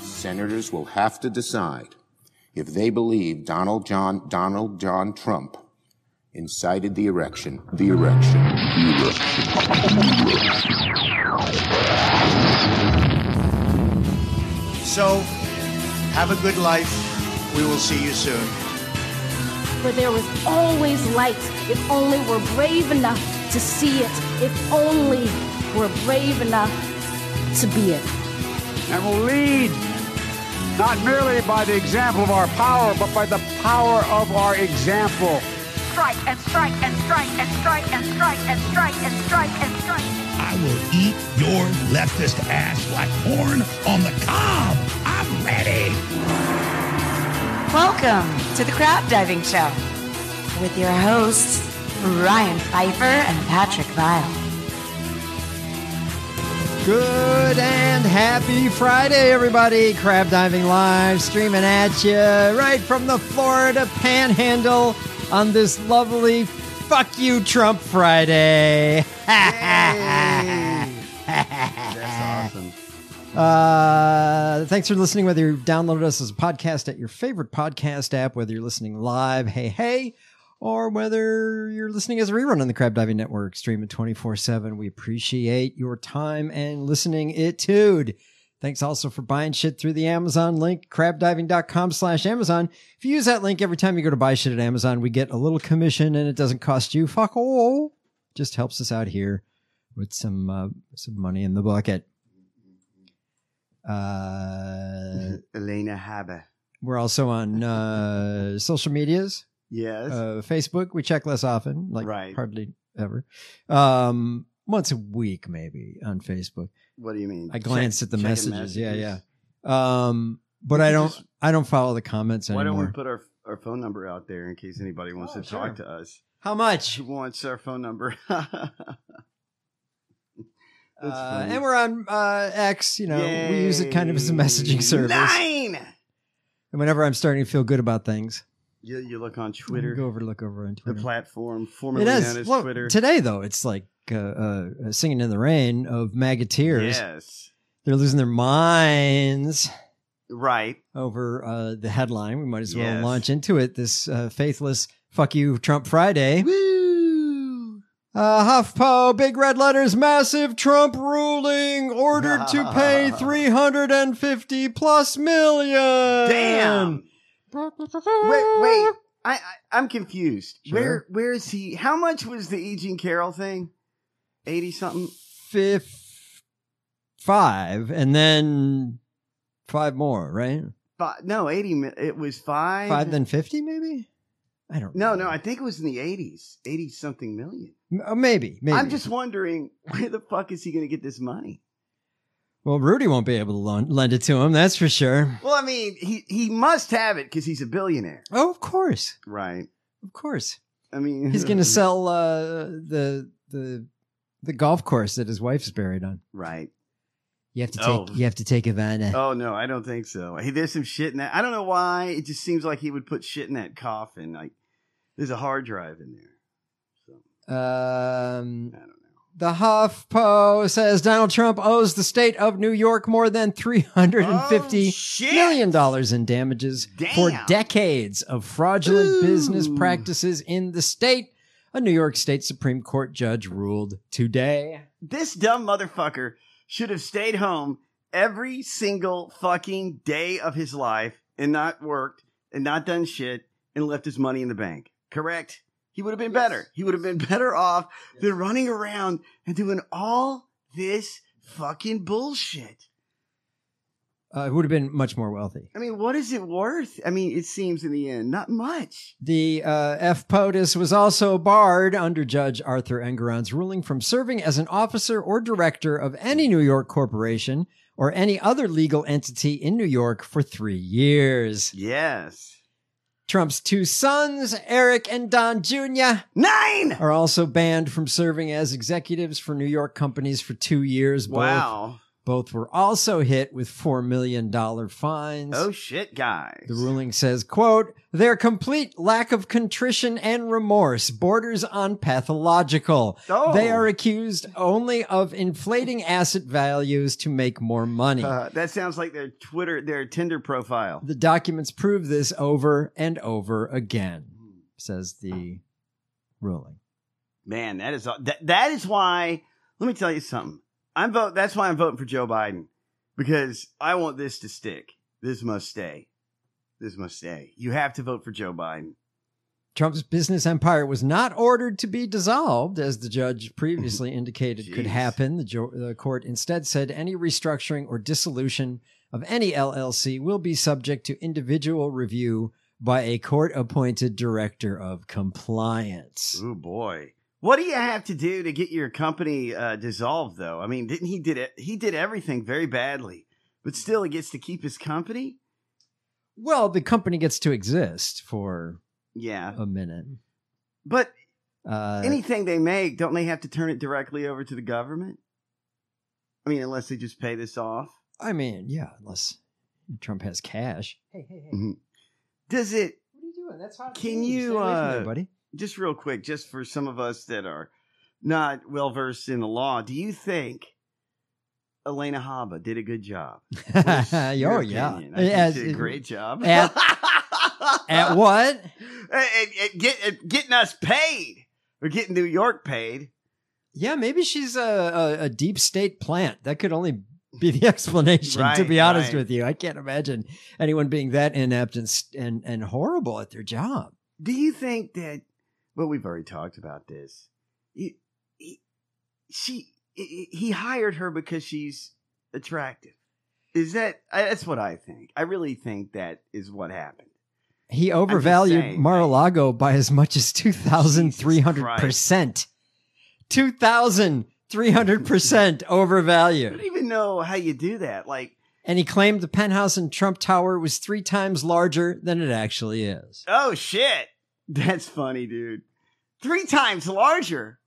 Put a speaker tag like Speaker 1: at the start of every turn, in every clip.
Speaker 1: senators will have to decide if they believe Donald John, Donald John Trump incited the erection, the erection, the erection.
Speaker 2: So, have a good life. We will see you soon.
Speaker 3: Where there was always light, if only we're brave enough to see it, if only we're brave enough to be it.
Speaker 4: And we'll lead not merely by the example of our power, but by the power of our example.
Speaker 5: Strike and strike and strike and strike and strike and strike and strike and strike.
Speaker 6: I will eat your leftist ass like corn on the cob. I'm ready.
Speaker 7: Welcome to the Crab Diving Show with your hosts, Ryan Pfeiffer and Patrick Vile.
Speaker 8: Good and happy Friday, everybody. Crab Diving Live streaming at you right from the Florida Panhandle on this lovely Fuck You Trump Friday.
Speaker 1: That's awesome.
Speaker 8: Uh, thanks for listening, whether you downloaded us as a podcast at your favorite podcast app, whether you're listening live, hey, hey, or whether you're listening as a rerun on the Crab Diving Network, streaming 24 7. We appreciate your time and listening it too. Thanks also for buying shit through the Amazon link, crabdiving.com slash Amazon. If you use that link every time you go to buy shit at Amazon, we get a little commission and it doesn't cost you fuck all. Just helps us out here with some uh, some money in the bucket. Uh,
Speaker 9: Elena Haber.
Speaker 8: We're also on uh, social medias.
Speaker 9: Yes.
Speaker 8: Uh, Facebook, we check less often, like
Speaker 9: Right.
Speaker 8: hardly ever. Um, once a week, maybe on Facebook.
Speaker 9: What do you mean?
Speaker 8: I glance at the
Speaker 9: checking
Speaker 8: messages. Yeah, yeah. Um, but I don't.
Speaker 9: just-
Speaker 8: I don't follow the comments
Speaker 9: Why
Speaker 8: anymore.
Speaker 9: don't we put our our phone number out there in case anybody wants
Speaker 8: Oh,
Speaker 9: to talk
Speaker 8: sure.
Speaker 9: to us?
Speaker 8: How much?
Speaker 9: Who wants our phone number? Uh, That's
Speaker 8: Uh,
Speaker 9: funny.
Speaker 8: and we're on uh, X. You know, we use it kind of as a
Speaker 9: Yay.
Speaker 8: messaging service.
Speaker 9: Nine.
Speaker 8: And whenever I'm starting to feel good about things,
Speaker 9: You, you look on Twitter,
Speaker 8: go over to look over on
Speaker 9: the
Speaker 8: Twitter.
Speaker 9: platform formerly
Speaker 8: It
Speaker 9: known
Speaker 8: is
Speaker 9: as
Speaker 8: well,
Speaker 9: Twitter.
Speaker 8: today though. It's like uh, uh, singing in the rain of Magateers.
Speaker 9: Yes.
Speaker 8: They're losing their minds.
Speaker 9: Right.
Speaker 8: over uh, the headline. We might as well
Speaker 9: Yes.
Speaker 8: launch into it. This uh, faithless fuck you Trump Friday. Woo! Uh, HuffPo, big red letters, massive Trump ruling, ordered to pay 350 plus million.
Speaker 9: Um, Damn. Wait, wait. I, I I'm confused.
Speaker 8: Sure.
Speaker 9: Where where is he? How much was the E. Jean Carroll thing? Eighty something.
Speaker 8: Fif- five, and then five more, right?
Speaker 9: Five, no, eighty. mi- It was five.
Speaker 8: Five, then 50, maybe? I don't
Speaker 9: No,
Speaker 8: know.
Speaker 9: no. I think it was in the eighties. Eighty something million.
Speaker 8: M- uh, Maybe, maybe.
Speaker 9: I'm just wondering where the fuck is he going to get this money?
Speaker 8: Well, Rudy won't be able to loan- lend it to him, that's for sure.
Speaker 9: Well, I mean, he he must have it because he's a billionaire,
Speaker 8: Oh, of course.
Speaker 9: right?
Speaker 8: Of course.
Speaker 9: I mean,
Speaker 8: He's going to sell uh, the the the golf course that his wife's buried on.
Speaker 9: right.
Speaker 8: You have to take
Speaker 9: Oh.
Speaker 8: you have to take Ivana.
Speaker 9: Oh no, I don't think so. Hey, there's some shit in that. I don't know why. It just seems like he would put shit in that coffin. Like there's a hard drive in there. So
Speaker 8: Um,
Speaker 9: I don't know.
Speaker 8: the HuffPo says Donald Trump owes the state of New York more than three hundred and
Speaker 9: Oh,
Speaker 8: fifty
Speaker 9: shit!
Speaker 8: million dollars in damages for
Speaker 9: Damn.
Speaker 8: decades of fraudulent business
Speaker 9: Ooh.
Speaker 8: practices in the state. A New York State Supreme Court judge ruled today.
Speaker 9: This dumb motherfucker should have stayed home every single fucking day of his life and not worked and not done shit and left his money in the bank. Correct? He would have been better. He would have been better off than running around and doing all this fucking bullshit.
Speaker 8: Uh, would have been much more wealthy.
Speaker 9: I mean, what is it worth? I mean, it seems in the end, not much.
Speaker 8: The uh, F. POTUS was also barred under Judge Arthur Engeron's ruling from serving as an officer or director of any New York corporation or any other legal entity in New York for three years.
Speaker 9: Yes.
Speaker 8: Trump's two sons, Eric and Don Jr.,
Speaker 9: Nine!
Speaker 8: are also banned from serving as executives for New York companies for two years. Both
Speaker 9: Wow.
Speaker 8: Both were also hit with $4 million fines.
Speaker 9: Oh shit, guys.
Speaker 8: The ruling says, quote, their complete lack of contrition and remorse borders on pathological.
Speaker 9: Oh.
Speaker 8: They are accused only of inflating asset values to make more money.
Speaker 9: Uh, that sounds like their Twitter, their Tinder profile.
Speaker 8: the documents prove this over and over again, says the ruling.
Speaker 9: Man, that is that, that is why. Let me tell you something. I'm vote. That's why I'm voting for Joe Biden because I want this to stick. This must stay. This must stay. You have to vote for Joe Biden.
Speaker 8: Trump's business empire was not ordered to be dissolved, as the judge previously indicated could
Speaker 9: Jeez.
Speaker 8: happen. The, jo- the court instead said any restructuring or dissolution of any LLC will be subject to individual review by a court appointed director of compliance.
Speaker 9: Oh boy, what do you have to do to get your company uh, dissolved? Though I mean, didn't he did it? He did everything very badly, but still, he gets to keep his company.
Speaker 8: Well, the company gets to exist for
Speaker 9: Yeah,
Speaker 8: a minute.
Speaker 9: but
Speaker 8: Uh,
Speaker 9: anything they make, don't they have to turn it directly over to the government? I mean, unless they just pay this off.
Speaker 8: I mean, yeah, unless Trump has cash. Hey, hey, hey.
Speaker 9: Mhm. Does it
Speaker 8: What are you doing? That's hot.
Speaker 9: Can you,
Speaker 8: Stay away from
Speaker 9: uh,
Speaker 8: there, buddy?
Speaker 9: just real quick, just for some of us that are not well versed in the law, do you think Elena Haba did a good job? What
Speaker 8: oh,
Speaker 9: is your
Speaker 8: yeah.
Speaker 9: opinion? I think
Speaker 8: As-
Speaker 9: she did a great job.
Speaker 8: at- At what?
Speaker 9: At- at- at get, at getting us paid or getting New York paid.
Speaker 8: Yeah, maybe she's a, a, a deep state plant. That could only be the explanation, to
Speaker 9: Right,
Speaker 8: be honest
Speaker 9: right.
Speaker 8: with you. I can't imagine anyone being that inept and, st- and, and horrible at their job.
Speaker 9: Do you think that? Well, we've already talked about this. He, he, she, he he hired her because she's attractive. Is that? I- That's what I think. I really think that is what happened.
Speaker 8: He
Speaker 9: just
Speaker 8: overvalued
Speaker 9: saying.
Speaker 8: Mar a Lago by as much as 2,300%. 2,300%
Speaker 9: I don't
Speaker 8: overvalued.
Speaker 9: even know how you do that. Like,
Speaker 8: And he claimed the penthouse in Trump Tower was three times larger than it actually is.
Speaker 9: oh shit, that's funny, dude. Three times larger.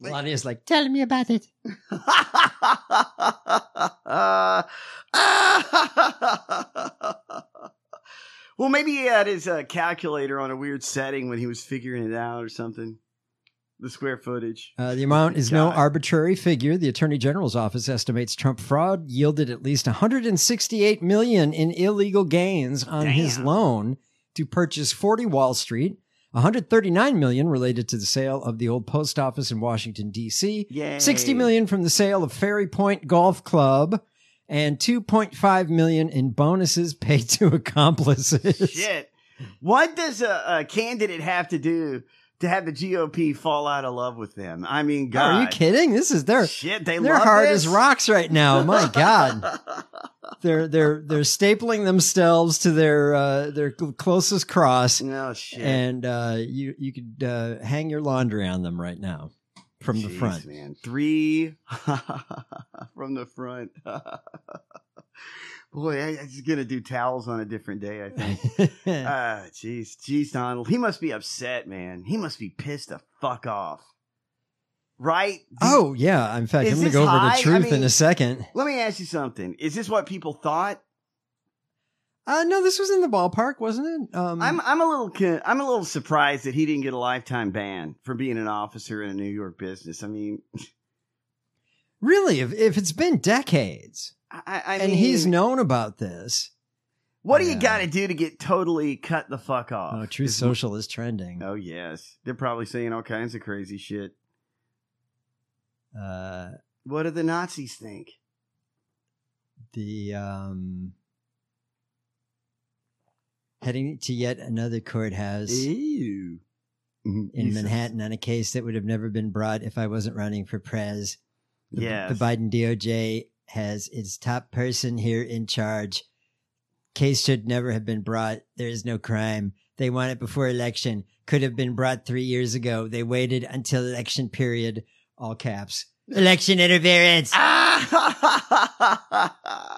Speaker 8: Melania is like, tell me about it.
Speaker 9: well, maybe he had his uh, calculator on a weird setting when he was figuring it out or something. The square footage.
Speaker 8: Uh, the amount is no
Speaker 9: God.
Speaker 8: arbitrary figure. The Attorney General's office estimates Trump fraud yielded at least 168 million in illegal gains on his
Speaker 9: Damn.
Speaker 8: loan to purchase 40 Wall Street, 139 million related to the sale of the old post office in Washington D.C.,
Speaker 9: Yay.
Speaker 8: 60 million from the sale of Ferry Point Golf Club, and 2.5 million in bonuses paid to accomplices.
Speaker 9: Shit. What does a, a candidate have to do to have the GOP fall out of love with them? I mean,
Speaker 8: Oh,
Speaker 9: God.
Speaker 8: Are you kidding? This is their
Speaker 9: Shit, they
Speaker 8: They're
Speaker 9: love
Speaker 8: hard
Speaker 9: this?
Speaker 8: as rocks right now. My God, they're they're they're stapling themselves to their uh, their cl- closest cross,
Speaker 9: no Oh, shit.
Speaker 8: and uh, you you could uh, hang your laundry on them right now from the
Speaker 9: Jeez,
Speaker 8: front.
Speaker 9: man. Three from the front. Boy, I, I'm just gonna do towels on a different day. I think. Ah, jeez, jeez, Donald. He must be upset, man. He must be pissed the fuck off. Right?
Speaker 8: oh yeah, in fact,
Speaker 9: Is
Speaker 8: I'm going to
Speaker 9: this
Speaker 8: go over
Speaker 9: high?
Speaker 8: to
Speaker 9: I
Speaker 8: truth in
Speaker 9: mean-
Speaker 8: a second.
Speaker 9: Let me ask you something. Is this what people thought?
Speaker 8: Uh, no, this was in the ballpark, wasn't it? Um,
Speaker 9: I'm I'm a little con- I'm a little surprised that he didn't get a lifetime ban for being an officer in a New York business. I mean,
Speaker 8: really, if if it's been decades
Speaker 9: I, I
Speaker 8: and
Speaker 9: mean,
Speaker 8: he's known about this,
Speaker 9: what do you
Speaker 8: Yeah.
Speaker 9: got to do to get totally cut the fuck off?
Speaker 8: oh, Truth
Speaker 9: Is-
Speaker 8: Social is trending.
Speaker 9: Oh yes, they're probably saying all kinds of crazy shit.
Speaker 8: Uh,
Speaker 9: What do the Nazis think?
Speaker 8: the um heading to yet another courthouse
Speaker 9: Ew. Mm-hmm. In
Speaker 8: in Manhattan on a case that would have never been brought if I wasn't running for prez. The,
Speaker 9: Yes.
Speaker 8: the Biden DOJ has its top person here in charge. Case should never have been brought. There is no crime. They want it before election. Could have been brought three years ago. They waited until election period. All caps. Election interference.
Speaker 9: Ah!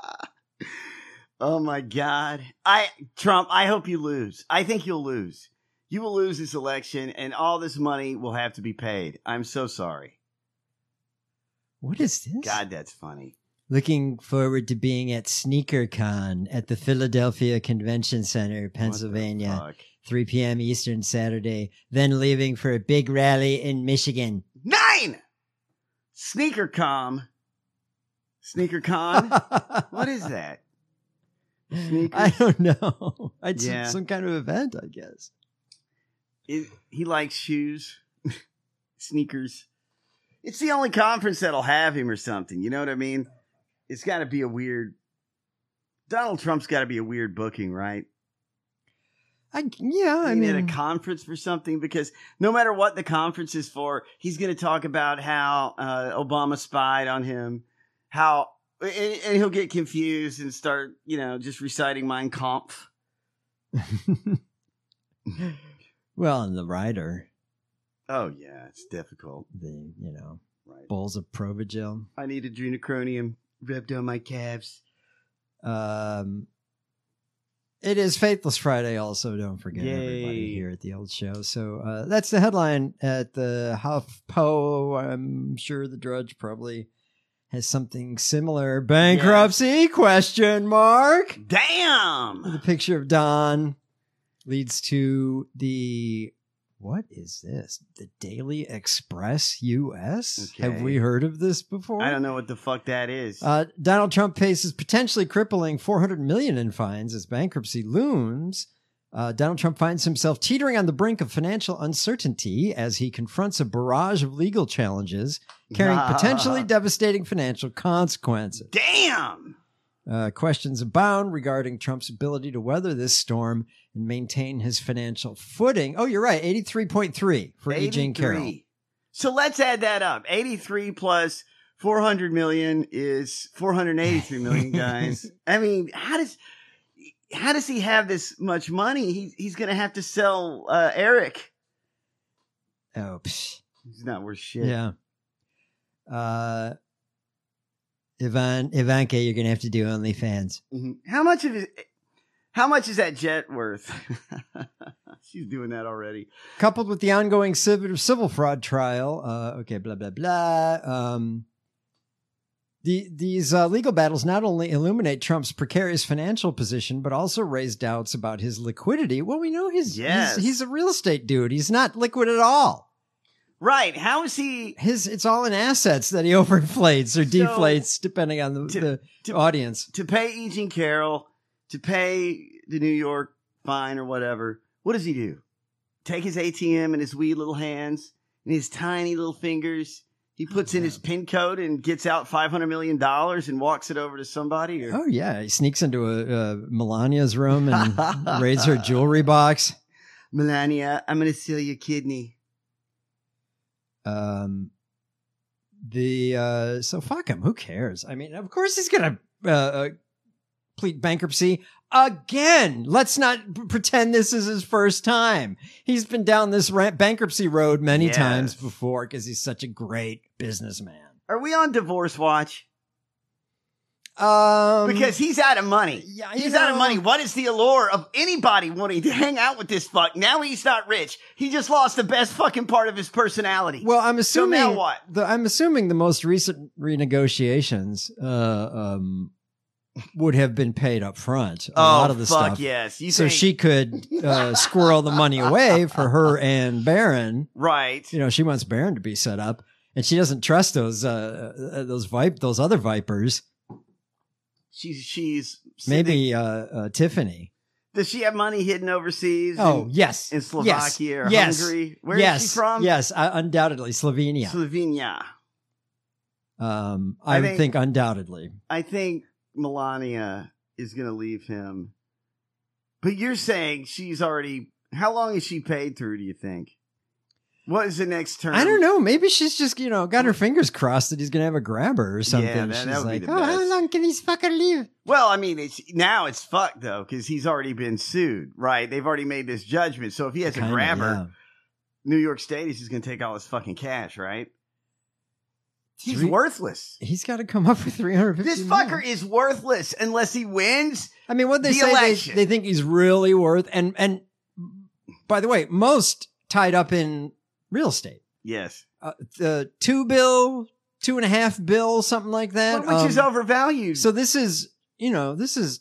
Speaker 9: oh my God! I Trump. I hope you lose. I think you'll lose. You will lose this election, and all this money will have to be paid. I'm so sorry.
Speaker 8: What is this?
Speaker 9: God, that's funny.
Speaker 8: Looking forward to being at SneakerCon at the Philadelphia Convention Center, Pennsylvania,
Speaker 9: Fuck.
Speaker 8: 3 p.m. Eastern Saturday, then leaving for a big rally in Michigan.
Speaker 9: Nine. Sneaker com. Sneaker con. what is that? Sneaker.
Speaker 8: I don't know. It's
Speaker 9: Yeah.
Speaker 8: some kind of event, I guess.
Speaker 9: It, he likes shoes, sneakers. It's the only conference that'll have him or something. You know what I mean? It's got to be a weird. Donald Trump's got to be a weird booking, right?
Speaker 8: I, yeah, I
Speaker 9: I
Speaker 8: mean,
Speaker 9: at a conference for something because no matter what the conference is for, he's going to talk about how uh, Obama spied on him, how and, and he'll get confused and start, you know, just reciting Mein Kampf.
Speaker 8: well, and the rider,
Speaker 9: Oh yeah, it's difficult.
Speaker 8: the you know,
Speaker 9: Right.
Speaker 8: bowls of Provigil.
Speaker 9: I need adrenochronium rubbed on my calves.
Speaker 8: Um, it is Faithless Friday, also. Don't forget everybody
Speaker 9: Yay.
Speaker 8: here at the old show. So uh, that's the headline at the HuffPo. I'm sure the Drudge probably has something similar. Bankruptcy? Question mark. The
Speaker 9: Damn.
Speaker 8: picture of Don leads to the what is this? The Daily Express U.S. Have
Speaker 9: Okay.
Speaker 8: we heard of this before?
Speaker 9: I don't know what the fuck that is.
Speaker 8: Uh, Donald Trump faces potentially crippling 400 million in fines as bankruptcy looms. Uh, Donald Trump finds himself teetering on the brink of financial uncertainty as he confronts a barrage of legal challenges carrying potentially devastating financial consequences.
Speaker 9: Damn.
Speaker 8: Uh, questions abound regarding Trump's ability to weather this storm and maintain his financial footing. Oh, you're right, 83.3 for E. Jean Carroll.
Speaker 9: 83. So let's add that up. 83 plus 400 million is 483 million, guys. I mean, how does how does he have this much money? He, he's going to have to sell uh, Eric.
Speaker 8: Oh, psh.
Speaker 9: He's not worth shit.
Speaker 8: Yeah. Uh, Ivan Ivanka, you're gonna have to do OnlyFans.
Speaker 9: Mhm. How much of it? How much is that jet worth? She's doing that already.
Speaker 8: Coupled with the ongoing civil civil fraud trial. Uh, okay, blah blah blah. Um, the these uh, legal battles not only illuminate Trump's precarious financial position, but also raise doubts about his liquidity. Well, we know his
Speaker 9: Yes.
Speaker 8: he's, he's a real estate dude. He's not liquid at all.
Speaker 9: Right? How is he?
Speaker 8: His it's all in assets that he overinflates or deflates depending on the,
Speaker 9: To-
Speaker 8: the
Speaker 9: to-
Speaker 8: audience.
Speaker 9: to pay E. Jean Carroll, to pay the New York fine or whatever, what does he do? Take his ATM in his wee little hands and his tiny little fingers. He
Speaker 8: Oh,
Speaker 9: puts in his pin code and gets out five hundred million dollars and walks it over to somebody. Or
Speaker 8: Oh yeah, he sneaks into a, uh Melania's room and raids her jewelry box.
Speaker 9: Melania, I'm gonna steal your kidney.
Speaker 8: Um, the uh, so fuck him. Who cares? I mean, of course he's gonna uh, uh, plead bankruptcy again. Let's not p- pretend this is his first time. He's been down this ra- bankruptcy road many
Speaker 9: Yes.
Speaker 8: times before because he's such a great businessman.
Speaker 9: Are we on divorce watch?
Speaker 8: Um,
Speaker 9: Because he's out of money.
Speaker 8: Yeah, you
Speaker 9: he's out of
Speaker 8: know-
Speaker 9: money. What is the allure of anybody wanting to hang out with this fuck? Now he's not rich. He just lost the best fucking part of his personality.
Speaker 8: Well, I'm assuming
Speaker 9: now what?
Speaker 8: The, I'm assuming the most recent renegotiations uh, um, would have been paid up front. A lot of the
Speaker 9: Oh, fuck
Speaker 8: stuff.
Speaker 9: yes. You
Speaker 8: so
Speaker 9: think-
Speaker 8: she could uh, squirrel the money away for her and Baron.
Speaker 9: right?
Speaker 8: You know, she wants Baron to be set up, and she doesn't trust those uh, uh, those vip those other vipers.
Speaker 9: She's she's sending-
Speaker 8: Maybe uh, uh, Tiffany.
Speaker 9: does she have money hidden overseas?
Speaker 8: Oh
Speaker 9: in,
Speaker 8: yes,
Speaker 9: in
Speaker 8: Yes.
Speaker 9: Slovakia or
Speaker 8: yes.
Speaker 9: Hungary. Where is
Speaker 8: yes,
Speaker 9: she from?
Speaker 8: Yes, uh, undoubtedly Slovenia.
Speaker 9: Slovenia.
Speaker 8: um, I,
Speaker 9: I
Speaker 8: would
Speaker 9: think-
Speaker 8: think undoubtedly.
Speaker 9: I think Melania is going to leave him. But you're saying she's already. How long is she paid through? Do you think? What is the next term?
Speaker 8: I don't know. Maybe she's just, you know, got her fingers crossed that he's going to have a grabber or something.
Speaker 9: Yeah, that- that
Speaker 8: she's
Speaker 9: would be
Speaker 8: like,
Speaker 9: the
Speaker 8: oh, how
Speaker 9: best."
Speaker 8: long can these fucker leave?
Speaker 9: Well, I mean, it's now it's fucked though because he's already been sued, right? They've already made this judgment. So if he has
Speaker 8: Kinda,
Speaker 9: a grabber,
Speaker 8: yeah.
Speaker 9: New York State is just going to take all his fucking cash, right? He's
Speaker 8: Three-
Speaker 9: worthless.
Speaker 8: He's got to come up with 350
Speaker 9: This
Speaker 8: million.
Speaker 9: fucker is worthless unless he wins.
Speaker 8: I mean, what they
Speaker 9: the
Speaker 8: say, they,
Speaker 9: election.
Speaker 8: they think he's really worth. And, and by the way, most tied up in real estate.
Speaker 9: Yes.
Speaker 8: Uh, the two bill, two and a half bill, something like that.
Speaker 9: Which is
Speaker 8: Um,
Speaker 9: overvalued.
Speaker 8: So this is, you know, this is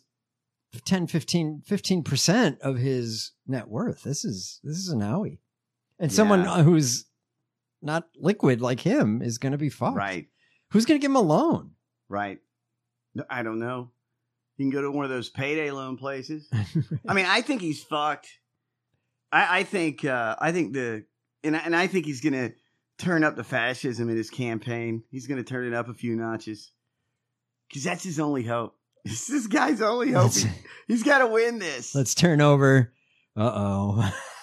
Speaker 8: 10, 15, 15% of his net worth. This is, this is an owie. And someone
Speaker 9: Yeah.
Speaker 8: who's not liquid like him is going to be fucked.
Speaker 9: right,
Speaker 8: Who's going to give him a loan?
Speaker 9: right. No, I don't know. You can go to one of those payday loan places. I mean, I think he's fucked. I, I think uh, I think the and I, and I think he's gonna turn up the fascism in his campaign. He's gonna turn it up a few notches because that's his only hope. It's this guy's only hope.
Speaker 8: Let's,
Speaker 9: He, has got to win this.
Speaker 8: let's turn over. Uh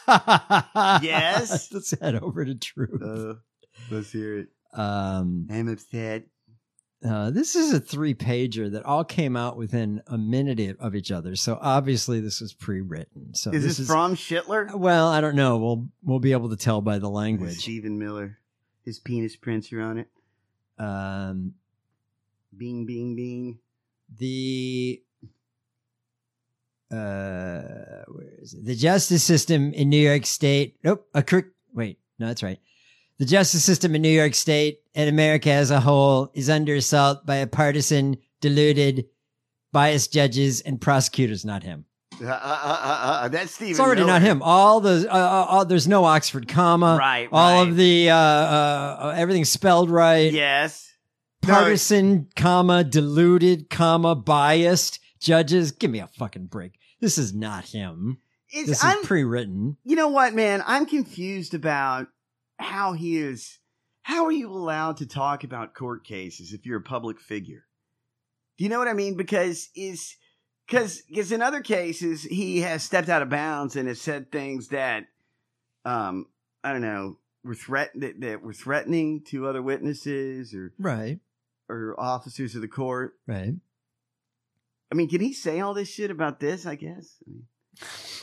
Speaker 8: oh.
Speaker 9: Yes?
Speaker 8: let's head over to Truth.
Speaker 9: Uh, let's hear it.
Speaker 8: um,
Speaker 9: I'm upset.
Speaker 8: Uh, this is a three pager that all came out within a minute i- of each other. So obviously this was pre-written. So
Speaker 9: Is
Speaker 8: this Uh,
Speaker 9: this, from Schittler?
Speaker 8: Well, I don't know. We'll we'll be able to tell by the language.
Speaker 9: Stephen Miller. His penis prints are on it.
Speaker 8: Um,
Speaker 9: Bing, bing, bing.
Speaker 8: the uh, where is it? The justice system in New York State. Nope, a crick. Wait, no, that's right. The justice system in New York State and America as a whole is under assault by a partisan, deluded, biased judges and prosecutors. Not him.
Speaker 9: Uh, uh, uh, uh, uh, that's Stephen.
Speaker 8: It's already
Speaker 9: Miller.
Speaker 8: not him. All the uh, uh, all, there's no Oxford comma.
Speaker 9: Right.
Speaker 8: All
Speaker 9: right.
Speaker 8: of the uh, uh, uh, everything's spelled right.
Speaker 9: Yes. No, it's-
Speaker 8: Partisan, comma deluded, comma biased judges. Give me a fucking break. This is not him.
Speaker 9: it's-
Speaker 8: This
Speaker 9: I'm-
Speaker 8: is pre-written.
Speaker 9: you know what, man? I'm confused about how he is. How are you allowed to talk about court cases if you're a public figure? Do you know what I mean? Because is because because in other cases he has stepped out of bounds and has said things that, um, I don't know, were threat that, that were threatening to other witnesses or
Speaker 8: Right.
Speaker 9: or officers of the court.
Speaker 8: Right.
Speaker 9: I mean, can he say all this shit about this? I guess. I mean,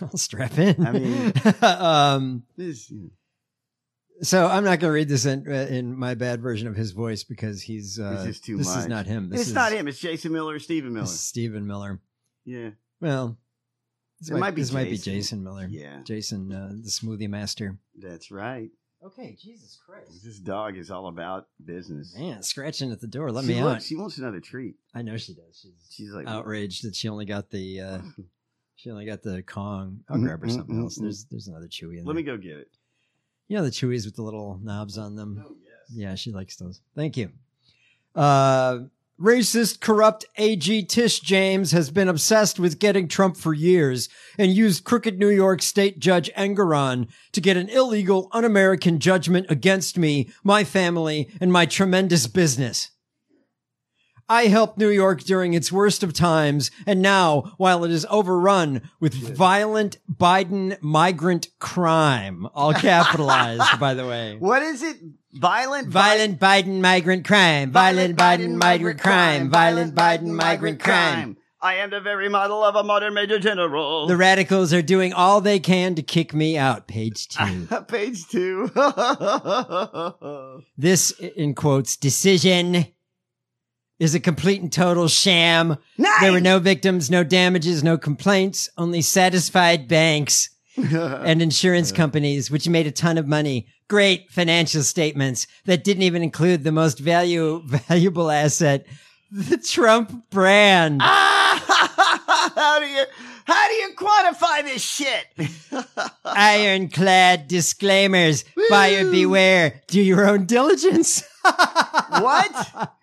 Speaker 8: I'll strap in.
Speaker 9: I mean-
Speaker 8: um,
Speaker 9: this, you know,
Speaker 8: so I'm not going to read this in, uh, in my bad version of his voice because he's uh,
Speaker 9: This is too
Speaker 8: This is
Speaker 9: much.
Speaker 8: not him. This
Speaker 9: it's
Speaker 8: is
Speaker 9: not him. It's Jason Miller or Stephen Miller.
Speaker 8: This is Stephen Miller.
Speaker 9: Yeah.
Speaker 8: Well, this,
Speaker 9: It
Speaker 8: might,
Speaker 9: might be
Speaker 8: this might be
Speaker 9: Jason.
Speaker 8: Jason Miller.
Speaker 9: Yeah,
Speaker 8: Jason, uh, the smoothie master.
Speaker 9: that's right.
Speaker 8: Okay, Jesus Christ.
Speaker 9: This dog is all about business.
Speaker 8: Man, scratching at the door. Let
Speaker 9: she
Speaker 8: me
Speaker 9: wants-
Speaker 8: out.
Speaker 9: She wants another treat.
Speaker 8: I know she does. She's
Speaker 9: She's like,
Speaker 8: outraged that she only got the uh, she only got the Kong. I'll grab her
Speaker 9: Mm,
Speaker 8: something
Speaker 9: mm,
Speaker 8: else.
Speaker 9: mm,
Speaker 8: There's there's another Chewy in
Speaker 9: let
Speaker 8: there.
Speaker 9: me go get it.
Speaker 8: you know the Chewies with the little knobs on them.
Speaker 9: Oh, yes.
Speaker 8: Yeah, she likes those. Thank you. Uh, racist, corrupt AG Tish James has been obsessed with getting Trump for years and used crooked New York State Judge Engeron to get an illegal, un American judgment against me, my family, and my tremendous business. I helped New York during its worst of times, and now, while it is overrun with violent Biden migrant crime, all capitalized, by the way.
Speaker 9: What is it? Violent,
Speaker 8: Violent Biden migrant crime. Violent Biden migrant crime. Violent Biden migrant crime.
Speaker 9: I am the very model of a modern major general.
Speaker 8: The radicals are doing all they can to kick me out. Page two.
Speaker 9: Page two. That's
Speaker 8: this, in quotes, decision is a complete and total sham. There were no victims, no damages, no complaints, only satisfied banks and insurance companies, which made a ton of money. Great financial statements that didn't even include the most value, valuable asset, the Trump brand.
Speaker 9: how do you how do you quantify this shit?
Speaker 8: ironclad disclaimers. Buyer beware. Do your own diligence.
Speaker 9: What?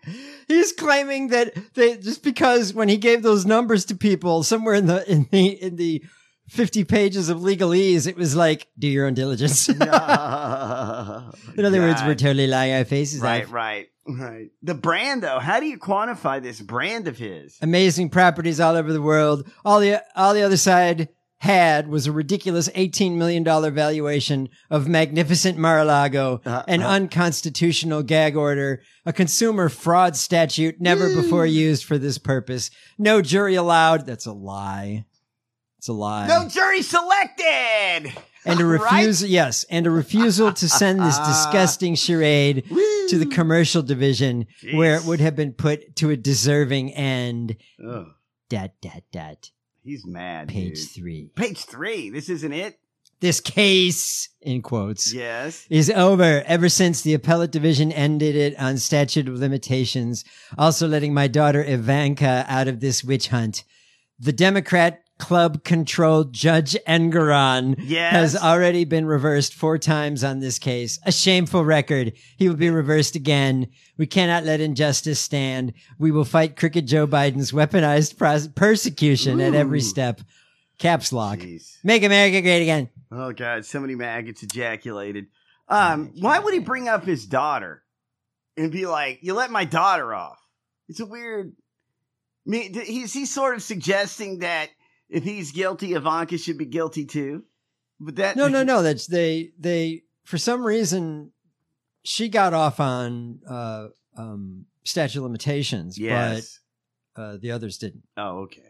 Speaker 8: He's claiming that they just because when he gave those numbers to people somewhere in the in the in the fifty pages of legalese, it was like do your own diligence. in
Speaker 9: in
Speaker 8: other words, we're totally lying our faces
Speaker 9: Right,
Speaker 8: off.
Speaker 9: right, right. The brand, though, how do you quantify this brand of his?
Speaker 8: Amazing properties all over the world. All the all the other side had was a ridiculous $18 million valuation of magnificent Mar-a-Lago
Speaker 9: Uh,
Speaker 8: an
Speaker 9: uh,
Speaker 8: unconstitutional gag order, a consumer fraud statute never before used for this purpose. No jury allowed. That's a lie. It's a lie.
Speaker 9: no jury selected.
Speaker 8: and a
Speaker 9: right?
Speaker 8: refusal, yes, and a refusal to send this disgusting charade to the commercial division where it
Speaker 9: Jeez.
Speaker 8: would have been put to a deserving end.
Speaker 9: Ugh,
Speaker 8: Dot dot dot.
Speaker 9: he's mad.
Speaker 8: Page
Speaker 9: dude.
Speaker 8: three.
Speaker 9: Page three. This isn't it.
Speaker 8: This case, in quotes,
Speaker 9: Yes.
Speaker 8: is over ever since the appellate division ended it on statute of limitations, also letting my daughter Ivanka out of this witch hunt. The Democrat club controlled Judge Engeron
Speaker 9: Yes.
Speaker 8: has already been reversed four times on this case. A shameful record. He will be reversed again. We cannot let injustice stand. We will fight Crooked Joe Biden's weaponized pros- persecution at every step. Caps lock.
Speaker 9: Jeez.
Speaker 8: Make America great again.
Speaker 9: Oh God, so many maggots ejaculated. Um, why would he bring up his daughter and be like, "You let my daughter off"? It's a weird. I mean, th- he's he's sort of suggesting that if he's guilty, Ivanka should be guilty too. But that
Speaker 8: No, no, no. That's they they for some reason she got off on uh um statute of limitations,
Speaker 9: Yes.
Speaker 8: but uh, the others didn't.
Speaker 9: Oh, okay.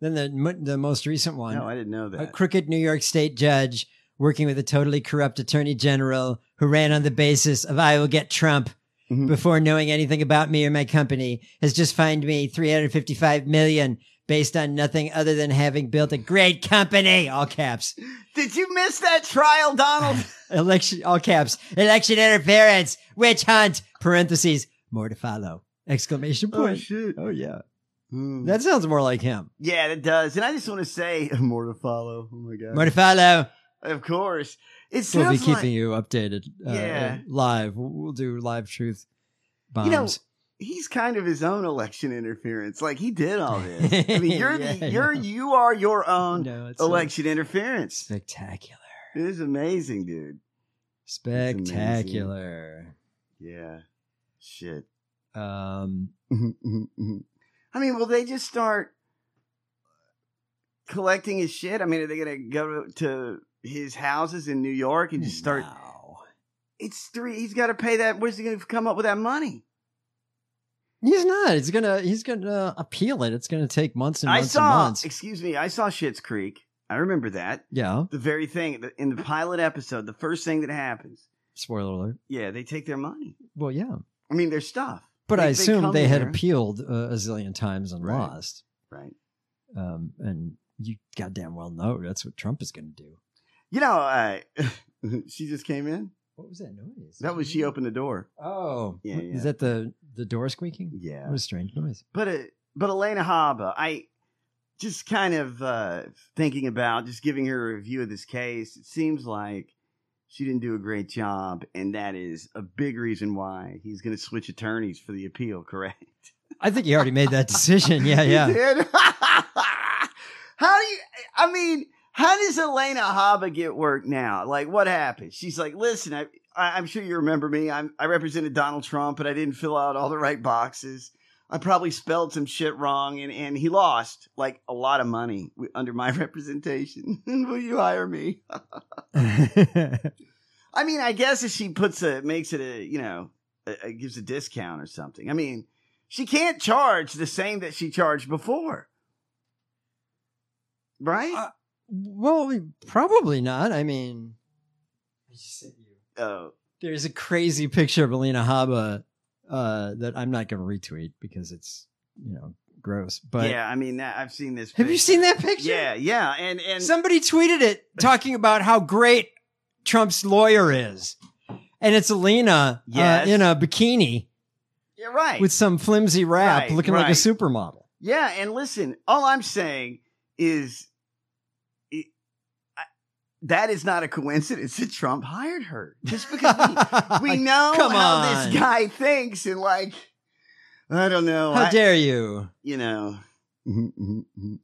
Speaker 8: Then the mo- the most recent one,
Speaker 9: No, I didn't know
Speaker 8: a
Speaker 9: that.
Speaker 8: crooked New York state judge working with a totally corrupt attorney general who ran on the basis of I will get Trump
Speaker 9: Mhm.
Speaker 8: before knowing anything about me or my company has just fined me 355 million based on nothing other than having built a great company all caps
Speaker 9: Did you miss that trial, Donald?
Speaker 8: election all caps election interference witch hunt parentheses more to follow exclamation point
Speaker 9: shit.
Speaker 8: oh, yeah
Speaker 9: Hmm.
Speaker 8: that sounds more like him
Speaker 9: yeah, it does. And I just want to say more to follow. Oh my God.
Speaker 8: more to follow
Speaker 9: of course. It
Speaker 8: we'll be
Speaker 9: sounds
Speaker 8: keeping
Speaker 9: like
Speaker 8: you updated uh,
Speaker 9: Yeah.
Speaker 8: live we'll, we'll do live truth bombs
Speaker 9: You know, he's kind of his own election interference. Like he did all this. I mean, you're
Speaker 8: Yeah, I
Speaker 9: the, you're
Speaker 8: know.
Speaker 9: you are your own
Speaker 8: No, it's a-
Speaker 9: election interference.
Speaker 8: spectacular
Speaker 9: It is amazing, dude.
Speaker 8: spectacular
Speaker 9: Yeah. Shit.
Speaker 8: um
Speaker 9: Mm-hmm, I mean, will they just start collecting his shit? I mean, are they gonna go to his houses in New York and just start?
Speaker 8: wow.
Speaker 9: It's three. He's got to pay that. Where's he gonna come up with that money?
Speaker 8: he's not it's gonna he's gonna appeal it it's gonna take months and
Speaker 9: I
Speaker 8: months and
Speaker 9: saw.
Speaker 8: months
Speaker 9: Excuse me. I saw Shit's Creek. I remember that.
Speaker 8: yeah
Speaker 9: the very thing the- in the pilot episode the first thing that happens
Speaker 8: spoiler alert
Speaker 9: yeah they take their money
Speaker 8: well yeah
Speaker 9: i mean their stuff
Speaker 8: But I assume
Speaker 9: come
Speaker 8: they, had
Speaker 9: there,
Speaker 8: appealed uh, a zillion times and
Speaker 9: Right.
Speaker 8: lost.
Speaker 9: right
Speaker 8: Um, and you goddamn well know that's what Trump is going to do.
Speaker 9: you know uh, she just came in
Speaker 8: What was that noise?
Speaker 9: that was she opened the door
Speaker 8: Oh,
Speaker 9: Yeah, yeah.
Speaker 8: is that the the door squeaking?
Speaker 9: yeah
Speaker 8: What a strange noise.
Speaker 9: but uh, but elena haba i just kind of uh thinking about just giving her a review of this case it seems like she didn't do a great job and that is a big reason why he's going to switch attorneys for the appeal correct
Speaker 8: I think you already made that decision. Yeah, yeah.
Speaker 9: You did? how do you? I mean, how does Elena Haba get work now? Like, what happened? She's like, listen, I, I I'm sure you remember me. I'm, I represented Donald Trump, but I didn't fill out all the right boxes. I probably spelled some shit wrong, and, and he lost like a lot of money w- under my representation. Will you hire me? I mean, I guess if she puts a makes it a you know a, a- gives a discount or something. I mean, she can't charge the same that she charged before, right?
Speaker 8: Uh, well, we- probably not. I mean,
Speaker 9: oh,
Speaker 8: there's a crazy picture of Alina Haba uh, that I'm not going to retweet because it's you know gross. But
Speaker 9: yeah. I mean, that- I've seen this.
Speaker 8: have you
Speaker 9: picture.
Speaker 8: seen that picture?
Speaker 9: Yeah, yeah, and and
Speaker 8: Somebody tweeted it talking about how great Trump's lawyer is. And it's Alina uh,
Speaker 9: Yes.
Speaker 8: in a bikini
Speaker 9: you're right.
Speaker 8: with some flimsy wrap
Speaker 9: Right,
Speaker 8: looking like a
Speaker 9: right.
Speaker 8: supermodel.
Speaker 9: Yeah, and listen, all I'm saying is it, I, that is not a coincidence that Trump hired her. Just because we, we know
Speaker 8: Come
Speaker 9: how
Speaker 8: on.
Speaker 9: this guy thinks and like I don't know.
Speaker 8: How
Speaker 9: Oh, I-
Speaker 8: dare you?
Speaker 9: you know.
Speaker 8: Mm-hmm,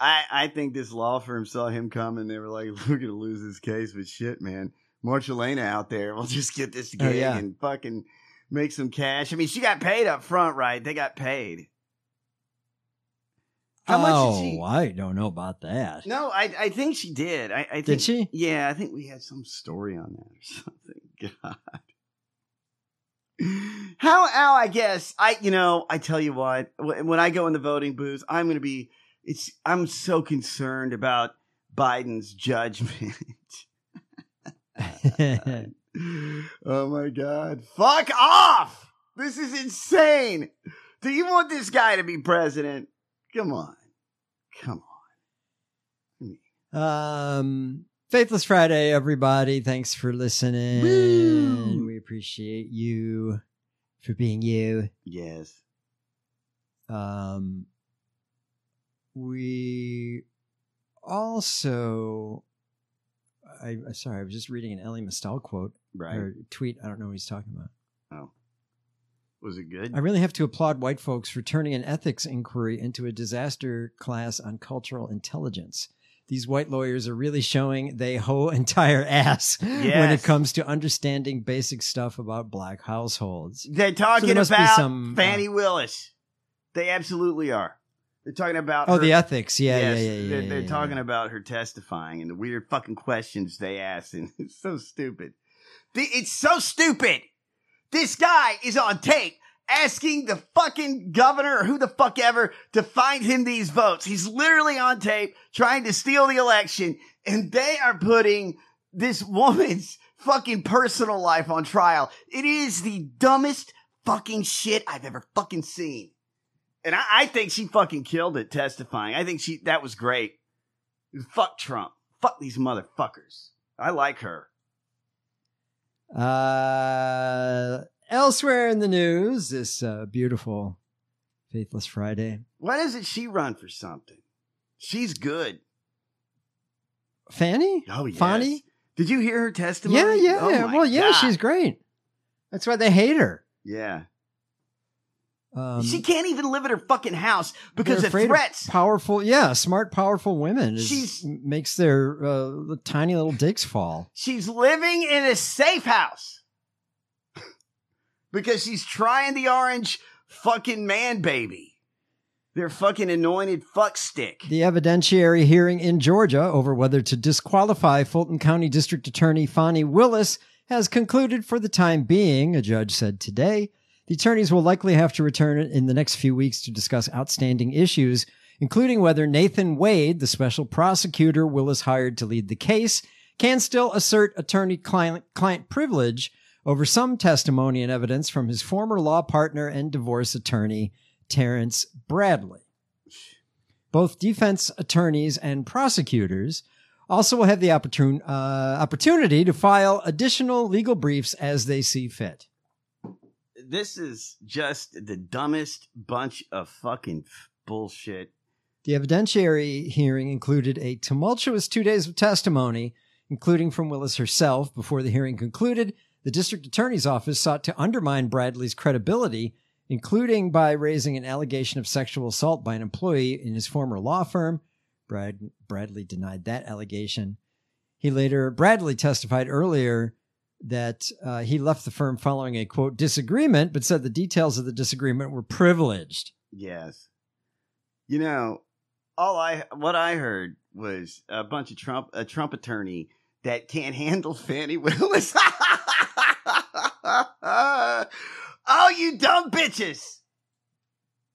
Speaker 9: I I think this law firm saw him come and they were like, "We're gonna lose this case, but shit, man, Marchelina out there, we'll just get this gig
Speaker 8: Oh, yeah.
Speaker 9: and fucking make some cash." I mean, she got paid up front, right? They got paid. How
Speaker 8: oh,
Speaker 9: much did she?
Speaker 8: I don't know about that.
Speaker 9: No, I I think she did. I, I think,
Speaker 8: Did she?
Speaker 9: Yeah, I think we had some story on that or something. God. How how I guess I you know I tell you what wh- when I go in the voting booth I'm gonna be it's I'm so concerned about Biden's judgment. oh my god! Fuck off! This is insane. Do you want this guy to be president? Come on, come on.
Speaker 8: um, Faithless Friday, everybody. Thanks for listening. We appreciate you for being you.
Speaker 9: Yes.
Speaker 8: Um, we also, I, I'm sorry, I was just reading an Ellie Mistel quote
Speaker 9: Right. Oh.
Speaker 8: or tweet. I don't know what he's talking about.
Speaker 9: Was it good?
Speaker 8: I really have to applaud white folks for turning an ethics inquiry into a disaster class on cultural intelligence. These white lawyers are really showing they hoe entire ass when it
Speaker 9: Yes.
Speaker 8: comes to understanding basic stuff about black households.
Speaker 9: They're talking
Speaker 8: must be
Speaker 9: about
Speaker 8: some, uh,
Speaker 9: Fannie Willis. They absolutely are. They're talking about
Speaker 8: Oh,
Speaker 9: her-
Speaker 8: the ethics. Yeah, yeah, yeah, yeah.
Speaker 9: they're,
Speaker 8: yeah,
Speaker 9: they're
Speaker 8: yeah,
Speaker 9: talking
Speaker 8: yeah.
Speaker 9: about her testifying and the weird fucking questions they ask, and it's so stupid. The- It's so stupid. This guy is on tape asking the fucking governor or who the fuck ever to find him these votes. He's literally on tape trying to steal the election, and they are putting this woman's fucking personal life on trial. It is the dumbest fucking shit I've ever fucking seen. And I, I think she fucking killed it testifying. I think she that was great. Fuck Trump. Fuck these motherfuckers. I like her.
Speaker 8: Uh, elsewhere in the news, this uh, beautiful Faithless Friday.
Speaker 9: Why doesn't she run for something? She's good.
Speaker 8: Fanny?
Speaker 9: Oh yes.
Speaker 8: Fanny?
Speaker 9: Did you hear her testimony?
Speaker 8: Yeah, yeah.
Speaker 9: Oh, my
Speaker 8: well, yeah,
Speaker 9: God.
Speaker 8: she's great. That's why they hate her.
Speaker 9: yeah.
Speaker 8: Um,
Speaker 9: she can't even live at her fucking house because
Speaker 8: they're
Speaker 9: of
Speaker 8: afraid
Speaker 9: threats.
Speaker 8: powerful, yeah, smart, powerful women. Is,
Speaker 9: She's-
Speaker 8: makes their uh, the tiny little dicks fall.
Speaker 9: she's living in a safe house because she's trying the orange fucking man baby. Their fucking anointed fuck stick.
Speaker 8: The evidentiary hearing in Georgia over whether to disqualify Fulton County District Attorney Fonnie Willis has concluded for the time being, a judge said today. The attorneys will likely have to return in the next few weeks to discuss outstanding issues, including whether Nathan Wade, the special prosecutor Willis hired to lead the case, can still assert attorney client, client privilege over some testimony and evidence from his former law partner and divorce attorney, Terrence Bradley. Both defense attorneys and prosecutors also will have the opportune, uh, opportunity to file additional legal briefs as they see fit.
Speaker 9: this is just the dumbest bunch of fucking f- bullshit.
Speaker 8: The evidentiary hearing included a tumultuous two days of testimony, including from Willis herself. Before the hearing concluded, the district attorney's office sought to undermine Bradley's credibility, including by raising an allegation of sexual assault by an employee in his former law firm. Brad, Bradley denied that allegation. He later, Bradley testified earlier that uh, he left the firm following a quote disagreement, but said the details of the disagreement were privileged.
Speaker 9: Yes. You know, all I what I heard was a bunch of Trump a Trump attorney that can't handle Fannie Willis. oh, you dumb bitches.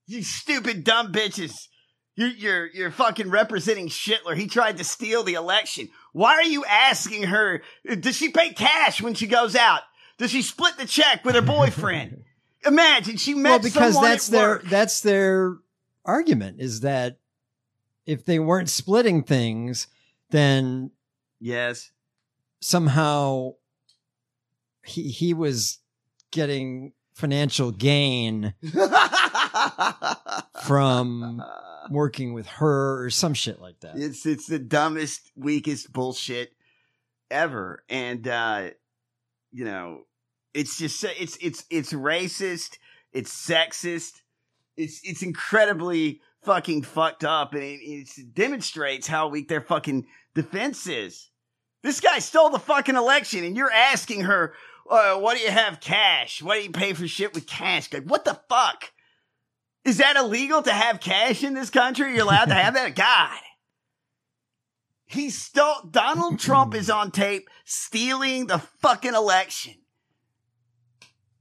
Speaker 9: You stupid dumb bitches. You're you're you're fucking representing Schittler. He tried to steal the election. Why are you asking her? Does she pay cash when she goes out? Does she split the check with her boyfriend? Imagine she met
Speaker 8: well because
Speaker 9: someone
Speaker 8: that's
Speaker 9: at
Speaker 8: their
Speaker 9: work.
Speaker 8: that's their argument is that if they weren't splitting things then
Speaker 9: Yes.
Speaker 8: somehow he he was getting financial gain
Speaker 9: it's
Speaker 8: from working with her or some shit like that
Speaker 9: it's the dumbest, weakest bullshit ever, and uh, you know, it's just so- it's it's it's racist, it's sexist, it's it's incredibly fucking fucked up, and it, it demonstrates how weak their fucking defense is. This guy stole the fucking election, and you're asking her, uh, "What do you have cash? What do you pay for shit with cash?" Like, what the fuck? Is that illegal to have cash in this country? You're allowed to have that? God. He stole Donald Trump is on tape stealing the fucking election.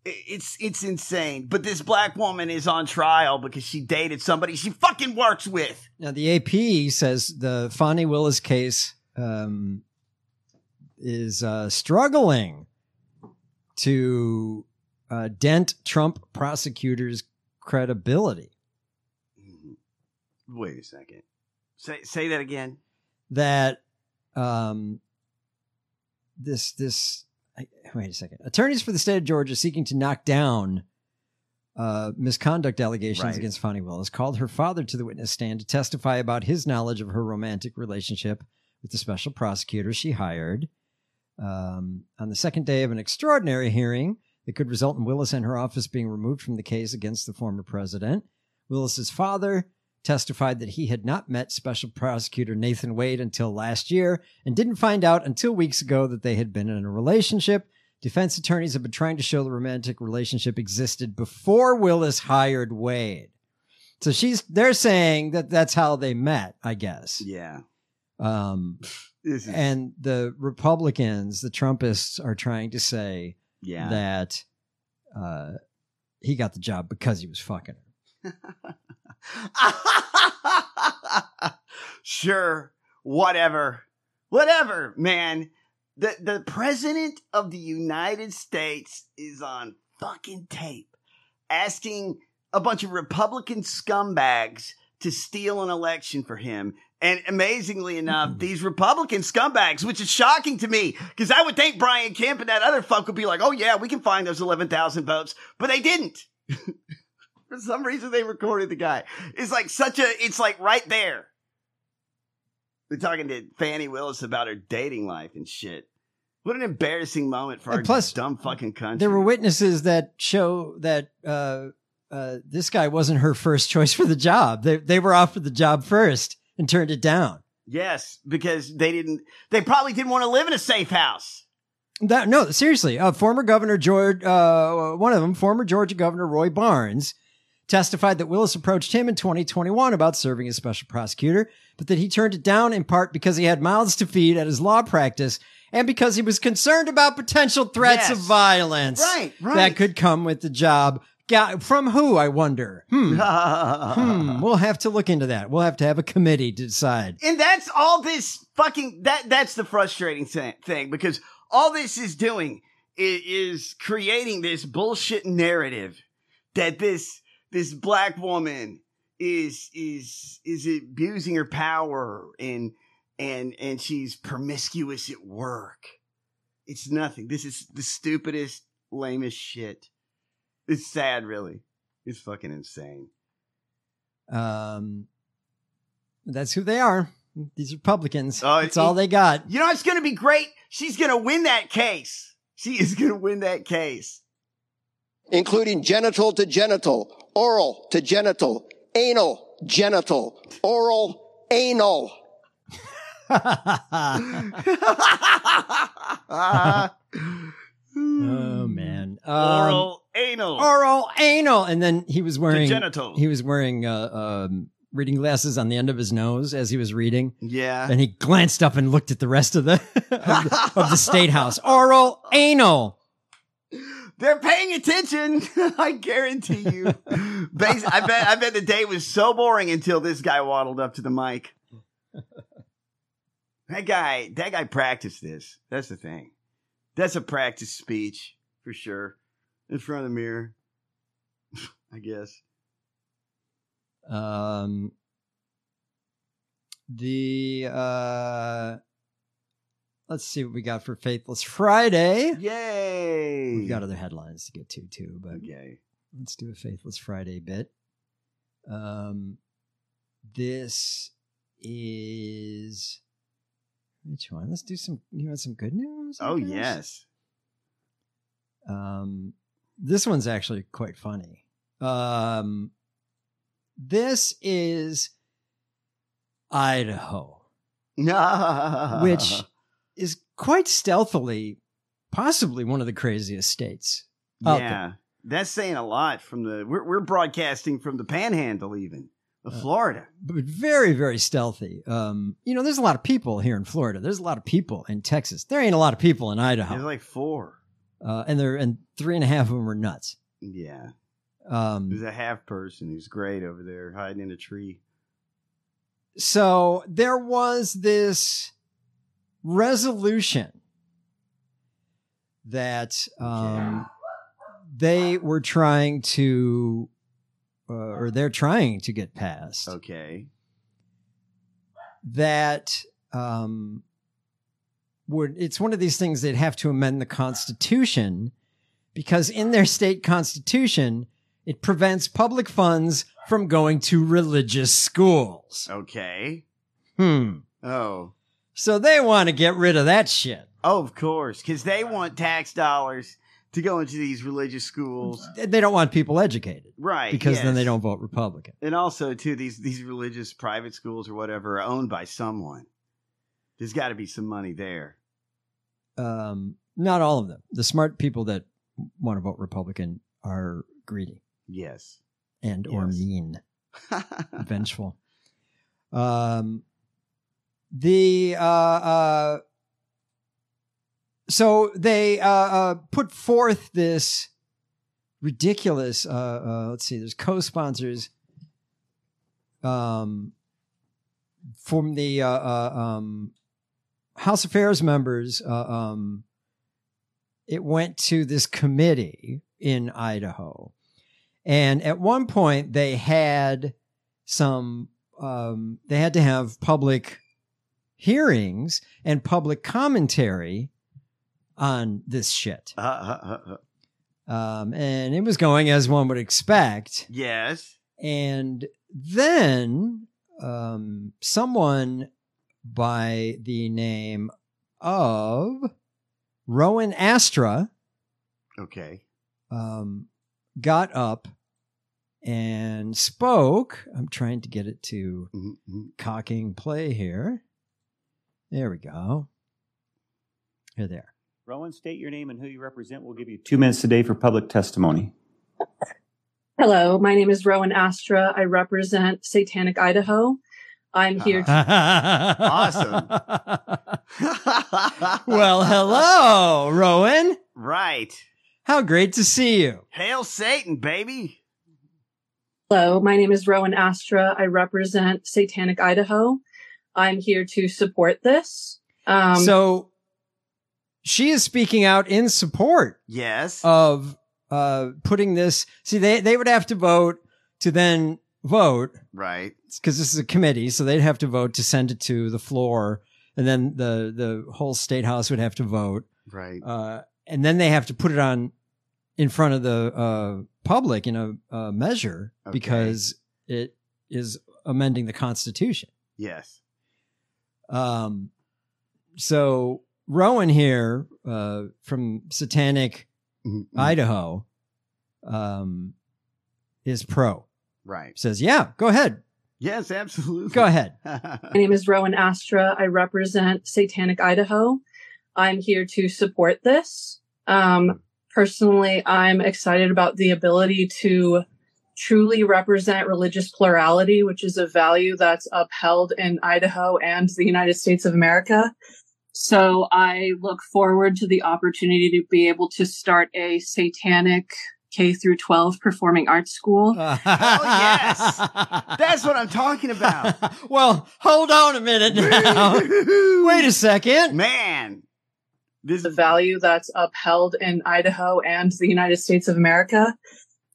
Speaker 9: I- It's it's insane. But this black woman is on trial because she dated somebody she fucking works with.
Speaker 8: now the ap says the fonnie willis case um, is uh, struggling to uh, dent trump prosecutors credibility
Speaker 9: Wait a second. Say say that again.
Speaker 8: that um, this this I, wait a second. Attorneys for the state of Georgia seeking to knock down uh, misconduct allegations
Speaker 9: Right.
Speaker 8: against Fonnie Willis called her father to the witness stand to testify about his knowledge of her romantic relationship with the special prosecutor she hired. Um, on the second day of an extraordinary hearing that could result in Willis and her office being removed from the case against the former president, Willis's father testified that he had not met special prosecutor Nathan Wade until last year and didn't find out until weeks ago that they had been in a relationship. Defense attorneys have been trying to show the romantic relationship existed before Willis hired Wade. So she's they're saying that that's how they met, I guess.
Speaker 9: Yeah.
Speaker 8: Um
Speaker 9: This is,
Speaker 8: and the Republicans, the Trumpists are trying to say
Speaker 9: yeah.
Speaker 8: that uh he got the job because he was fucking her.
Speaker 9: sure, whatever, whatever, man. The the president of the United States is on fucking tape asking a bunch of Republican scumbags to steal an election for him. And amazingly enough, these Republican scumbags, which is shocking to me, because I would think Brian Kemp and that other fuck would be like, oh yeah, we can find those 11,000 votes, but they didn't for some reason they recorded the guy. It's like such a it's like right there. We're talking to Fannie Willis about her dating life and shit. What an embarrassing moment for
Speaker 8: And
Speaker 9: our
Speaker 8: plus,
Speaker 9: dumb fucking country.
Speaker 8: There were witnesses that show that uh, uh, this guy wasn't her first choice for the job. They they were offered the job first and turned it down.
Speaker 9: yes, because they didn't they probably didn't want to live in a safe house.
Speaker 8: That no, seriously, uh, former Governor George, uh, one of them, former Georgia Governor Roy Barnes, testified that Willis approached him in 2021 about serving as special prosecutor, but that he turned it down in part because he had mouths to feed at his law practice and because he was concerned about potential threats
Speaker 9: Yes.
Speaker 8: of violence
Speaker 9: Right, right.
Speaker 8: that could come with the job. Ga- From who, I wonder? Hmm. Hmm, we'll have to look into that. We'll have to have a committee to decide.
Speaker 9: And that's all this fucking that that's the frustrating thi- thing because all this is doing is, is creating this bullshit narrative that this this black woman is is is abusing her power and and and she's promiscuous at work. It's nothing. This is the stupidest, lamest shit. It's sad, really. It's fucking insane.
Speaker 8: Um, that's who they are. These Republicans.
Speaker 9: Oh,
Speaker 8: that's
Speaker 9: it-
Speaker 8: all they got.
Speaker 9: You know, it's going to be great. She's going to win that case. She is going to win that case.
Speaker 10: including genital to genital, oral to genital, anal, genital, oral, anal.
Speaker 8: oh man. Um,
Speaker 9: oral, anal.
Speaker 8: oral, anal, and then he was wearing
Speaker 9: genital.
Speaker 8: He was wearing uh, um, reading glasses on the end of his nose as he was reading.
Speaker 9: yeah.
Speaker 8: And he glanced up and looked at the rest of the of the, of the state house. Oral, anal.
Speaker 9: They're paying attention. I guarantee you. Bas- I bet I bet the day was so boring until this guy waddled up to the mic. That guy, that guy practiced this. That's the thing. That's a practice speech for sure. In front of the mirror. I guess.
Speaker 8: Um, the uh, let's see what we got for Faithless Friday.
Speaker 9: Yay.
Speaker 8: We've got other headlines to get to too, but
Speaker 9: Okay.
Speaker 8: let's do a Faithless Friday bit. Um, this is which one? Let's do some. You want some good news? I
Speaker 9: Oh
Speaker 8: guess?
Speaker 9: yes.
Speaker 8: Um, this one's actually quite funny. Um, this is Idaho, which is quite stealthily, possibly one of the craziest states. out there.
Speaker 9: yeah, that's saying a lot from the we're, we're broadcasting from the Panhandle, even of
Speaker 8: Uh,
Speaker 9: Florida.
Speaker 8: but very, very stealthy. Um, you know, there's a lot of people here in Florida. There's a lot of people in Texas. There ain't a lot of people in
Speaker 9: There's
Speaker 8: Idaho,
Speaker 9: like four.
Speaker 8: uh, and there and three and a half of them are nuts.
Speaker 9: Yeah,
Speaker 8: Um,
Speaker 9: there's a half person who's great over there hiding in a tree.
Speaker 8: so there was this resolution that um, they were trying to, uh, or they're trying to get passed
Speaker 9: Okay,
Speaker 8: that um, would it's one of these things they'd have to amend the Constitution because in their state constitution it prevents public funds from going to religious schools.
Speaker 9: Okay.
Speaker 8: Hmm.
Speaker 9: Oh.
Speaker 8: So they want to get rid of that shit.
Speaker 9: Oh, of course, because they want tax dollars to go into these religious schools,
Speaker 8: They don't want people educated.
Speaker 9: right?
Speaker 8: Because then they
Speaker 9: yes.
Speaker 8: don't vote Republican.
Speaker 9: And also, too, these these religious private schools or whatever are owned by someone. There's got to be some money there.
Speaker 8: Um, not all of them. The smart people that want to vote Republican are greedy
Speaker 9: Yes.
Speaker 8: and or
Speaker 9: Yes.
Speaker 8: mean. vengeful. Um, the uh, uh, so they uh, uh, put forth this ridiculous. Uh, uh, let's see, there's co-sponsors. Um, from the uh, uh, um, House Affairs members, uh, um, it went to this committee in Idaho. And at one point, they had some, um, they had to have public hearings and public commentary on this shit.
Speaker 9: Uh, uh, uh, uh.
Speaker 8: Um, and it was going as one would expect.
Speaker 9: Yes.
Speaker 8: And then um, someone by the name of Rowan Astra
Speaker 9: Okay.
Speaker 8: um, got up and spoke. I'm trying to get it to
Speaker 9: Mhm, mhm.
Speaker 8: cocking play here. There we go. Here, there.
Speaker 11: Rowan, state your name and who you represent. We'll give you two minutes today for public testimony.
Speaker 12: Hello, my name is Rowan Astra. I represent Satanic Idaho. I'm here.
Speaker 8: Uh-huh.
Speaker 12: To-
Speaker 9: Awesome.
Speaker 8: well, hello, Rowan.
Speaker 9: Right.
Speaker 8: How great to see you.
Speaker 9: Hail Satan, baby.
Speaker 12: Hello, my name is Rowan Astra. I represent Satanic Idaho. I'm here to support this. Um,
Speaker 8: so she is speaking out in support
Speaker 9: Yes.
Speaker 8: of uh, putting this. See, they, they would have to vote to then vote
Speaker 9: right.
Speaker 8: because this is a committee, so they'd have to vote to send it to the floor, and then the the whole state house would have to vote,
Speaker 9: Right.
Speaker 8: uh, and then they have to put it on in front of the uh, public in a, uh measure
Speaker 9: Okay.
Speaker 8: because it is amending the Constitution.
Speaker 9: yes.
Speaker 8: Um, so Rowan here uh, from Satanic
Speaker 9: Mhm, mhm.
Speaker 8: Idaho um, is pro.
Speaker 9: Right.
Speaker 8: Says, yeah, go ahead,
Speaker 9: Yes, absolutely.
Speaker 8: go ahead. Uh,
Speaker 12: my name is Rowan Astra. I represent Satanic Idaho. I'm here to support this. Um, personally, I'm excited about the ability to truly represent religious plurality, which is a value that's upheld in Idaho and the United States of America. So I look forward to the opportunity to be able to start a satanic K through 12 performing arts school.
Speaker 9: yes. That's what I'm talking about.
Speaker 8: well, hold on a minute now. Wait a second.
Speaker 9: Man. This
Speaker 12: the value that's upheld in Idaho and the United States of America.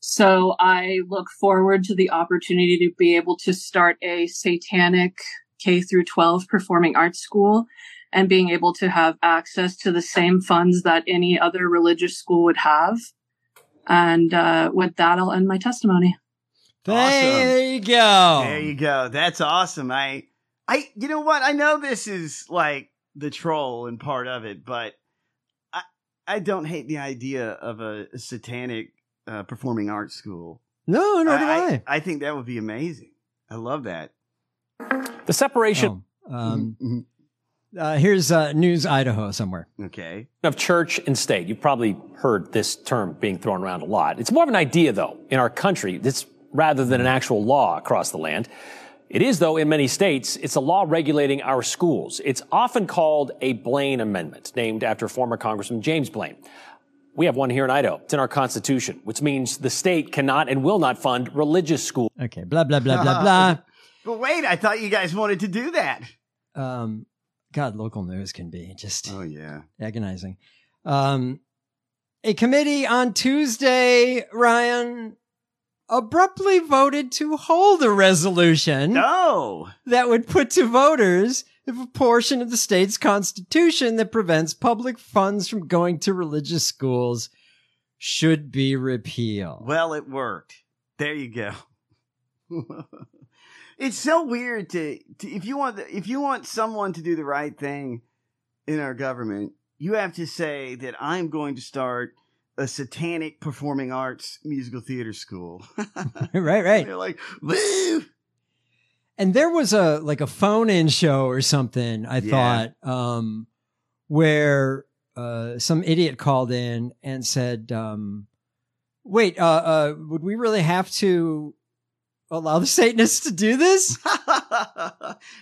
Speaker 12: So I look forward to the opportunity to be able to start a satanic K through 12 performing arts school and being able to have access to the same funds that any other religious school would have. And uh, with that, I'll end my testimony.
Speaker 8: There you go.
Speaker 9: There you go. That's awesome. I I you know what? I know this is like the troll and part of it, but I I don't hate the idea of a, satanic uh, performing arts school.
Speaker 8: No, nor do I.
Speaker 9: I, I think that would be amazing. I love that.
Speaker 11: The separation
Speaker 8: Oh, um,
Speaker 9: Mm-hmm.
Speaker 8: uh, here's uh, News Idaho somewhere.
Speaker 9: Okay.
Speaker 11: of church and state. You've probably heard this term being thrown around a lot. It's more of an idea, though, in our country. This rather than an actual law across the land. It is, though, in many states, it's a law regulating our schools. It's often called a Blaine Amendment, named after former Congressman James Blaine. We have one here in Idaho. It's in our Constitution, which means the state cannot and will not fund religious schools.
Speaker 8: Okay, blah blah blah blah
Speaker 9: But wait, I thought you guys wanted to do that.
Speaker 8: blah. Um, God, local news can be just
Speaker 9: Oh yeah.
Speaker 8: agonizing. Um, a committee on Tuesday, Ryan, abruptly voted to hold a resolution
Speaker 9: No.
Speaker 8: that would put to voters if a portion of the state's constitution that prevents public funds from going to religious schools should be repealed.
Speaker 9: Well, it worked. There you go. it's so weird to, to if you want if you want someone to do the right thing in our government, you have to say that I'm going to start a satanic performing arts musical theater school.
Speaker 8: right, right.
Speaker 9: They're like, Woo!
Speaker 8: and there was a like a phone in show or something i
Speaker 9: Yeah.
Speaker 8: thought um where uh some idiot called in and said um wait uh uh would we really have to allow the satanists to do this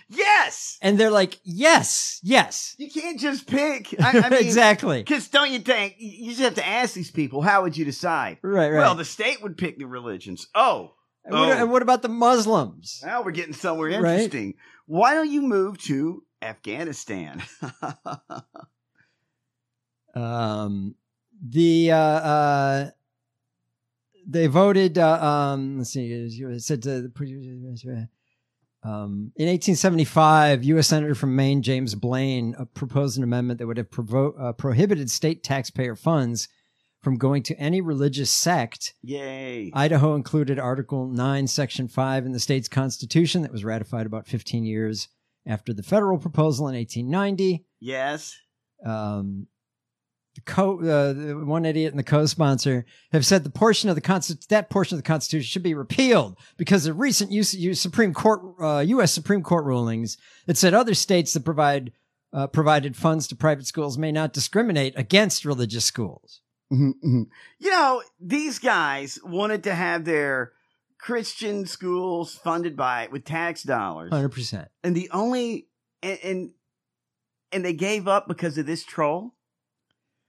Speaker 9: yes,
Speaker 8: and they're like yes yes
Speaker 9: you can't just pick. I, I mean,
Speaker 8: Exactly.
Speaker 9: Because don't you think you you just have to ask these people? How would you decide?
Speaker 8: Right, right.
Speaker 9: Well, the state would pick the religions. Oh,
Speaker 8: and, what, and
Speaker 9: oh.
Speaker 8: what about the muslims
Speaker 9: now we're getting somewhere
Speaker 8: Right.
Speaker 9: interesting. Why don't you move to Afghanistan?
Speaker 8: um the uh uh they voted uh, um let's see it said to, uh, um in 1875 US senator from Maine James Blaine uh, proposed an amendment that would have provo- uh, prohibited state taxpayer funds from going to any religious sect
Speaker 9: Yay!
Speaker 8: Idaho included Article 9, Section 5 in the state's constitution that was ratified about 15 years after the federal proposal in 1890
Speaker 9: yes.
Speaker 8: um, the co uh, the one idiot and the co-sponsor have said the portion of the consti- that portion of the Constitution should be repealed because of recent U- U- Supreme Court uh, U.S. Supreme Court rulings that said other states that provide uh, provided funds to private schools may not discriminate against religious schools.
Speaker 9: Mm-hmm, you know, these guys wanted to have their Christian schools funded by with tax dollars,
Speaker 8: Hundred percent.
Speaker 9: and the only and, and and they gave up because of this troll.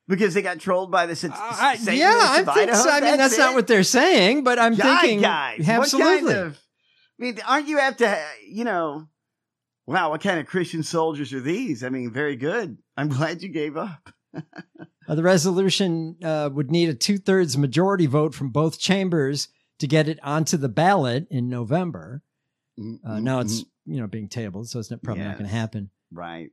Speaker 9: Because they got trolled by the sat- Satanists
Speaker 8: Yeah, I
Speaker 9: of
Speaker 8: think
Speaker 9: Idaho?
Speaker 8: so. I mean, that's, not
Speaker 9: it?
Speaker 8: what they're saying, but I'm
Speaker 9: God,
Speaker 8: thinking
Speaker 9: guys, what kind
Speaker 8: absolutely.
Speaker 9: of- I mean, aren't you have to, you know? Wow, what kind of Christian soldiers are these? I mean, very good. I'm glad you gave up.
Speaker 8: Uh, the resolution uh, would need a two thirds majority vote from both chambers to get it onto the ballot in November. Uh, now it's
Speaker 9: Mm-hmm.
Speaker 8: you know being tabled, so it's not, probably not
Speaker 9: Yeah.
Speaker 8: going to happen.
Speaker 9: Right.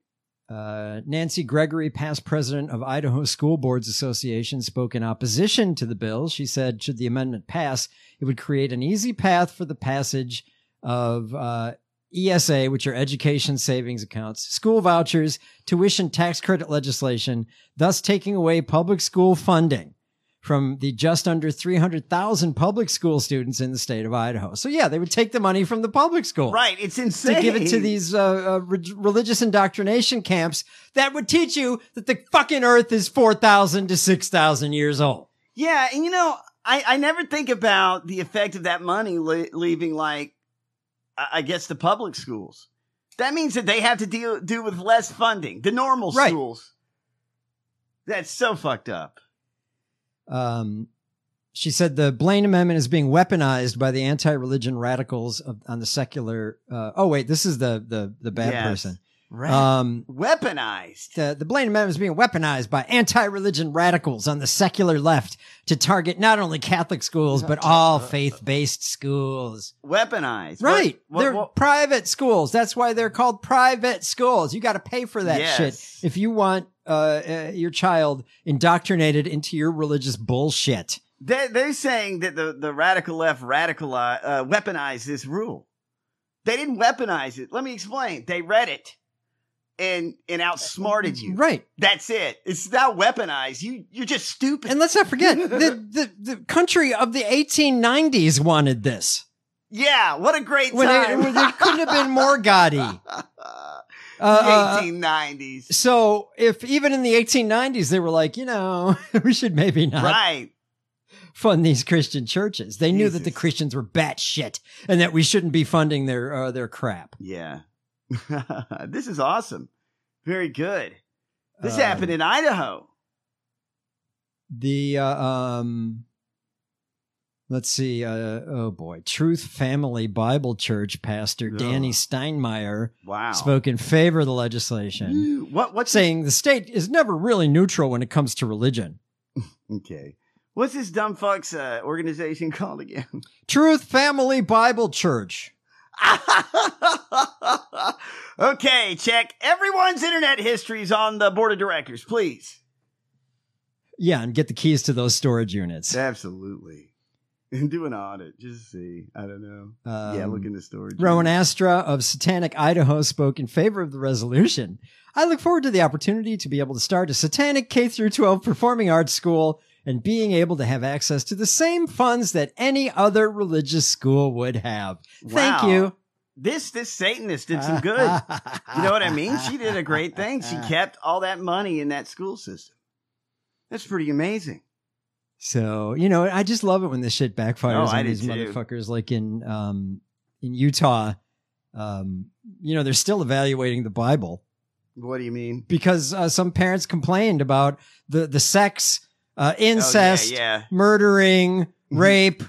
Speaker 8: Uh, Nancy Gregory, past president of Idaho School Boards Association, spoke in opposition to the bill. She said, should the amendment pass, it would create an easy path for the passage of uh, ESA, which are education savings accounts, school vouchers, tuition tax credit legislation, thus taking away public school funding from the just under 300,000 public school students in the state of Idaho. So, yeah, they would take the money from the public schools
Speaker 9: Right. It's insane
Speaker 8: to give it to these uh, uh, re- religious indoctrination camps that would teach you that the fucking earth is 4,000 to 6,000 years old.
Speaker 9: Yeah, and you know, I, I never think about the effect of that money le- leaving, like, I, I guess the public schools. That means that they have to deal do with less funding, the normal
Speaker 8: Right.
Speaker 9: schools. That's so fucked up.
Speaker 8: Um, she said the Blaine Amendment is being weaponized by the anti-religion radicals of, on the secular. Uh, oh wait, this is the the the bad
Speaker 9: Yes.
Speaker 8: person.
Speaker 9: Right.
Speaker 8: Um,
Speaker 9: Weaponized.
Speaker 8: the, the Blaine Amendment is being weaponized by anti-religion radicals on the secular left to target not only Catholic schools but all faith-based schools.
Speaker 9: Weaponized. What-
Speaker 8: Right.
Speaker 9: what-
Speaker 8: they're
Speaker 9: what-
Speaker 8: private schools. That's why they're called private schools. You got to pay for that
Speaker 9: Yes.
Speaker 8: shit if you want uh, uh, your child indoctrinated into your religious bullshit.
Speaker 9: They're, they're saying that the, the radical left radicalize, uh, weaponized this rule. They didn't weaponize it. Let me explain. They read it and and outsmarted you.
Speaker 8: Right.
Speaker 9: That's it. It's not weaponized. You you're just stupid.
Speaker 8: And let's not forget the, the, the country of the 1890s wanted this
Speaker 9: yeah, what a great
Speaker 8: when it,
Speaker 9: time.
Speaker 8: when there couldn't have been more gaudy. Uh,
Speaker 9: the
Speaker 8: uh,
Speaker 9: 1890s.
Speaker 8: so if even in the 1890s they were like, you know, we should maybe not
Speaker 9: right.
Speaker 8: fund these Christian churches. They knew that the Christians were batshit and that we shouldn't be funding their uh, their crap.
Speaker 9: Yeah. this is awesome. Very good. This
Speaker 8: Um,
Speaker 9: happened in Idaho.
Speaker 8: The uh, um, let's see, uh, oh boy, Truth Family Bible Church pastor Danny Steinmeier
Speaker 9: Wow.
Speaker 8: spoke in favor of the legislation,
Speaker 9: Ooh, What what's his-
Speaker 8: saying the state is never really neutral when it comes to religion.
Speaker 9: Okay. What's this dumb fuck's uh, organization called again?
Speaker 8: Truth Family Bible Church.
Speaker 9: Okay, check everyone's internet histories on the board of directors, please.
Speaker 8: Yeah, and get the keys to those storage units.
Speaker 9: Absolutely. And do an audit just to see. I don't know. yeah,
Speaker 8: Um,
Speaker 9: look in the storage.
Speaker 8: Rowan Astra of Satanic Idaho spoke in favor of the resolution. I look forward to the opportunity to be able to start a Satanic K through 12 performing arts school and being able to have access to the same funds that any other religious school would have. Thank
Speaker 9: Wow.
Speaker 8: you.
Speaker 9: This this Satanist did some good. you know what I mean? She did a great thing. She kept all that money in that school system. That's pretty amazing.
Speaker 8: So, you know, I just love it when this shit backfires
Speaker 9: No,
Speaker 8: on
Speaker 9: Oh, I do
Speaker 8: these
Speaker 9: too.
Speaker 8: motherfuckers like in um in Utah. Um, you know, they're still evaluating the Bible.
Speaker 9: What do you mean?
Speaker 8: because uh, some parents complained about the the sex, uh, incest,
Speaker 9: Oh, yeah. Mm-hmm.
Speaker 8: murdering, rape,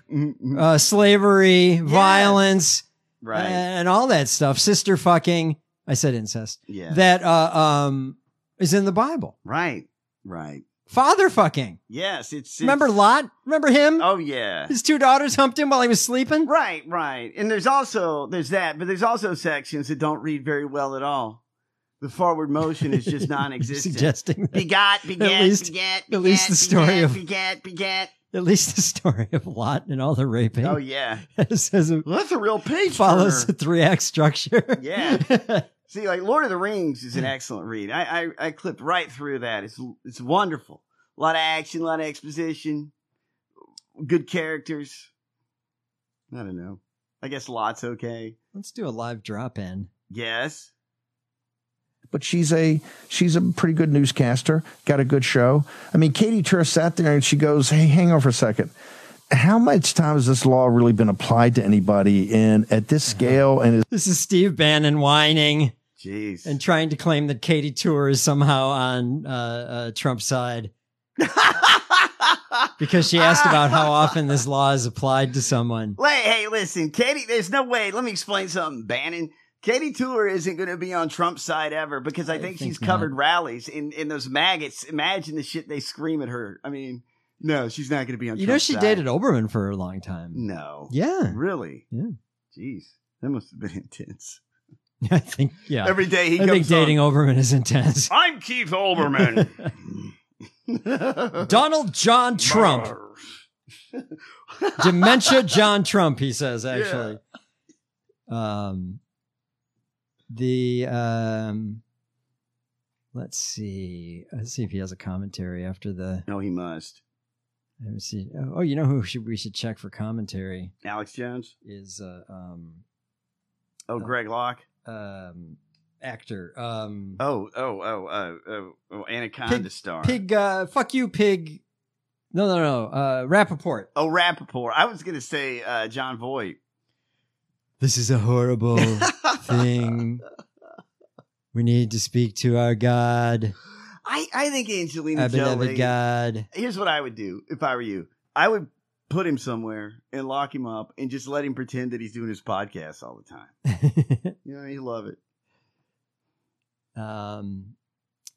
Speaker 8: uh, slavery, violence,
Speaker 9: Right.
Speaker 8: and all that stuff. Sister fucking. I said incest.
Speaker 9: Yeah.
Speaker 8: that uh, um is in the Bible.
Speaker 9: Right, right.
Speaker 8: Father fucking.
Speaker 9: Yes, it's, it's
Speaker 8: Remember Lot? Remember him?
Speaker 9: Oh yeah.
Speaker 8: His two daughters humped him while he was sleeping.
Speaker 9: Right, right. And there's also there's that, but there's also sections that don't read very well at all. The forward motion is just non-existent.
Speaker 8: Suggesting that
Speaker 9: begat, begat,
Speaker 8: least-
Speaker 9: begat,
Speaker 8: at least the story
Speaker 9: begat,
Speaker 8: of-
Speaker 9: begat, begat.
Speaker 8: at least the story of Lot and all the raping.
Speaker 9: Oh yeah,
Speaker 8: Says it
Speaker 9: well, that's a real page
Speaker 8: follows
Speaker 9: turner.
Speaker 8: the three act structure.
Speaker 9: Yeah. See, like Lord of the Rings is an excellent read. I, I I clipped right through that. It's it's wonderful. A lot of action, a lot of exposition, good characters. I don't know. I guess Lot's okay.
Speaker 8: Let's do a live drop in.
Speaker 9: Yes.
Speaker 13: but she's a she's a pretty good newscaster, got a good show. I mean, Katie Turr sat there and she goes, "Hey, hang on for a second. How much time has this law really been applied to anybody? And at this
Speaker 9: Uh-huh.
Speaker 13: scale, and is
Speaker 8: This is Steve Bannon whining.
Speaker 9: Jeez.
Speaker 8: And trying to claim that Katie Tour is somehow on uh, uh, Trump's side. because she asked about how often this law is applied to someone.
Speaker 9: Wait, hey, listen, Katie, there's no way. Let me explain something, Bannon. Katie Tour isn't going to be on Trump's side ever because I think, she's covered rallies in, in those maggots. Imagine the shit they scream at her. I mean, no, she's not going to be on
Speaker 8: You know,
Speaker 9: Trump's
Speaker 8: she
Speaker 9: side.
Speaker 8: dated Oberman for a long time.
Speaker 9: No.
Speaker 8: Yeah.
Speaker 9: Really?
Speaker 8: Yeah.
Speaker 9: Jeez. That must have been intense.
Speaker 8: I think, yeah.
Speaker 9: Every day he
Speaker 8: I think
Speaker 9: comes on-
Speaker 8: dating Oberman is intense.
Speaker 9: I'm Keith Olbermann.
Speaker 8: Donald John Trump. Dementia John Trump, he says, actually. Um, the, um, let's see. Let's see if he has a commentary after the.
Speaker 9: No, he must.
Speaker 8: Let me see. Oh, you know who should, we should check for commentary?
Speaker 9: Alex Jones
Speaker 8: is uh, um
Speaker 9: Oh, Greg Locke.
Speaker 8: um actor. Um
Speaker 9: Oh, oh, oh, oh, oh, oh Anaconda star.
Speaker 8: Pig uh fuck you pig. No, no, no. Uh Rappaport.
Speaker 9: Oh, Rappaport. I was going to say uh, John Voight.
Speaker 8: This is a horrible thing. We need to speak to our God,
Speaker 9: I, I think Angelina
Speaker 8: our beloved
Speaker 9: Jolie.
Speaker 8: God.
Speaker 9: Here's what I would do if I were you. I would put him somewhere and lock him up and just let him pretend that he's doing his podcast all the time. you know, he love it.
Speaker 8: Um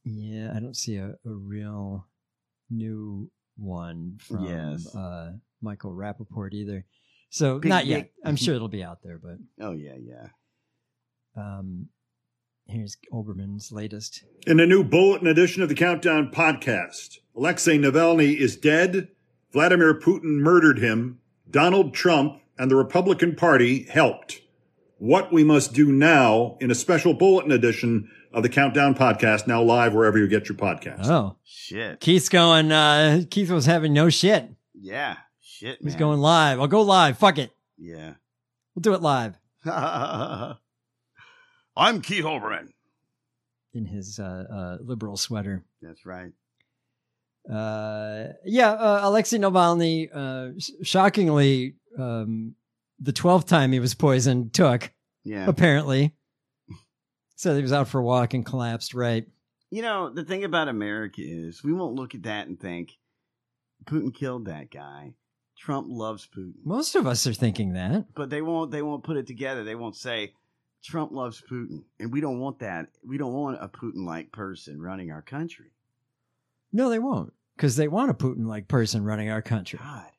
Speaker 8: yeah, I don't see a, a real new one from
Speaker 9: Yes.
Speaker 8: uh Michael Rappaport either. So
Speaker 9: Pig
Speaker 8: not yet.
Speaker 9: Nick.
Speaker 8: I'm sure it'll be out there, but
Speaker 9: Oh yeah, yeah.
Speaker 8: um here's Oberman's latest.
Speaker 14: In a new bulletin edition of the Countdown podcast, Alexei Navalny is dead, Vladimir Putin murdered him, Donald Trump and the Republican Party helped. What we must do now in a special bulletin edition of the Countdown podcast, now live wherever you get your podcast.
Speaker 8: Oh.
Speaker 9: Shit.
Speaker 8: Keith's going uh Keith was having no shit.
Speaker 9: Yeah. Shit,
Speaker 8: He's
Speaker 9: man.
Speaker 8: going live. I'll go live. Fuck it.
Speaker 9: Yeah.
Speaker 8: We'll do it live.
Speaker 9: I'm Keith Olbermann.
Speaker 8: In his uh, uh liberal sweater.
Speaker 9: That's right.
Speaker 8: Uh yeah, uh, Alexei Navalny uh sh- shockingly um the 12th time he was poisoned took
Speaker 9: Yeah.
Speaker 8: apparently. So he was out for a walk and collapsed, right?
Speaker 9: You know, the thing about America is we won't look at that and think Putin killed that guy. Trump loves Putin.
Speaker 8: Most of us are thinking that.
Speaker 9: But they won't they won't put it together. They won't say Trump loves Putin. And we don't want that. We don't want a Putin like person running our country.
Speaker 8: No, they won't, because they want a Putin-like person running our country. God.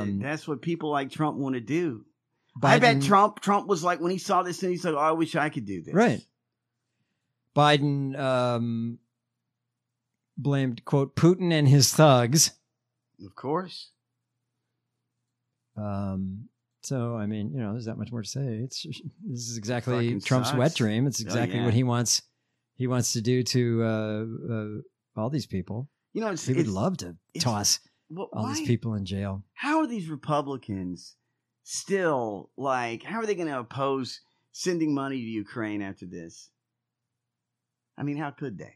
Speaker 8: Um,
Speaker 9: That's what people like Trump want to do. I bet
Speaker 8: Biden-
Speaker 9: Trump Trump was like when he saw this and he's like, oh, I wish I could do this.
Speaker 8: Right. Biden um, blamed, quote, Putin and his thugs.
Speaker 9: Of course.
Speaker 8: Um, so, I mean, you know, there's not much more to say. It's This is exactly
Speaker 9: Fucking
Speaker 8: Trump's
Speaker 9: sucks.
Speaker 8: wet dream. It's
Speaker 9: Oh,
Speaker 8: exactly
Speaker 9: yeah.
Speaker 8: what he wants. He wants to do to uh, uh, all these people.
Speaker 9: You know, it's-
Speaker 8: he would
Speaker 9: it's-
Speaker 8: love to
Speaker 9: it's-
Speaker 8: toss
Speaker 9: Well,
Speaker 8: all
Speaker 9: why-
Speaker 8: these people in jail.
Speaker 9: How are these Republicans still like? How are they going to oppose sending money to Ukraine after this? I mean, how could they?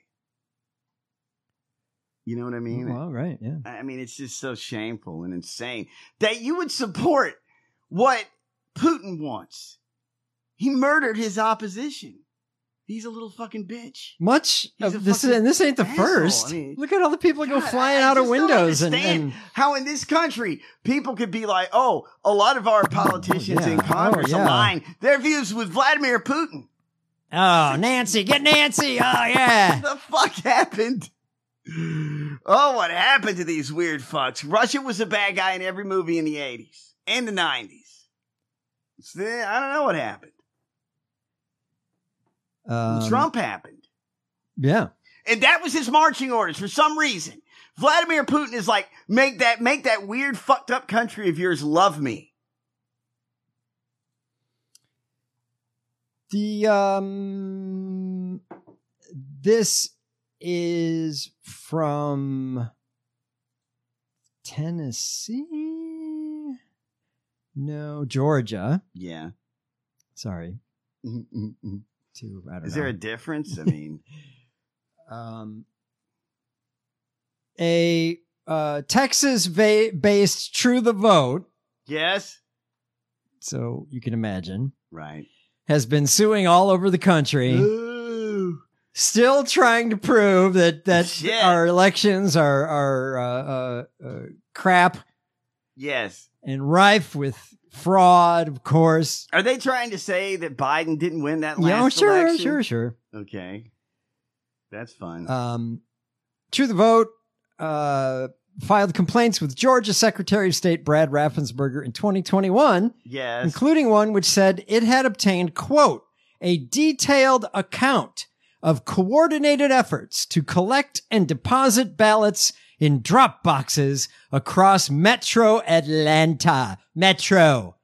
Speaker 9: You know what I mean?
Speaker 8: Well, right, yeah.
Speaker 9: I I mean, it's just so shameful and insane that you would support what Putin wants. He murdered his opposition. He's a little fucking bitch.
Speaker 8: Much
Speaker 9: He's a
Speaker 8: of this,
Speaker 9: fucking
Speaker 8: and this ain't the
Speaker 9: asshole.
Speaker 8: first.
Speaker 9: I mean,
Speaker 8: Look at all the people that go
Speaker 9: God,
Speaker 8: flying
Speaker 9: I
Speaker 8: out of
Speaker 9: just don't
Speaker 8: windows and,
Speaker 9: understand
Speaker 8: and
Speaker 9: how in this country people could be like, oh, a lot of our politicians
Speaker 8: Yeah.
Speaker 9: in Congress
Speaker 8: Oh, yeah.
Speaker 9: align their views with Vladimir Putin.
Speaker 8: Oh, Nancy, get Nancy. Oh, yeah.
Speaker 9: the fuck happened? Oh, what happened to these weird fucks? Russia was a bad guy in every movie in the 80s and the 90s. It's- I don't know what happened.
Speaker 8: um,
Speaker 9: Trump happened.
Speaker 8: Yeah.
Speaker 9: And that was his marching orders for some reason. Vladimir Putin is like, make that make that weird fucked up country of yours love me.
Speaker 8: The um this is from Tennessee? No, Georgia.
Speaker 9: Yeah. Mm-hmm,
Speaker 8: Sorry.
Speaker 9: Is
Speaker 8: To I don't
Speaker 9: there
Speaker 8: know.
Speaker 9: a difference? I mean,
Speaker 8: um, a uh, Texas va- based True the Vote,
Speaker 9: yes,
Speaker 8: so you can imagine,
Speaker 9: right?
Speaker 8: has been suing all over the country. Still trying to prove that that
Speaker 9: Shit.
Speaker 8: our elections are are uh, uh, uh, crap
Speaker 9: Yes.
Speaker 8: and rife with fraud, of course.
Speaker 9: Are they trying to say that Biden didn't win that last
Speaker 8: Yeah, oh, sure,
Speaker 9: election?
Speaker 8: sure, sure.
Speaker 9: Okay, that's fun.
Speaker 8: Um, True the Vote uh, filed complaints with Georgia Secretary of State Brad Raffensberger in 2021,
Speaker 9: yes.
Speaker 8: including one which said it had obtained, quote, a detailed account of coordinated efforts to collect and deposit ballots in drop boxes across Metro Atlanta. Metro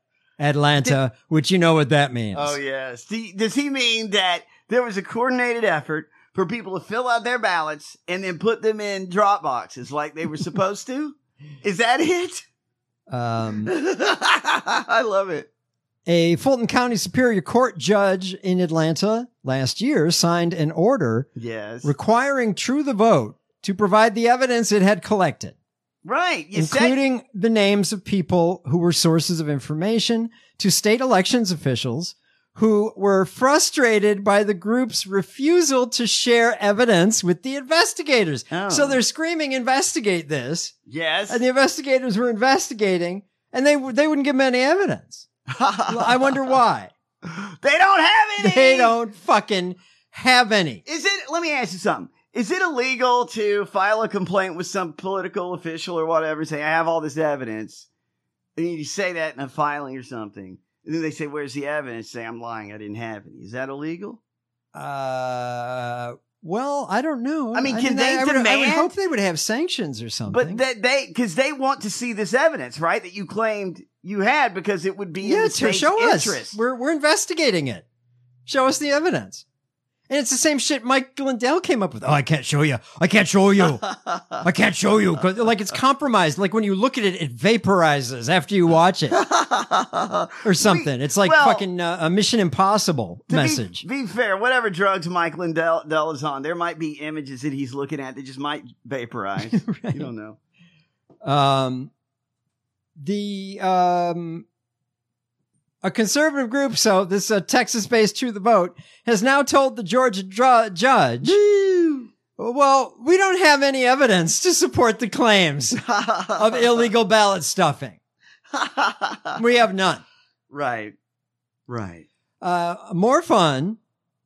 Speaker 8: Atlanta, which you know what that means.
Speaker 9: Oh yes. Do- does he mean that there was a coordinated effort for people to fill out their ballots and then put them in drop boxes like they were supposed to? Is that it?
Speaker 8: Um,
Speaker 9: I love it.
Speaker 8: A Fulton County Superior Court judge in Atlanta last year signed an order
Speaker 9: Yes.
Speaker 8: requiring True the Vote to provide the evidence it had collected,
Speaker 9: Right. You said
Speaker 8: including the names of people who were sources of information to state elections officials who were frustrated by the group's refusal to share evidence with the investigators.
Speaker 9: Oh.
Speaker 8: So they're screaming, investigate this.
Speaker 9: yes.
Speaker 8: And the investigators were investigating and they, they wouldn't give them any evidence. I wonder why.
Speaker 9: They don't have any.
Speaker 8: They don't fucking have any.
Speaker 9: Is it? Let me ask you something. Is it illegal to file a complaint with some political official or whatever? Say I have all this evidence, and you say that in a filing or something, and then they say, "Where's the evidence?" Say I'm lying. I didn't have any. Is that illegal?
Speaker 8: Uh, well, I don't know.
Speaker 9: I mean, can they
Speaker 8: would- I would
Speaker 9: demand-
Speaker 8: hope they would have sanctions or something.
Speaker 9: But that they because they want to see this evidence, right? That you claimed you had because it would be in
Speaker 8: yeah,
Speaker 9: the
Speaker 8: to
Speaker 9: state's
Speaker 8: show us,
Speaker 9: interest.
Speaker 8: we're we're investigating it. Show us the evidence. And it's the same shit Mike Glendale came up with. Oh, I can't show you. I can't show you. I can't show you. 'Cause, Like it's compromised. Like when you look at it, it vaporizes after you watch it or something. it's like
Speaker 9: well-
Speaker 8: fucking uh, a Mission Impossible
Speaker 9: To be-
Speaker 8: message.
Speaker 9: Be, fair, whatever drugs Mike Lindell Dell is on, there might be images that he's looking at that just might vaporize. You don't know.
Speaker 8: Um, the um, a conservative group, so this uh, Texas-based True the Vote, has now told the Georgia dr- judge, "Well, we don't have any evidence to support the claims of illegal ballot stuffing. We have none."
Speaker 9: Right. Right.
Speaker 8: Uh, more fun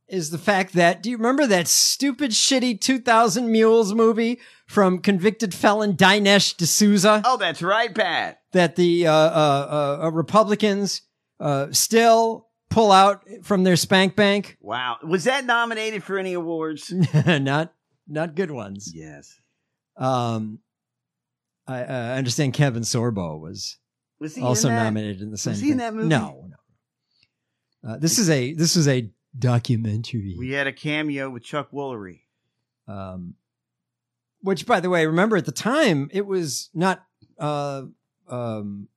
Speaker 8: is the fact that do you remember that stupid, shitty 2000 Mules movie from convicted felon Dinesh D'Souza?
Speaker 9: Oh, that's right, Pat.
Speaker 8: that the uh, uh, uh, uh, Republicans uh, still pull out from their spank bank.
Speaker 9: Wow. Was that nominated for any awards?
Speaker 8: not not good ones.
Speaker 9: Yes.
Speaker 8: Um, I, uh, understand Kevin Sorbo was,
Speaker 9: Was he in
Speaker 8: also
Speaker 9: that-
Speaker 8: nominated in the same.
Speaker 9: was he in that movie?
Speaker 8: No, no. Uh, this is a this is a documentary.
Speaker 9: We had a cameo with Chuck Woolery.
Speaker 8: Um, which, by the way, remember at the time it was not uh, um,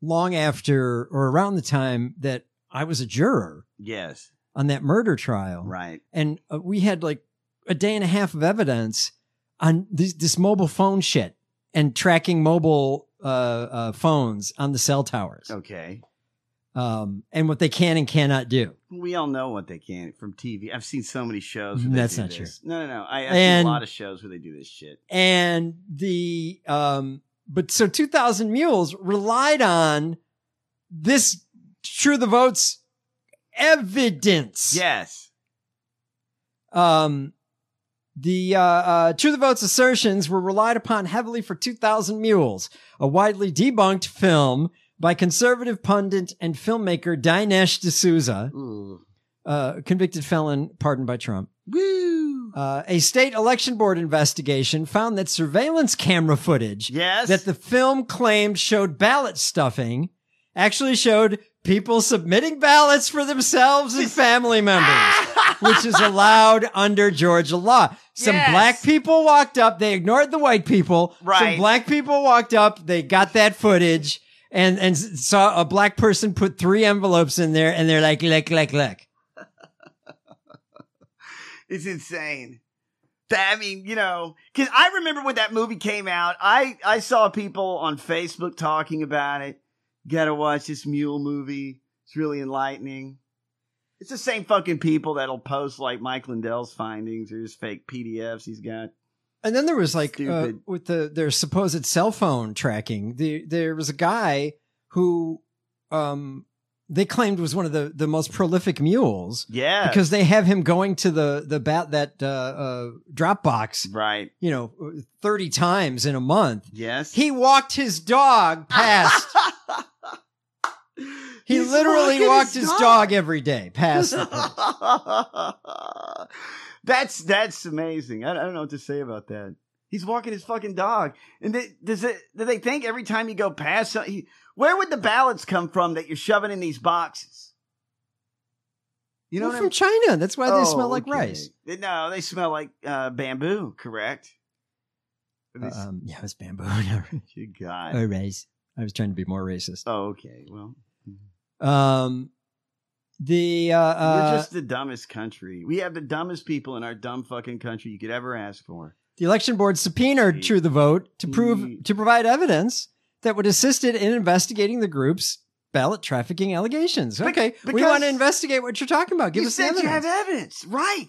Speaker 8: long after or around the time that I was a juror
Speaker 9: Yes.
Speaker 8: on that murder trial.
Speaker 9: Right.
Speaker 8: And uh, we had like a day and a half of evidence on this, this mobile phone shit and tracking mobile uh, uh, phones on the cell towers
Speaker 9: Okay.
Speaker 8: um, and what they can and cannot do.
Speaker 9: We all know what they can from TV. I've seen so many shows. Where
Speaker 8: That's
Speaker 9: they do
Speaker 8: not true.
Speaker 9: this. No, no, no. I, I've
Speaker 8: And-
Speaker 9: seen a lot of shows where they do this shit.
Speaker 8: and the um but so 2000 mules relied on this true the votes evidence
Speaker 9: yes
Speaker 8: um the uh, uh, True the Votes assertions were relied upon heavily for 2000 Mules, a widely debunked film by conservative pundit and filmmaker Dinesh D'Souza, uh, convicted felon pardoned by Trump.
Speaker 9: Woo!
Speaker 8: Uh, a state election board investigation found that surveillance camera footage
Speaker 9: yes.
Speaker 8: that the film claimed showed ballot stuffing actually showed people submitting ballots for themselves and family members, which is allowed under Georgia law. Some
Speaker 9: Yes.
Speaker 8: black people walked up, they ignored the white people.
Speaker 9: Right.
Speaker 8: Some black people walked up, they got that footage and, and s- saw a black person put three envelopes in there and they're like, like, like, like.
Speaker 9: It's insane. That, I mean, you know, because I remember when that movie came out, I, I saw people on Facebook talking about it. Gotta watch this mule movie. It's really enlightening. It's the same fucking people that'll post like Mike Lindell's findings or his fake PDFs he's got.
Speaker 8: And then there was like uh,
Speaker 9: Stupid.
Speaker 8: with the their supposed cell phone tracking. The, there was a guy who um they claimed was one of the the most prolific mules
Speaker 9: Yeah.
Speaker 8: because they have him going to the the bat that uh, uh Dropbox
Speaker 9: right.
Speaker 8: you know 30 times in a month.
Speaker 9: Yes.
Speaker 8: He walked his dog past. he
Speaker 9: He's
Speaker 8: literally
Speaker 9: walking his
Speaker 8: walked his,
Speaker 9: dog.
Speaker 8: dog. every day past. the place.
Speaker 9: that's that's amazing. I, I don't know what to say about that. He's walking his fucking dog, and they, does it? Do they think every time you go past? some- He, where would the ballots come from that you're shoving in these boxes? You know
Speaker 8: They're
Speaker 9: what
Speaker 8: from
Speaker 9: I'm-
Speaker 8: China. That's why they
Speaker 9: Oh,
Speaker 8: smell like
Speaker 9: okay.
Speaker 8: rice.
Speaker 9: They- No, they smell like uh, bamboo. Correct.
Speaker 8: Uh, um, yeah, it's bamboo. All right.
Speaker 9: Good God.
Speaker 8: Or race. I was trying to be more racist.
Speaker 9: Oh, okay. Well, hmm.
Speaker 8: Um, the uh, uh,
Speaker 9: we're just the dumbest country. We have the dumbest people in our dumb fucking country you could ever ask for.
Speaker 8: the election board subpoenaed True the Vote to
Speaker 9: Hmm.
Speaker 8: prove to provide evidence that would assist it in investigating the group's ballot trafficking allegations.
Speaker 9: Bec-
Speaker 8: Okay, we
Speaker 9: because-
Speaker 8: want to investigate what you're talking about. Give
Speaker 9: you
Speaker 8: us the
Speaker 9: said
Speaker 8: evidence.
Speaker 9: you have evidence, right?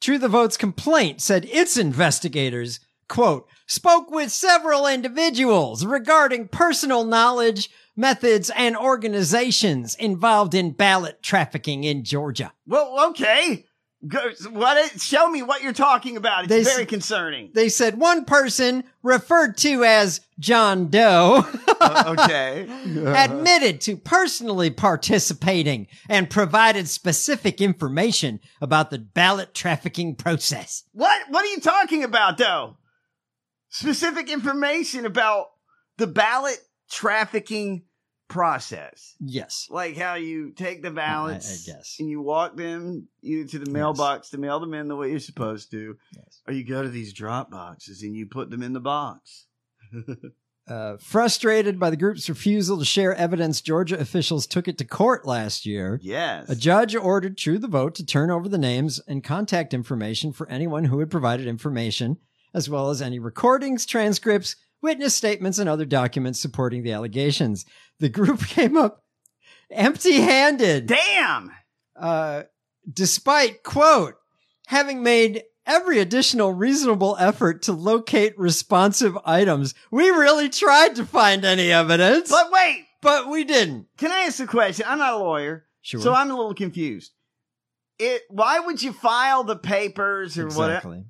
Speaker 8: True the Vote's complaint said its investigators, quote, spoke with several individuals regarding personal knowledge, methods, and organizations involved in ballot trafficking in Georgia.
Speaker 9: Well, okay. Go, what? it- Show me what you're talking about. It's
Speaker 8: They s-
Speaker 9: very concerning.
Speaker 8: They said one person, referred to as John Doe,
Speaker 9: okay.
Speaker 8: admitted to personally participating and provided specific information about the ballot trafficking process.
Speaker 9: What? What are you talking about, though? Specific information about the ballot trafficking process,
Speaker 8: Yes.
Speaker 9: like how you take the ballots,
Speaker 8: I guess.
Speaker 9: and you walk them either to the mailbox to mail them in the way you're supposed to, or you go to these drop boxes and you put them in the box.
Speaker 8: Uh, frustrated by the group's refusal to share evidence, Georgia officials took it to court last year.
Speaker 9: Yes.
Speaker 8: A judge ordered True the Vote to turn over the names and contact information for anyone who had provided information, as well as any recordings, transcripts, witness statements, and other documents supporting the allegations. The group came up empty handed,
Speaker 9: Damn.
Speaker 8: uh, despite, quote, having made every additional reasonable effort to locate responsive items. We really tried to find any evidence,
Speaker 9: But wait,
Speaker 8: but we didn't.
Speaker 9: Can I ask a question? I'm not a lawyer,
Speaker 8: Sure.
Speaker 9: so I'm a little confused. It why would you file the papers or whatever
Speaker 8: Exactly.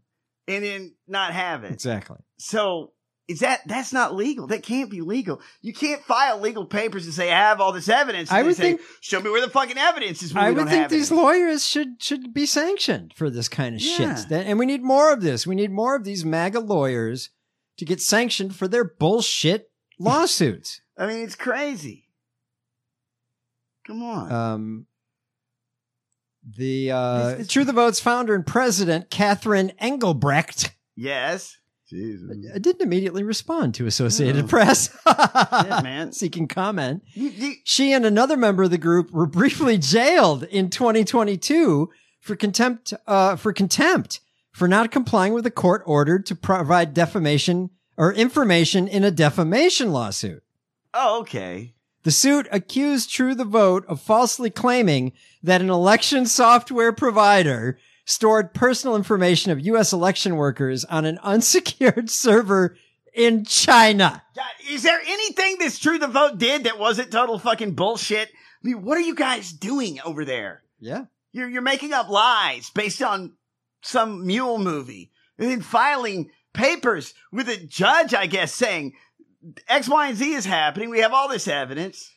Speaker 9: and then not have it?
Speaker 8: Exactly.
Speaker 9: So Is that that's not legal? That can't be legal. You can't file legal papers and say I have all this evidence. And
Speaker 8: I
Speaker 9: they
Speaker 8: would
Speaker 9: say,
Speaker 8: think-
Speaker 9: show me where the fucking evidence is. When
Speaker 8: I
Speaker 9: we
Speaker 8: would
Speaker 9: don't
Speaker 8: think
Speaker 9: have it."
Speaker 8: these lawyers should should be sanctioned for this kind of
Speaker 9: Yeah.
Speaker 8: shit. That- And we need more of this. We need more of these MAGA lawyers to get sanctioned for their bullshit lawsuits.
Speaker 9: I mean, it's crazy. Come on.
Speaker 8: um, the uh, True the Vote's founder and president, Catherine Engelbrecht,
Speaker 9: yes. Jesus.
Speaker 8: uh, didn't immediately respond to Associated Press
Speaker 9: man.
Speaker 8: seeking comment.
Speaker 9: You- you-
Speaker 8: She and another member of the group were briefly jailed in 2022 for contempt uh, for contempt for not complying with a court order to provide defamation or information in a defamation lawsuit.
Speaker 9: oh, okay.
Speaker 8: The suit accused True the Vote of falsely claiming that an election software provider stored personal information of U.S. election workers on an unsecured server in China.
Speaker 9: God, Is there anything this True the Vote did that wasn't total fucking bullshit? I mean, what are you guys doing over there?
Speaker 8: Yeah.
Speaker 9: You're you're making up lies based on some mule movie and then filing papers with a judge, I guess, saying X, Y, and Z is happening. We have all this evidence.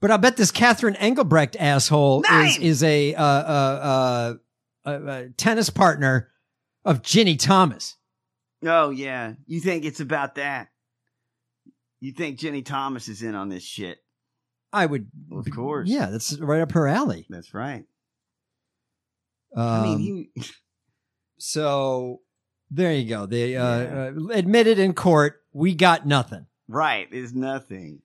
Speaker 8: But I bet this Catherine Engelbrecht asshole is,
Speaker 9: Nine!
Speaker 8: is a, uh, uh, uh, uh, uh, tennis partner of Ginny Thomas.
Speaker 9: Oh yeah, you think it's about that? You think Jenny Thomas is in on this shit?
Speaker 8: I would.
Speaker 9: Of course.
Speaker 8: Yeah, that's right up her alley.
Speaker 9: That's right.
Speaker 8: Um,
Speaker 9: I mean, he,
Speaker 8: so there you go. They uh, uh, admitted in court, we got nothing.
Speaker 9: right is nothing.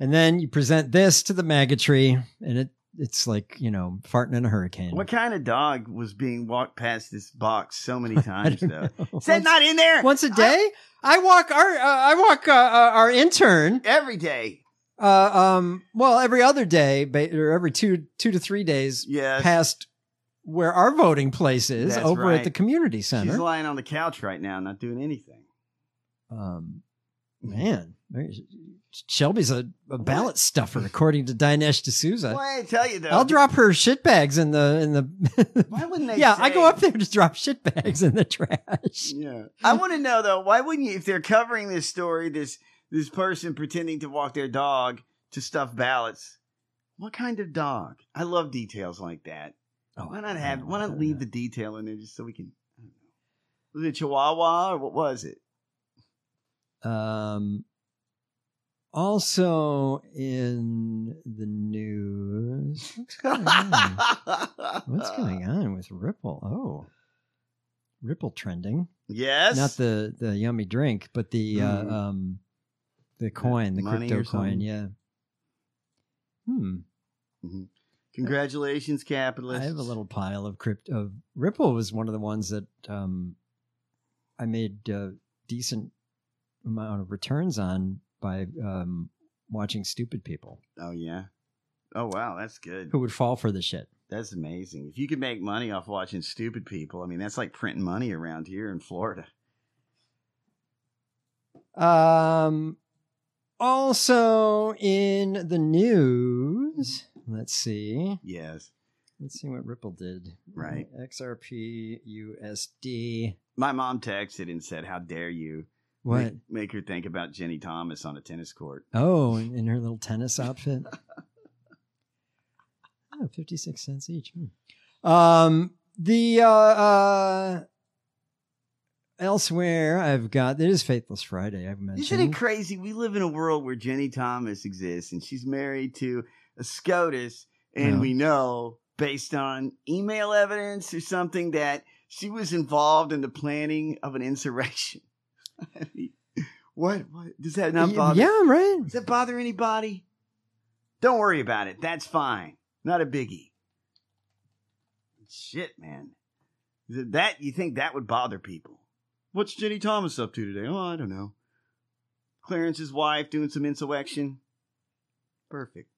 Speaker 8: And then you present this to the MAGA tree, and it it's like you know farting in a hurricane.
Speaker 9: What kind of dog was being walked past this box so many times
Speaker 8: don't
Speaker 9: though?
Speaker 8: know.
Speaker 9: Is that
Speaker 8: Once-
Speaker 9: not e-, in there?
Speaker 8: Once a day, I, walk our uh, I walk uh, uh, our intern
Speaker 9: Every day.
Speaker 8: Uh, um, well, every other day, ba- or every two two to three days,
Speaker 9: Yes.
Speaker 8: past where our voting place is
Speaker 9: That's
Speaker 8: over
Speaker 9: right.
Speaker 8: at the community center.
Speaker 9: She's lying on the couch right now, not doing anything.
Speaker 8: um, man, there- Shelby's a, a ballot stuffer, according to Dinesh D'Souza.
Speaker 9: Well, I tell you though.
Speaker 8: I'll drop her shit bags in the in the.
Speaker 9: Why wouldn't they?
Speaker 8: yeah, I
Speaker 9: say-
Speaker 8: go up there to drop shit bags in the trash.
Speaker 9: Yeah. I want to know though, why wouldn't you if they're covering this story, this this person pretending to walk their dog to stuff ballots? What kind of dog? I love details like that.
Speaker 8: Oh,
Speaker 9: why not have? Why not leave the detail in there just so we can? I don't know. Was it Chihuahua or what was it?
Speaker 8: Um, also in the news, what's going on? What's going on with Ripple? Oh, Ripple trending.
Speaker 9: Yes.
Speaker 8: Not the the yummy drink, but the
Speaker 9: Mm.
Speaker 8: uh, um the coin, the
Speaker 9: money
Speaker 8: crypto
Speaker 9: or something?
Speaker 8: coin. Yeah. Hmm.
Speaker 9: Mm-hmm. Congratulations, capitalists.
Speaker 8: I have a little pile of crypto. Of, Ripple was one of the ones that um I made a decent amount of returns on by um watching stupid people
Speaker 9: Oh yeah. Oh wow, that's good.
Speaker 8: who would fall for the shit.
Speaker 9: That's amazing. If you could make money off watching stupid people, I mean, that's like printing money around here in Florida.
Speaker 8: Um, also in the news, let's see.
Speaker 9: Yes.
Speaker 8: Let's see what Ripple did.
Speaker 9: Right.
Speaker 8: XRP USD.
Speaker 9: My mom texted and said, "How dare you
Speaker 8: What?
Speaker 9: Make, make her think about Jenny Thomas on a tennis court?"
Speaker 8: Oh, in, in her little tennis outfit. Oh, 56 cents each. Hmm. Um, the uh, uh, elsewhere I've got it is Faithless Friday. I've mentioned.
Speaker 9: Isn't it crazy? We live in a world where Jenny Thomas exists, and she's married to a SCOTUS, and
Speaker 8: Yeah.
Speaker 9: we know based on email evidence or something that she was involved in the planning of an insurrection. I mean, what? What does that not
Speaker 8: Y-
Speaker 9: bother?
Speaker 8: yeah, right.
Speaker 9: Does that bother anybody? Don't worry about it. That's fine. Not a biggie. Shit, man. Th- That you think that would bother people? What's Jenny Thomas up to today? Oh, I don't know. Clarence's wife doing some insurrection. Perfect.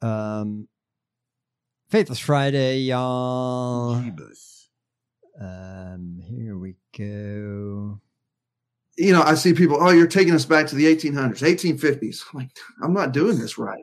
Speaker 8: Um, Faithless Friday, y'all.
Speaker 9: Jeebus.
Speaker 8: Um, here we go.
Speaker 15: you know, I see people, oh, you're taking us back to the 1800s, 1850s. I'm like, I'm not doing this right.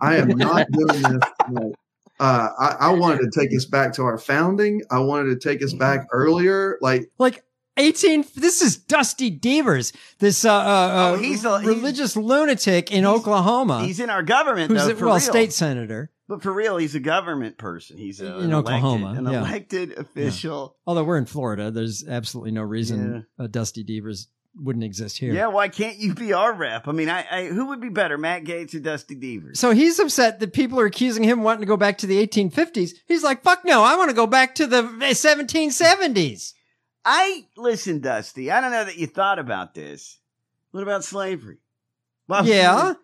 Speaker 15: I am not doing this right. Uh, I, I wanted to take us back to our founding. I wanted to take us back earlier. Like,
Speaker 8: like 18 this is dusty devers this uh, uh,
Speaker 9: Oh, he's
Speaker 8: uh,
Speaker 9: a- he's-
Speaker 8: religious lunatic in oklahoma
Speaker 9: He's in our government,
Speaker 8: who's
Speaker 9: though.
Speaker 8: a-
Speaker 9: for
Speaker 8: well
Speaker 9: real.
Speaker 8: state senator
Speaker 9: But for real, he's a government person. He's a,
Speaker 8: In Oklahoma,
Speaker 9: elected, an
Speaker 8: yeah.
Speaker 9: elected official.
Speaker 8: although we're in florida there's absolutely no reason uh, dusty devers wouldn't exist
Speaker 9: Yeah.
Speaker 8: here
Speaker 9: why can't you be our rep? I mean, I, I who would be better, Matt Gates or Dusty Devers?
Speaker 8: so he's upset that people are accusing him of wanting to go back to the 1850s he's like fuck no i want to go back to the eh, 1770s
Speaker 9: I listen, Dusty. I don't know that you thought about this. What about slavery? Well,
Speaker 8: Yeah.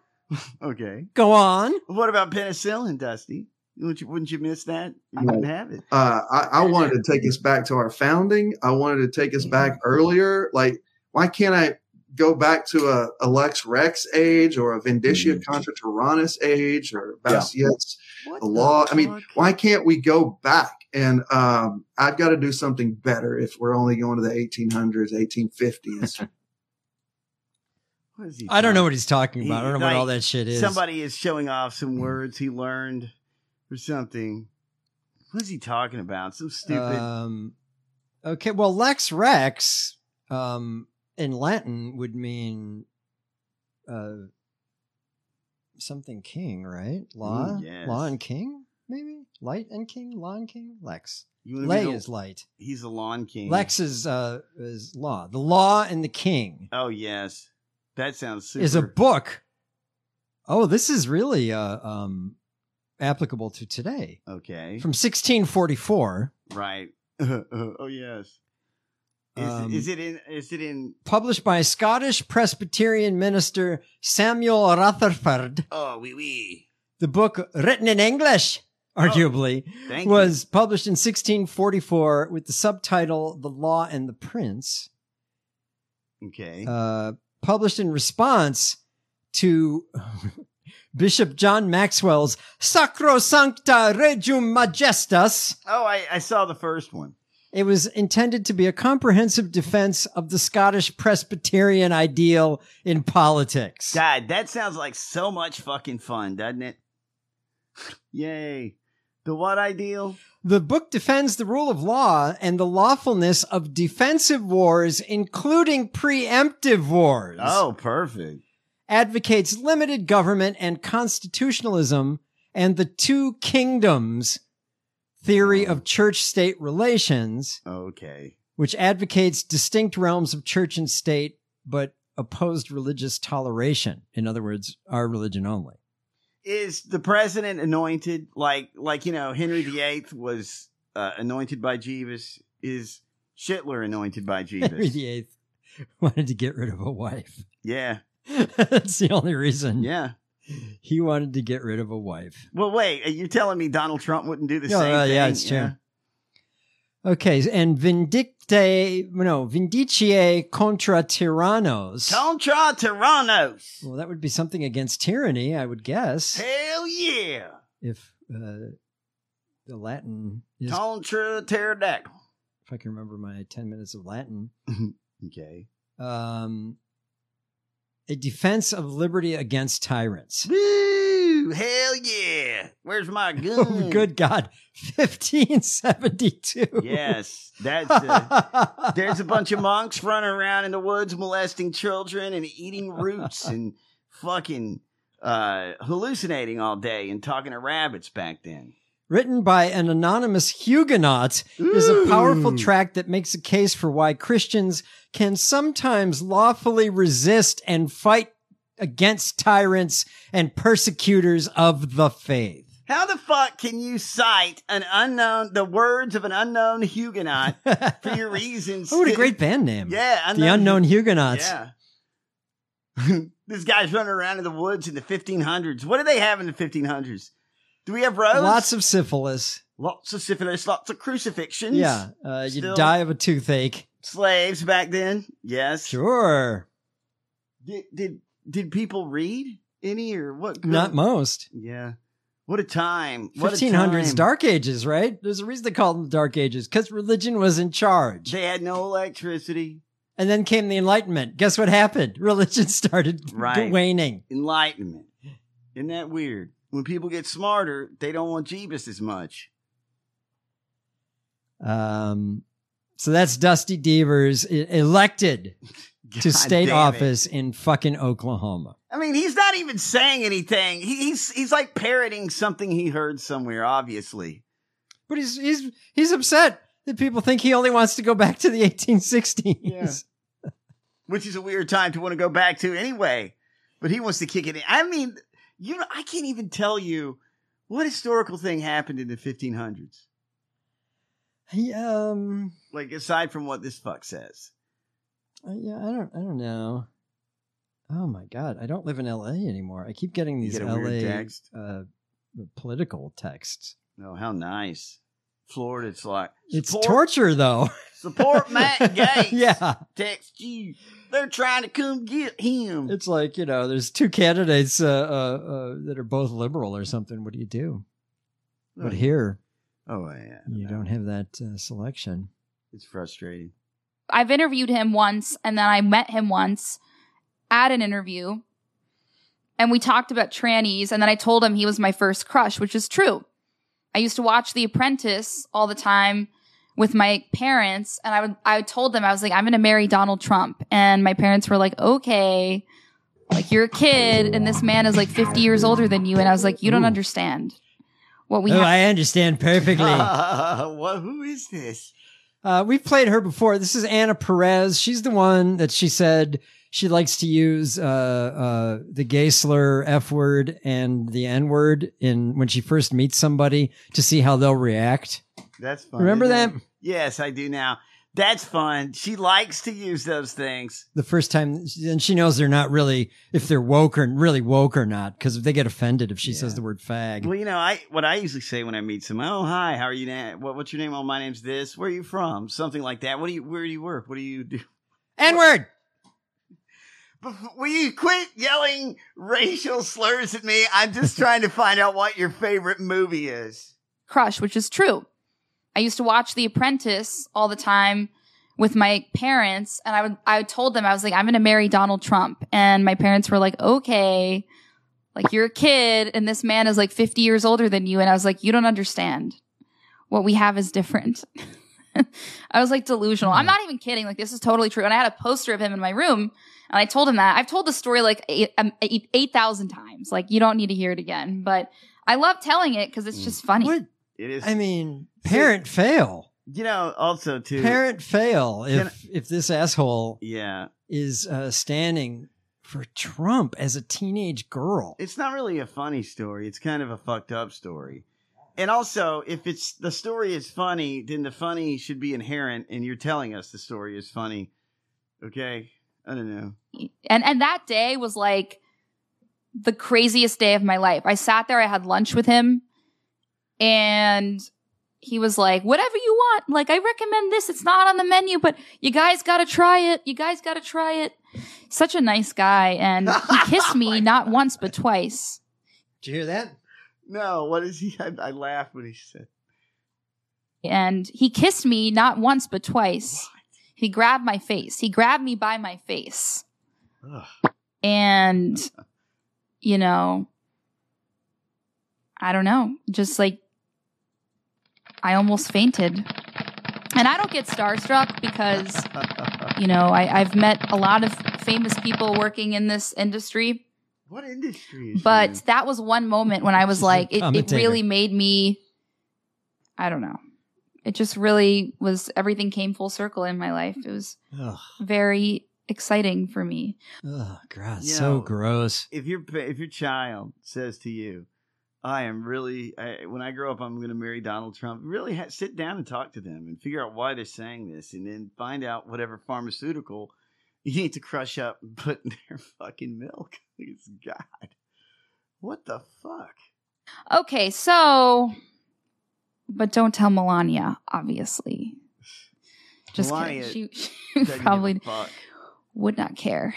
Speaker 9: okay.
Speaker 8: Go on.
Speaker 9: What about penicillin, Dusty? Wouldn't you, wouldn't you miss that? You wouldn't have it.
Speaker 15: Uh, I, I wanted to take us back to our founding. I wanted to take us back
Speaker 9: Mm-hmm.
Speaker 15: earlier. Like, why can't I go back to a, a Lex Rex age or a Vindicia
Speaker 9: Mm-hmm.
Speaker 15: contra Tyrannus age or Bastiat's law? I mean, why can't we go back? And um, I've got to do something better if we're only going to the 1800s, 1850s.
Speaker 9: What is he
Speaker 8: i don't know
Speaker 9: talking-
Speaker 8: what he's talking about i don't know what
Speaker 9: like,
Speaker 8: all that shit is
Speaker 9: Somebody is showing off some words he learned or something. What is he talking about? Some stupid.
Speaker 8: Um, okay, well, Lex Rex um, in Latin would mean uh, something king, right? Law,
Speaker 9: Ooh, yes.
Speaker 8: law and king, maybe light and king, law and king, Lex.
Speaker 9: You wanna be
Speaker 8: Lay
Speaker 9: the-
Speaker 8: is light.
Speaker 9: He's the lawn king.
Speaker 8: Lex is uh, is law. The law and the king
Speaker 9: Oh yes, that sounds super.
Speaker 8: is a book. Oh, this is really uh, um, applicable to today.
Speaker 9: Okay.
Speaker 8: From 1644.
Speaker 9: right. oh yes. Is,
Speaker 8: Um,
Speaker 9: is it in? Is it in?
Speaker 8: published by Scottish Presbyterian minister Samuel Rutherford.
Speaker 9: Oh, wee wee.
Speaker 8: The book, written in English, arguably,
Speaker 9: Oh, thank you.
Speaker 8: was published in 1644 with the subtitle The Law and the Prince,
Speaker 9: Okay.
Speaker 8: uh, published in response to Bishop John Maxwell's Sacrosancta Regum Majestas.
Speaker 9: oh, I, I saw the first one.
Speaker 8: It was intended to be a comprehensive defense of the Scottish Presbyterian ideal in politics.
Speaker 9: God, that sounds like so much fucking fun, doesn't it? Yay. The what ideal?
Speaker 8: The book defends the rule of law and the lawfulness of defensive wars, including preemptive wars.
Speaker 9: Oh, perfect.
Speaker 8: Advocates limited government and constitutionalism and the two kingdoms theory of church state relations,
Speaker 9: Oh. Okay.
Speaker 8: which advocates distinct realms of church and state but opposed religious toleration. In other words, our religion only.
Speaker 9: Is the president anointed like like you know Henry VIII was uh, anointed by Jeeves? Is Schittler anointed by
Speaker 8: Henry
Speaker 9: Jeeves?
Speaker 8: VIII wanted to get rid of a wife.
Speaker 9: yeah.
Speaker 8: That's the only reason.
Speaker 9: Yeah.
Speaker 8: He wanted to get rid of a wife.
Speaker 9: Well, wait. You're telling me Donald Trump wouldn't do the
Speaker 8: No,
Speaker 9: same
Speaker 8: uh,
Speaker 9: thing?
Speaker 8: yeah, it's true. Okay, and vindicte, no, vindicie contra tyrannos.
Speaker 9: Contra Tyrannos.
Speaker 8: Well, that would be something against tyranny, I would guess,
Speaker 9: Hell yeah.
Speaker 8: if uh, the Latin is,
Speaker 9: Contra Pterodactyl.
Speaker 8: if I can remember my 10 minutes of Latin.
Speaker 9: Okay.
Speaker 8: Um, a defense of liberty against tyrants.
Speaker 9: Woo! Hell yeah. Where's my gun?
Speaker 8: Oh, good God. 1572.
Speaker 9: Yes, that's a, there's a bunch of monks running around in the woods molesting children and eating roots and fucking uh, hallucinating all day and talking to rabbits back then.
Speaker 8: written by an anonymous Huguenot, is a powerful
Speaker 9: Mm.
Speaker 8: tract that makes a case for why Christians can sometimes lawfully resist and fight against tyrants and persecutors of the faith.
Speaker 9: How the fuck can you cite an unknown the words of an unknown Huguenot for your reasons?
Speaker 8: Oh, what a
Speaker 9: to-
Speaker 8: great band name.
Speaker 9: Yeah,
Speaker 8: the Unknown Huguenots.
Speaker 9: Yeah. this guy's running around in the woods in the 1500s. What do they have in the 1500s? Do we have roads?
Speaker 8: Lots of syphilis.
Speaker 9: lots of syphilis, lots of crucifixions.
Speaker 8: Yeah, uh, you
Speaker 9: Still
Speaker 8: die of a toothache.
Speaker 9: Slaves back then. Yes.
Speaker 8: Sure.
Speaker 9: Did did, did people read any or what?
Speaker 8: Not most.
Speaker 9: Yeah. What a time. What a
Speaker 8: 1500s
Speaker 9: time.
Speaker 8: Dark Ages, right? There's a reason they called them the Dark Ages because religion was in charge.
Speaker 9: They had no electricity.
Speaker 8: And then came the Enlightenment. Guess what happened? Religion started
Speaker 9: Right.
Speaker 8: waning.
Speaker 9: Enlightenment. Isn't that weird? When people get smarter, they don't want Jeebus as much.
Speaker 8: Um, So that's Dusty Devers i- elected to
Speaker 9: God
Speaker 8: state
Speaker 9: damn it.
Speaker 8: office in fucking Oklahoma.
Speaker 9: I mean, he's not even saying anything. He, he's he's like parroting something he heard somewhere. Obviously,
Speaker 8: But he's he's he's upset that people think he only wants to go back to the 1860s.
Speaker 9: which is a weird time to want to go back to anyway. But he wants to kick it in. I mean, you know, I can't even tell you what historical thing happened in the 1500s.
Speaker 8: He, um,
Speaker 9: Like aside from what this fuck says.
Speaker 8: Uh, yeah, I don't, I don't know. Oh my god, I don't live in L.A. anymore. I keep getting these
Speaker 9: get a weird
Speaker 8: L.A.
Speaker 9: text?
Speaker 8: Uh, political texts.
Speaker 9: No, how nice. Florida, it's like
Speaker 8: It's
Speaker 9: support-
Speaker 8: torture, though.
Speaker 9: Support Matt Gates.
Speaker 8: yeah,
Speaker 9: Text you. They're trying to come get him.
Speaker 8: it's like you know, there's two candidates uh, uh, uh, that are both liberal or something. What do you do? But
Speaker 9: Oh.
Speaker 8: here,
Speaker 9: oh yeah,
Speaker 8: you don't have that uh, selection.
Speaker 9: It's frustrating.
Speaker 16: I've interviewed him once and then I met him once at an interview and we talked about trannies and then I told him he was my first crush, which is true. I used to watch The Apprentice all the time with my parents and I would I told them I was like I'm going to marry Donald Trump and my parents were like okay like you're a kid and this man is like 50 years older than you and I was like you don't understand what we
Speaker 8: oh,
Speaker 16: have
Speaker 8: I understand perfectly.
Speaker 9: Uh, what, who is this?
Speaker 8: Uh, we've played her before. This is Anna Perez. She's the one that she said she likes to use uh, uh, the gay slur, F word, and the N word in when she first meets somebody to see how they'll react.
Speaker 9: That's fun.
Speaker 8: Remember
Speaker 9: isn't
Speaker 8: that?
Speaker 9: it? Yes, I do now. That's fun. She likes to use those things.
Speaker 8: The first time, and she knows they're not really if they're woke or really woke or not because they get offended if she says the word fag.
Speaker 9: Well, you know, I what I usually say when I meet someone, oh hi, how are you? Na- what, what's your name? Oh, my name's this. Where are you from? Something like that. What do you? Where do you work? What do you do?
Speaker 8: N word.
Speaker 9: Will you quit yelling racial slurs at me? I'm just trying to find out what your favorite movie is.
Speaker 16: crush, which is true. I used to watch The Apprentice all the time with my parents, and I would I told them I was like, I'm gonna marry Donald Trump. And my parents were like, Okay, like you're a kid and this man is like 50 years older than you. And I was like, You don't understand. What we have is different. I was like delusional. I'm not even kidding. Like this is totally true. And I had a poster of him in my room, and I told him that. I've told the story like eight um, eight- 8,000 times. Like you don't need to hear it again. But I love telling it because it's just funny.
Speaker 9: It is.
Speaker 8: I mean, parent fail,
Speaker 9: You know, also too.
Speaker 8: parent fail.
Speaker 9: Can
Speaker 8: If if this asshole
Speaker 9: yeah,
Speaker 8: is uh, standing for Trump as a teenage girl.
Speaker 9: it's not really a funny story. It's kind of a fucked up story. And also, if it's the story is funny, then the funny should be inherent, and you're telling us the story is funny. Okay, I don't know.
Speaker 16: and and that day was like the craziest day of my life. I sat there, I had lunch with him, and he was like, "Whatever you want, like I recommend this. It's not on the menu, but you guys got to try it. You guys got to try it." Such a nice guy, and he kissed me not once but twice.
Speaker 8: Did you hear that?
Speaker 9: No, what is he? I, I laughed when he said.
Speaker 16: And he kissed me not once but twice. He grabbed my face. He grabbed me by my face. and you know i don't know just like i almost fainted and i don't get starstruck because you know I, i've met a lot of famous people working in this industry
Speaker 9: What industry?
Speaker 16: but that was one moment when i was like it, it
Speaker 9: commentator.
Speaker 16: really made me i don't know it just really was everything came full circle in my life it was
Speaker 8: Ugh.
Speaker 16: very exciting for me
Speaker 8: Oh god,
Speaker 9: You
Speaker 8: so
Speaker 9: know,
Speaker 8: gross.
Speaker 9: If your if your child says to you, "I am really I, when I grow up, I'm going to marry Donald Trump," really ha- sit down and talk to them and figure out why they're saying this, and then find out whatever pharmaceutical you need to crush up and put in their fucking milk. It's God, what the fuck?
Speaker 16: Okay, so, but don't tell Melania, obviously. Just
Speaker 9: Melania
Speaker 16: kidding. She, she
Speaker 9: doesn't give a
Speaker 16: probably
Speaker 9: fuck.
Speaker 16: would not care.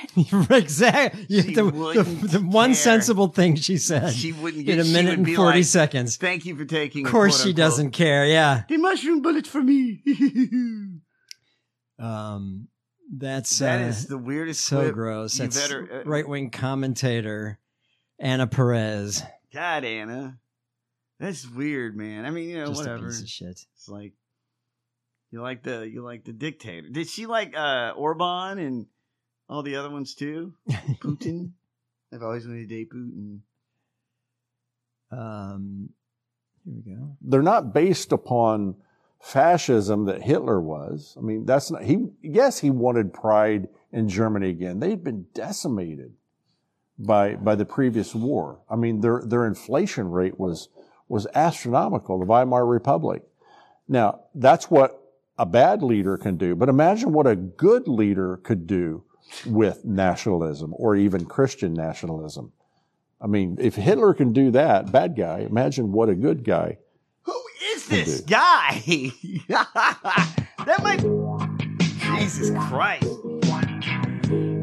Speaker 8: exactly. You-
Speaker 9: She
Speaker 8: the, the,
Speaker 9: wouldn't
Speaker 8: the one
Speaker 9: care.
Speaker 8: sensible thing she said.
Speaker 9: She wouldn't
Speaker 8: in
Speaker 9: get-
Speaker 8: a
Speaker 9: she
Speaker 8: minute
Speaker 9: would
Speaker 8: and
Speaker 9: be
Speaker 8: forty
Speaker 9: like,
Speaker 8: seconds.
Speaker 9: Thank you for taking.
Speaker 8: Of course, she doesn't care. Yeah.
Speaker 9: The mushroom bullets for me.
Speaker 8: Um, that's
Speaker 9: That
Speaker 8: uh,
Speaker 9: is the weirdest
Speaker 8: So
Speaker 9: clip.
Speaker 8: gross.
Speaker 9: You
Speaker 8: That's
Speaker 9: better- uh,
Speaker 8: right wing commentator Anna Perez.
Speaker 9: God, Anna, that's weird, man. I mean, you know,
Speaker 8: Just a
Speaker 9: whatever.
Speaker 8: piece of shit.
Speaker 9: It's like You like the you like the dictator. Did she like uh Orban and all the other ones too? Putin. I've always wanted to date Putin.
Speaker 8: Um, here we go.
Speaker 17: They're not based upon fascism that Hitler was. I mean, that's not he. Yes, he wanted pride in Germany again. They'd been decimated by by the previous war. I mean, their their inflation rate was was astronomical. The Weimar Republic. Now, that's what a bad leader can do. But imagine what a good leader could do with nationalism or even Christian nationalism. I mean, if Hitler can do that, bad guy, imagine what a good guy.
Speaker 9: Is this guy? that might. Jesus Christ!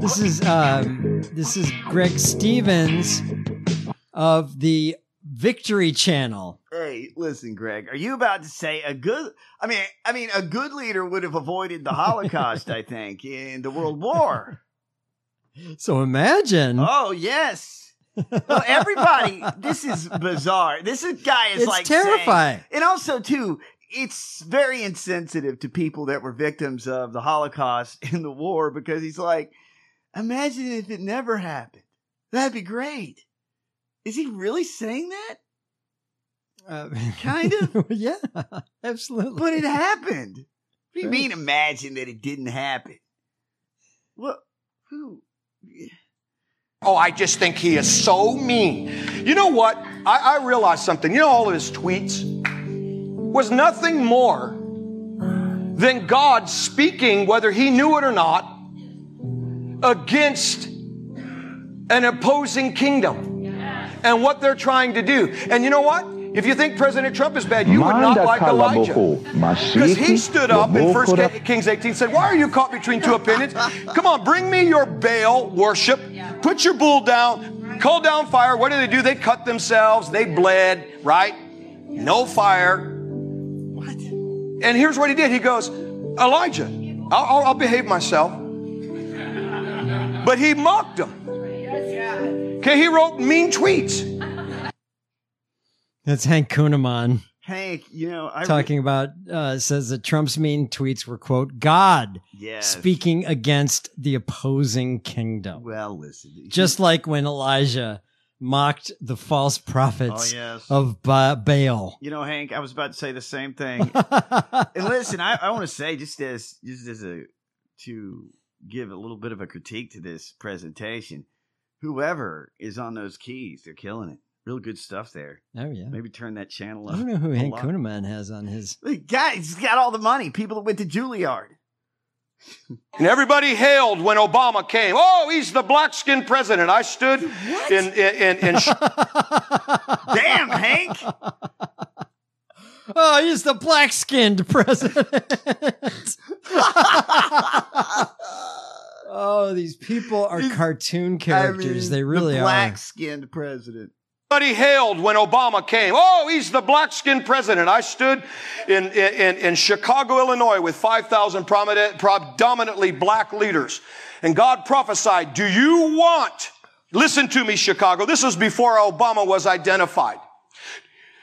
Speaker 8: This is um, this is Greg Stevens of the Victory Channel.
Speaker 9: Hey, listen, Greg. Are you about to say a good? I mean, I mean, a good leader would have avoided the Holocaust, I think, and the World War.
Speaker 8: So imagine.
Speaker 9: Oh yes. Well, everybody, this is bizarre. This is, guy is
Speaker 8: It's
Speaker 9: like
Speaker 8: terrifying.
Speaker 9: saying- and also too, it's very insensitive to people that were victims of the Holocaust and the war because he's like, imagine if it never happened. That'd be great. Is he really saying that?
Speaker 8: Uh,
Speaker 9: kind of.
Speaker 8: yeah, absolutely.
Speaker 9: But it happened. What do you
Speaker 8: Right.
Speaker 9: mean? Imagine that it didn't happen. What? Who?
Speaker 18: Oh, I just think he is so mean. You know what? I, I realized something. You know, all of his tweets was nothing more than God speaking, whether he knew it or not, against an opposing kingdom and what they're trying to do. And you know what? If you think President Trump is bad, you would not like Elijah. Because he stood up in 1 Ki- Kings 18 said, Why are you caught between two opinions? Come on, bring me your Baal worship. Put your bull down. Call down fire. What did they do? They cut themselves. They bled, right? No fire. What? And here's what he did. He goes, Elijah, I'll, I'll- I'll behave myself. But he mocked him. Okay, he wrote mean tweets.
Speaker 8: That's Hank Kuhneman
Speaker 9: Hank, you know, I
Speaker 8: talking about uh, says that Trump's mean tweets were quote God
Speaker 9: Yes.
Speaker 8: speaking against the opposing kingdom.
Speaker 9: Well, listen.
Speaker 8: Just like when Elijah mocked the false prophets
Speaker 9: Oh, yes.
Speaker 8: of ba- Baal.
Speaker 9: You know, Hank, I was about to say the same thing. and listen, I, I want to say just as just as a to give a little bit of a critique to this presentation. Whoever is on those keys, they're killing it. Real good stuff there.
Speaker 8: Oh yeah.
Speaker 9: Maybe turn that channel
Speaker 8: I
Speaker 9: up.
Speaker 8: don't know who
Speaker 9: a
Speaker 8: Hank
Speaker 9: lot.
Speaker 8: Kuhneman has on his.
Speaker 9: The guy, he's got all the money. People that went to Juilliard.
Speaker 18: And everybody hailed when Obama came. Oh, he's the black skinned president. I stood in, in, in, in sh-
Speaker 9: Damn, Hank.
Speaker 8: Oh, he's the black skinned president. oh, these people are cartoon characters. they really are.
Speaker 9: skinned president.
Speaker 18: Everybody hailed when Obama came. Oh, he's the black skinned president. I stood in, in, in- in Chicago, Illinois with 5,000 prominent- predominantly black leaders. And God prophesied, do you want, listen to me, Chicago. This was before Obama was identified.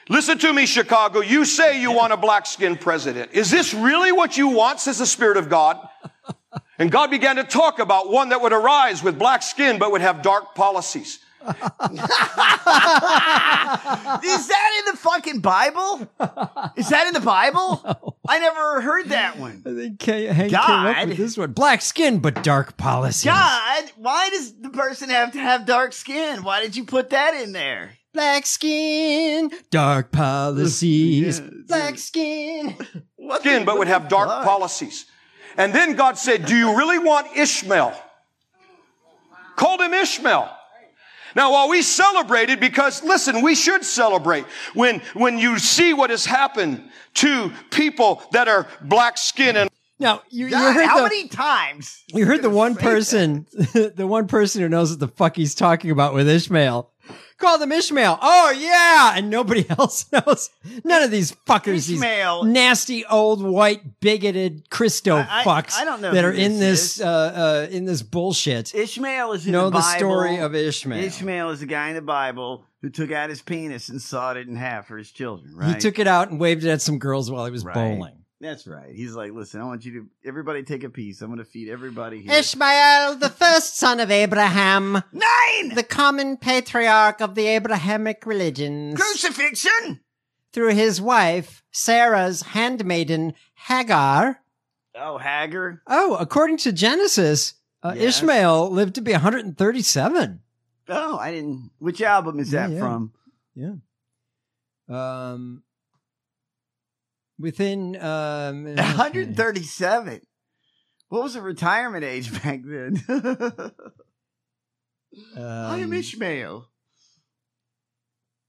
Speaker 18: Listen to me, Chicago. You say you want a black skinned president. Is this really what you want, says the Spirit of God? And God began to talk about one that would arise with black skin but would have dark policies.
Speaker 9: Is that in the fucking Bible? Is that in the Bible? I never heard that one.
Speaker 8: I think K- Hank came up
Speaker 9: God.
Speaker 8: with this one. Black skin, but dark policy.
Speaker 9: God, why does the person have to have dark skin? Why did you put that in there?
Speaker 8: Black skin, dark policies. Black skin.
Speaker 18: skin, but would have dark policies. And then God said, Do you really want Ishmael? Called him Ishmael. Now, while we celebrated, because listen, we should celebrate when, when you see what has happened to people that are black skin and
Speaker 8: Now, you,
Speaker 9: God,
Speaker 8: heard
Speaker 9: how
Speaker 8: the-
Speaker 9: many times?
Speaker 8: You heard the one person, the one person who knows what the fuck he's talking about with Ishmael. Call them Ishmael. Oh yeah, and nobody else knows. None of these fuckers.
Speaker 9: Ishmael.
Speaker 8: These nasty old white bigoted Christo
Speaker 9: I- I-
Speaker 8: fucks
Speaker 9: I don't know
Speaker 8: that
Speaker 9: who
Speaker 8: are in
Speaker 9: this
Speaker 8: this uh, uh, in this bullshit.
Speaker 9: Ishmael is in
Speaker 8: know
Speaker 9: the Bible.
Speaker 8: story of Ishmael.
Speaker 9: Ishmael is the guy in the Bible who took out his penis and sawed it in half for his children, right?
Speaker 8: He took it out and waved it at some girls while he was
Speaker 9: Right.
Speaker 8: bowling.
Speaker 9: That's right. He's like, listen, I want you to everybody take a piece. I'm going to feed everybody here.
Speaker 19: Ishmael, the first son of Abraham.
Speaker 9: Nine!
Speaker 19: The common patriarch of the Abrahamic religions.
Speaker 9: Crucifixion!
Speaker 19: Through his wife, Sarah's handmaiden, Hagar.
Speaker 9: Oh, Hagger.
Speaker 8: Oh, according to Genesis, uh,
Speaker 9: Yes.
Speaker 8: Ishmael lived to be 137.
Speaker 9: Oh, I didn't. Which album is that
Speaker 8: Yeah, yeah.
Speaker 9: from?
Speaker 8: Yeah. Um, within um,
Speaker 9: 137. What was the retirement age back then? I am
Speaker 8: um,
Speaker 9: Ishmael.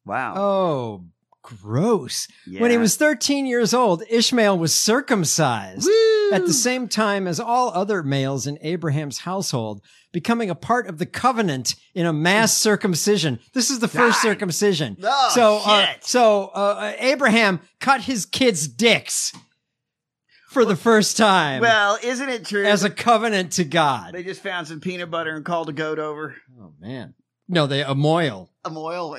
Speaker 9: Wow.
Speaker 8: Oh, gross. When he
Speaker 9: Yeah.
Speaker 8: was 13 years old, Ishmael was circumcised at the same time as all other males in Abraham's household, becoming a part of the covenant in a mass circumcision. This is the first
Speaker 19: Die.
Speaker 8: circumcision.
Speaker 19: Oh,
Speaker 8: so, uh,
Speaker 19: shit.
Speaker 8: so uh, Abraham cut his kids' dicks for the first time.
Speaker 9: Well, isn't it true?
Speaker 8: as a covenant to God.
Speaker 9: they just found some peanut butter and called a goat over.
Speaker 8: Oh man. No, they a moil.
Speaker 9: A moil.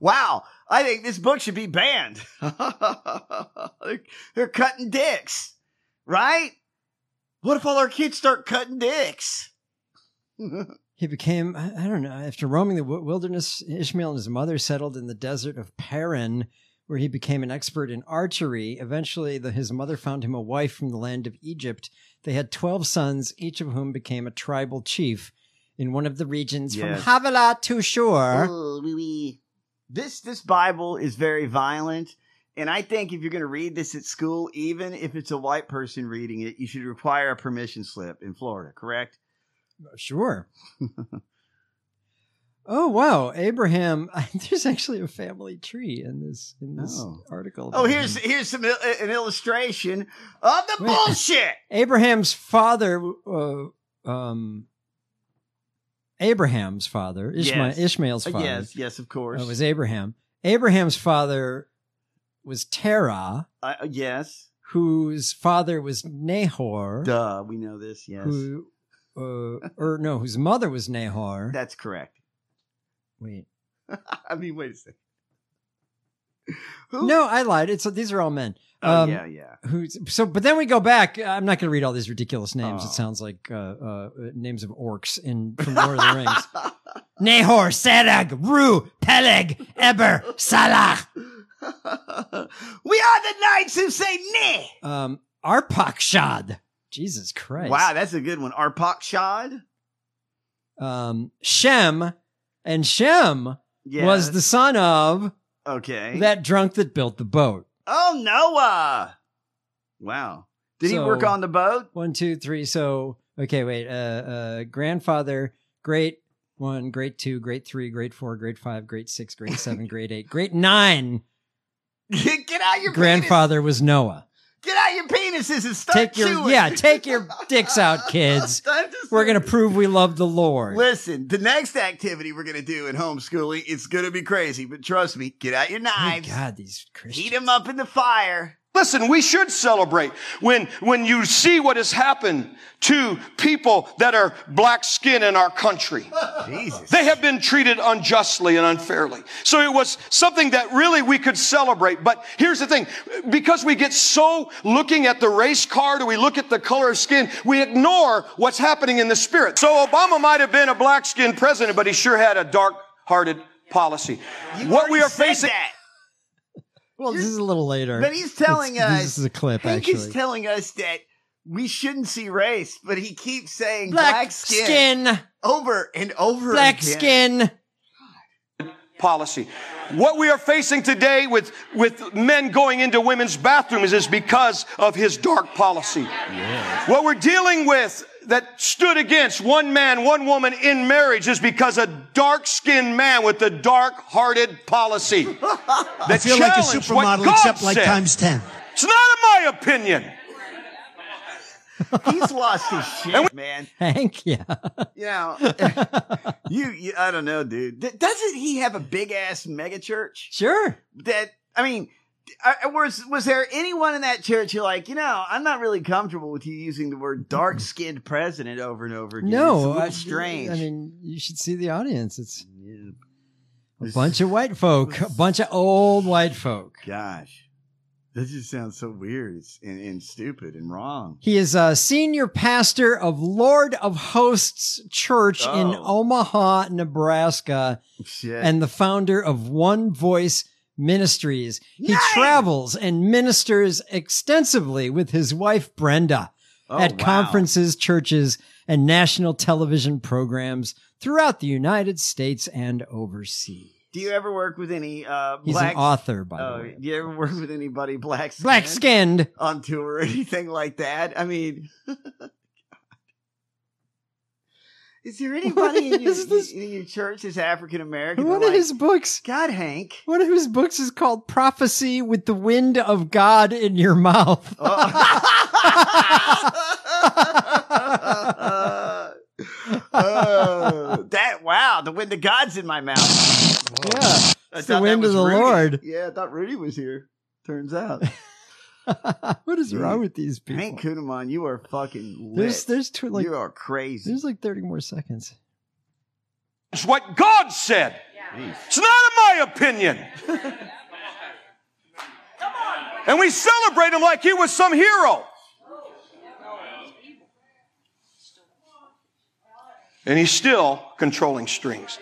Speaker 9: wow. I think this book should be banned. They're- They're cutting dicks, right? What if all our kids start cutting dicks?
Speaker 8: He became, I I don't know, after roaming the wi- wilderness, Ishmael and his mother settled in the desert of Paran, where he became an expert in archery. Eventually, the, his mother found him a wife from the land of Egypt. They had 12 sons, each of whom became a tribal chief in one of the regions
Speaker 9: Yes.
Speaker 8: from Havilah to Shur.
Speaker 9: Ooh, wee wee. This this Bible is very violent, and I think if you're going to read this at school, even if it's a white person reading it, you should require a permission slip in Florida. Correct?
Speaker 8: Sure. Oh wow, Abraham! There's actually a family tree in this in this
Speaker 9: Oh.
Speaker 8: article.
Speaker 9: Oh, here's here's some il- an illustration of the
Speaker 8: Wait.
Speaker 9: bullshit.
Speaker 8: Abraham's father, uh, um, Abraham's father, Ishmael,
Speaker 9: Yes.
Speaker 8: Ishmael's
Speaker 9: Uh,
Speaker 8: father,
Speaker 9: Yes, yes, of course.
Speaker 8: uh, was Abraham. Abraham's father was Terah,
Speaker 9: Uh, uh, yes,
Speaker 8: whose father was Nahor,
Speaker 9: duh, we know this. Yes,
Speaker 8: who, uh, or no, whose mother was Nahor.
Speaker 9: that's correct.
Speaker 8: Wait,
Speaker 9: I mean, wait a second.
Speaker 8: no, I lied. It's these are all men. Um,
Speaker 9: Oh, yeah, yeah.
Speaker 8: Who's so? But then we go back. I'm not going to read all these ridiculous names.
Speaker 9: Oh.
Speaker 8: It sounds like uh, uh, names of orcs in from Lord of the Rings. Nahor, Sarag, Ru, Peleg, Eber, Salah.
Speaker 9: we are the knights who say "neh."
Speaker 8: Um, Arpakshad. Jesus Christ.
Speaker 9: Wow, that's a good one. Arpakshad.
Speaker 8: Um, Shem. And Shem
Speaker 9: Yes.
Speaker 8: was the son of
Speaker 9: Okay.
Speaker 8: that drunk that built the boat.
Speaker 9: Oh, Noah. Wow. Did he work
Speaker 8: So-
Speaker 9: on the boat?
Speaker 8: One, two, three. So, okay, wait. Uh, uh, grandfather, great one, great two, great three, great four, great five, great six, great seven, great eight, great nine.
Speaker 9: Get out your
Speaker 8: Grandfather was Noah.
Speaker 9: Penis. Get out your penises and start
Speaker 8: Take your
Speaker 9: chewing.
Speaker 8: yeah, take your dicks out, kids.
Speaker 9: Time to
Speaker 8: We're gonna prove we love the Lord.
Speaker 9: Listen, the next activity we're going to do in homeschooling, it's going to be crazy, but trust me, get out your knives.
Speaker 8: God, these Christians.
Speaker 9: Heat them up in the fire.
Speaker 18: Listen, we should celebrate when, when you see what has happened to people that are black skin in our country. They have been treated unjustly and unfairly. So it was something that really we could celebrate. But here's the thing. Because we get so looking at the race card or we look at the color of skin, we ignore what's happening in the spirit. So Obama might have been a black skinned president, but he sure had a dark hearted policy. what we are facing.
Speaker 8: Well, this is a little later.
Speaker 9: But he's telling
Speaker 8: It's-
Speaker 9: us
Speaker 8: This is a clip,
Speaker 9: Hank
Speaker 8: actually.
Speaker 9: is telling us that we shouldn't see race, but he keeps saying
Speaker 8: Black
Speaker 9: black, skin,
Speaker 8: skin.
Speaker 9: over and over
Speaker 8: Black
Speaker 9: again.
Speaker 8: skin.
Speaker 18: policy. What we are facing today with, with men going into women's bathrooms is because of his dark policy. What we're dealing with that stood against one man, one woman in marriage is because a dark skinned man with a dark hearted policy.
Speaker 20: I
Speaker 18: That
Speaker 20: feel like a
Speaker 18: challenged what
Speaker 20: supermodel
Speaker 18: God
Speaker 20: except like
Speaker 18: said.
Speaker 20: times 10.
Speaker 18: It's not in my opinion.
Speaker 9: He's lost his shit, man.
Speaker 8: Hank, yeah.
Speaker 9: You know, you, you, I don't know, dude. D- doesn't he have a big ass mega church?
Speaker 8: Sure.
Speaker 9: That I mean, I- I- was was there anyone in that church who like you know I'm not really comfortable with you using the word dark skinned president over and over again? it's a
Speaker 8: No,
Speaker 9: little
Speaker 8: I-
Speaker 9: strange.
Speaker 8: I mean, you should see the audience. It's A bunch of white folk, a bunch of old white folk.
Speaker 9: Gosh, this just sounds so weird it's, and, and stupid and wrong.
Speaker 8: He is a senior pastor of Lord of Hosts Church in Omaha, Nebraska,
Speaker 9: Oh. Shit.
Speaker 8: and the founder of One Voice Ministries. He travels and ministers extensively with his wife, Brenda, at
Speaker 9: Oh, wow.
Speaker 8: conferences, churches, and national television programs throughout the United States and overseas.
Speaker 9: Do you ever work with any uh,
Speaker 8: He's an
Speaker 9: black?
Speaker 8: author, by the
Speaker 9: oh,
Speaker 8: way.
Speaker 9: Do you ever work with anybody black skinned
Speaker 8: Black skinned.
Speaker 9: on tour or anything like that? I mean, is there anybody in, your, in your church that's African American?
Speaker 8: One of his books.
Speaker 9: God, Hank.
Speaker 8: One of his books is called Prophecy with the Wind of God in Your Mouth.
Speaker 9: oh, uh, that wow! The wind of God's in my mouth.
Speaker 8: Yeah,
Speaker 9: I
Speaker 8: it's
Speaker 9: thought
Speaker 8: the wind
Speaker 9: that
Speaker 8: of
Speaker 9: was
Speaker 8: the
Speaker 9: Rudy.
Speaker 8: Lord.
Speaker 9: Yeah, I thought Rudy was here. Turns out,
Speaker 8: what is
Speaker 9: Dude,
Speaker 8: wrong with these people?
Speaker 9: Hank Kuhneman, you are fucking. Lit.
Speaker 8: There's- there's tw- like-
Speaker 9: you are crazy.
Speaker 8: There's like 30 more seconds.
Speaker 18: It's what God said. It's not in my opinion. and we celebrate him like he was some hero. And he's still controlling strings.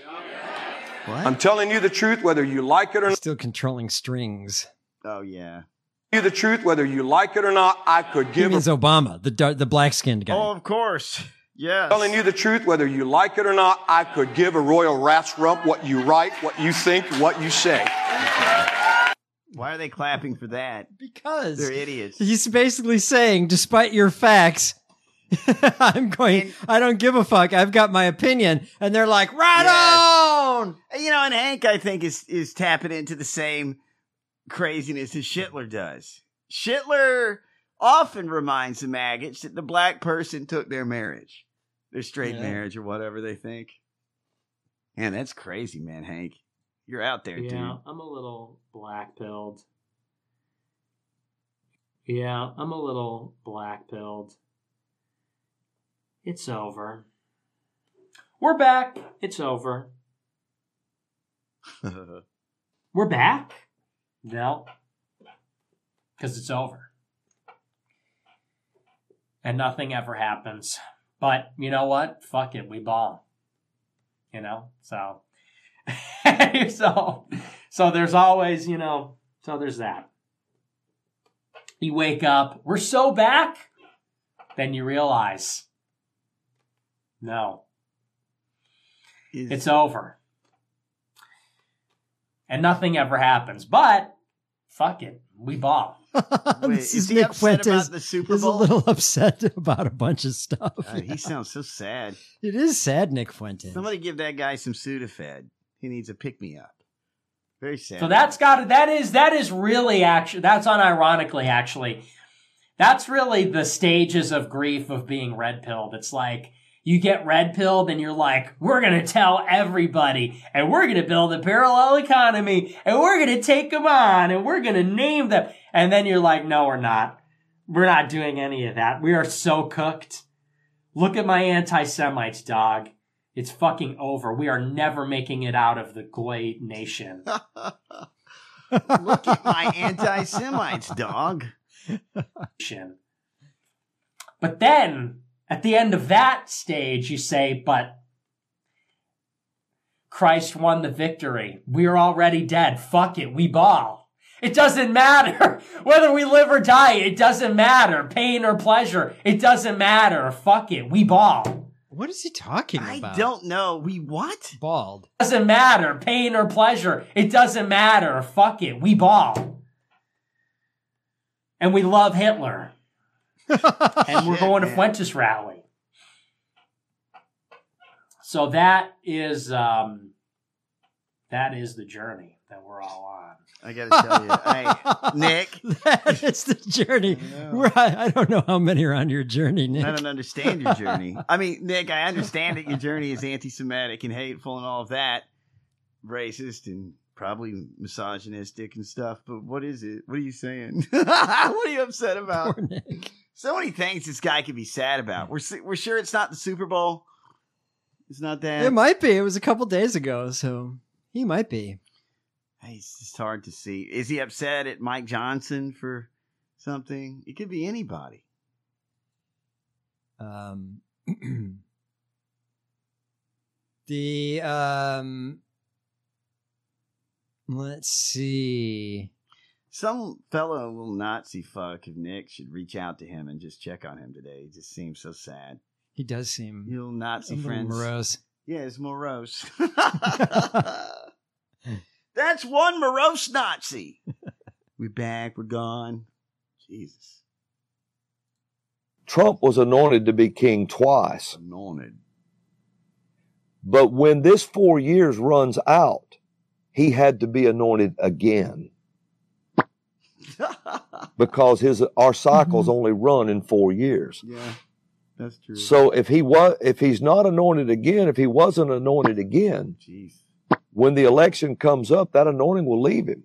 Speaker 18: I'm telling you the truth, whether you like it or not.
Speaker 8: Still controlling strings.
Speaker 9: Oh yeah.
Speaker 18: You the truth, whether you like it or not. I could
Speaker 8: He
Speaker 18: give a
Speaker 8: means Obama, the dark, the black skinned guy.
Speaker 9: Oh, of course. Yes.
Speaker 18: Telling you the truth, whether you like it or not, I could give a royal rat's rump what you write, what you think, what you say.
Speaker 9: Why are they clapping for that?
Speaker 8: Because
Speaker 9: they're idiots.
Speaker 8: He's basically saying, despite your facts, I'm going, I don't give a fuck. I've got my opinion. And they're like, right on.
Speaker 9: You know, and Hank, I think, is is tapping into the same craziness as Schittler does. Schittler often reminds the maggots that the black person took their marriage, their straight
Speaker 2: Yeah.
Speaker 9: marriage, or whatever they think. Man, that's crazy, man, Hank. You're out there,
Speaker 20: Yeah,
Speaker 9: dude.
Speaker 20: I'm a little black pilled. Yeah, I'm a little black pilled. It's over. We're back. It's over. We're back? No. Because it's over. And nothing ever happens. But you know what? Fuck it. We bomb. You know? So. so, so there's always, you know, so there's that. You wake up, we're so back. Then you realize, no, it's over. And nothing ever happens. But fuck it, we bomb.
Speaker 8: this is, Nick Fuentes. is a little upset about a bunch of stuff.
Speaker 9: God, Uh, he sounds so sad.
Speaker 8: It is sad, Nick Fuentes.
Speaker 9: Somebody give that guy some Sudafed. He needs a pick me up. Very sad.
Speaker 20: So that's got to that is that is really actually that's unironically actually that's really the stages of grief of being red pilled. It's like you get red pilled and you're like, we're gonna tell everybody and we're gonna build a parallel economy and we're gonna take them on and we're gonna name them. And then you're like, no, we're not. We're not doing any of that. We are so cooked. Look at my anti Semites, dog. It's fucking over. We are never making it out of the Glade Nation.
Speaker 9: Look at my anti Semites, dog.
Speaker 20: Nation. But then, at the end of that stage, you say, but Christ won the victory. We're already dead. Fuck it. We ball. It doesn't matter whether we live or die. It doesn't matter. Pain or pleasure. It doesn't matter. Fuck it. We ball.
Speaker 8: What is he talking
Speaker 20: about?
Speaker 9: I don't know. We what?
Speaker 8: Bald.
Speaker 20: Doesn't matter. Pain or pleasure. It doesn't matter. Fuck it. We ball. And we love Hitler. and we're going to Fuentes rally. So that is um, that is the journey that we're all on.
Speaker 9: I gotta tell you, I, Nick.
Speaker 8: that is the journey. Where I, I don't know how many are on your journey, Nick.
Speaker 9: I don't understand your journey. I mean, Nick, I understand that your journey is anti Semitic and hateful and all of that, racist and probably misogynistic and stuff, but what is it? What are you saying? what are you upset about? So many things this guy could be sad about. We're, su- we're sure it's not the Super Bowl. It's not that.
Speaker 8: It might be. It was a couple days ago, so He might be.
Speaker 9: It's just hard to see. Is he upset at Mike Johnson for something? It could be anybody.
Speaker 8: Um, the um, let's see.
Speaker 9: Some fellow will Nazi fuck if Nick should reach out to him and just check on him today. He just seems so sad.
Speaker 8: He does seem
Speaker 9: you little Nazi
Speaker 8: a little
Speaker 9: friends.
Speaker 8: morose.
Speaker 9: Yeah, it's morose. That's one morose Nazi. We're back. We're gone. Jesus.
Speaker 21: Trump was anointed to be king twice.
Speaker 9: Anointed.
Speaker 21: But when this four years runs out, he had to be anointed again. because his our cycles only run in four years.
Speaker 9: Mm-hmm. Yeah, that's true.
Speaker 21: So if he was if he's not anointed again, if he wasn't anointed again,
Speaker 9: Jeez.
Speaker 21: when the election comes up, that anointing will leave him.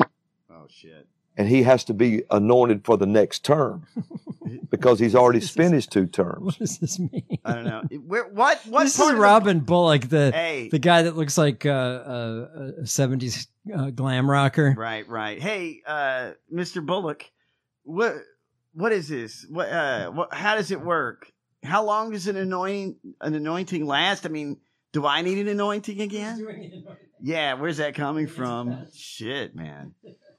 Speaker 9: Oh shit.
Speaker 21: And he has to be anointed for the next term because he's already spent his two terms.
Speaker 8: What does this mean?
Speaker 9: I don't know. Where, what? What?
Speaker 8: This
Speaker 9: part
Speaker 8: is
Speaker 9: of the-
Speaker 8: Robin Bullock, the
Speaker 9: Hey.
Speaker 8: the guy that looks like uh, uh, a seventies uh, glam rocker.
Speaker 9: Right, right. Hey, uh, Mr. Bullock, what what is this? What, uh, what how does it work? How long does an anointing an anointing last? I mean, do I need an anointing again? Yeah, where's that coming from? Shit, man.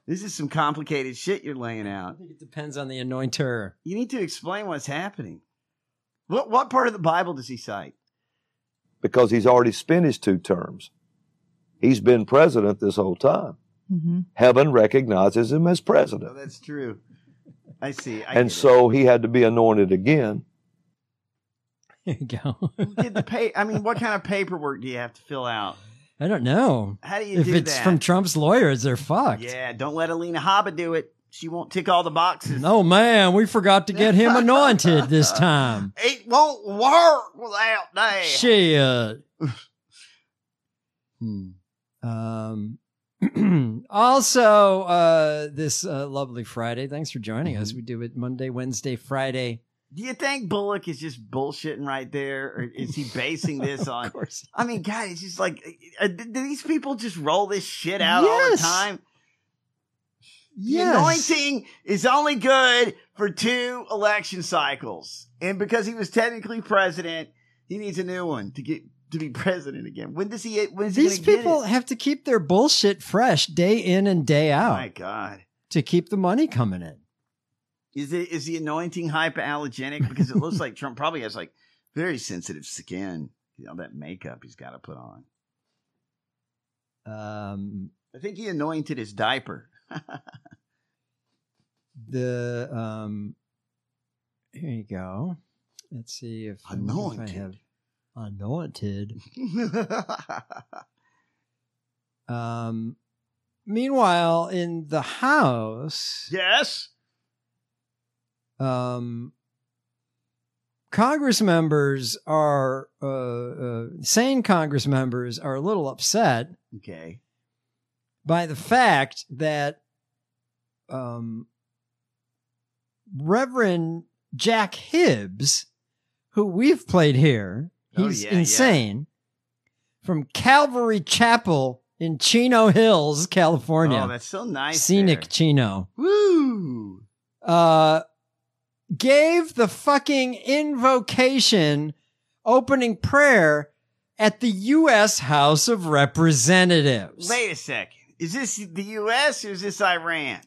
Speaker 9: This is some complicated shit you're laying out.
Speaker 8: It depends on the anointer.
Speaker 9: You need to explain what's happening. What what part of the Bible does he cite?
Speaker 21: because he's already spent his two terms. He's been president this whole time. Heaven recognizes him as president.
Speaker 9: Oh, that's true. I see. I
Speaker 21: and so he had to be anointed again.
Speaker 8: There you go.
Speaker 9: did the pay. I mean, what kind of paperwork do you have to fill out?
Speaker 8: I don't know.
Speaker 9: How do you
Speaker 8: if
Speaker 9: do
Speaker 8: it's
Speaker 9: that?
Speaker 8: from Trump's lawyers? They're fucked.
Speaker 9: Yeah, don't let Alina Haba do it. She won't tick all the boxes.
Speaker 8: No man, we forgot to get him anointed this time.
Speaker 9: It won't work without that.
Speaker 8: Shit. Hmm. Um. also, uh, this uh, lovely Friday. Thanks for joining
Speaker 9: Mm-hmm.
Speaker 8: us. We do it Monday, Wednesday, Friday.
Speaker 9: Do you think Bullock is just bullshitting right there, or is he basing this on? I mean, God, it's just like, uh, do these people just roll this shit out all the
Speaker 8: Yes.
Speaker 9: time?
Speaker 8: Yes.
Speaker 9: The anointing is only good for two election cycles, and because he was technically president, he needs a new one to get to be president again. When does he? When is
Speaker 8: These
Speaker 9: he gonna
Speaker 8: people
Speaker 9: Get it? Oh
Speaker 8: have to keep their bullshit fresh day in and day out
Speaker 9: My God.
Speaker 8: to keep the money coming in.
Speaker 9: Is it is the anointing hypoallergenic? Because it looks like Trump probably has like very sensitive skin. You know that makeup he's got to put on.
Speaker 8: Um,
Speaker 9: I think he anointed his diaper.
Speaker 8: the um, here you go. Let's see if, I wonder if I
Speaker 9: Anointed.
Speaker 8: have anointed. Um, meanwhile, in the house,
Speaker 9: yes,
Speaker 8: um, Congress members are uh, uh, sane Congress members are a little upset
Speaker 9: okay.
Speaker 8: by the fact that um, Reverend Jack Hibbs, who we've played here,
Speaker 9: Oh,
Speaker 8: he's
Speaker 9: yeah, yeah.
Speaker 8: insane, from Calvary Chapel in Chino Hills, California.
Speaker 9: Oh, that's so nice.
Speaker 8: Scenic
Speaker 9: there.
Speaker 8: Chino.
Speaker 9: Woo!
Speaker 8: Uh, gave the fucking invocation opening prayer at the U.S. House of Representatives.
Speaker 9: Wait a second. Is this the U.S. or is this Iran?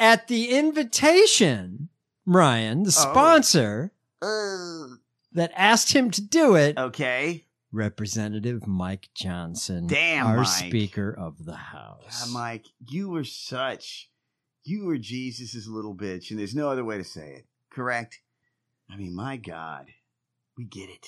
Speaker 8: at the invitation, Ryan, the
Speaker 9: Oh.
Speaker 8: sponsor
Speaker 9: Uh,
Speaker 8: that asked him to do it,
Speaker 9: okay.
Speaker 8: Representative Mike Johnson,
Speaker 9: Damn,
Speaker 8: our
Speaker 9: Mike.
Speaker 8: Speaker of the House.
Speaker 9: God, Mike, you were such, you were Jesus's little bitch, and there's no other way to say it. Correct? I mean, my God, we get it.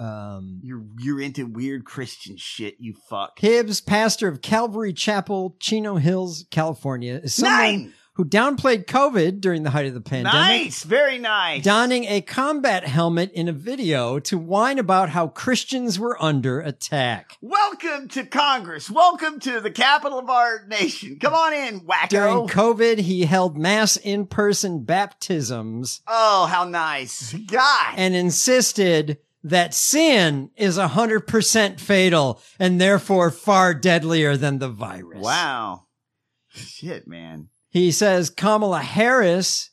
Speaker 8: Um,
Speaker 9: You're you're into weird Christian shit. You fuck.
Speaker 8: Hibbs, pastor of Calvary Chapel, Chino Hills, California, is someone
Speaker 9: Nine!
Speaker 8: who downplayed COVID during the height of the pandemic.
Speaker 9: Nice, very nice.
Speaker 8: Donning a combat helmet in a video to whine about how Christians were under attack.
Speaker 9: Welcome to Congress. Welcome to the capital of our nation. Come on in, wacko.
Speaker 8: During COVID, he held mass in person baptisms
Speaker 9: oh, how nice, God.
Speaker 8: and insisted that sin is 100% fatal and therefore far deadlier than the virus.
Speaker 9: Wow. Shit, man.
Speaker 8: He says Kamala Harris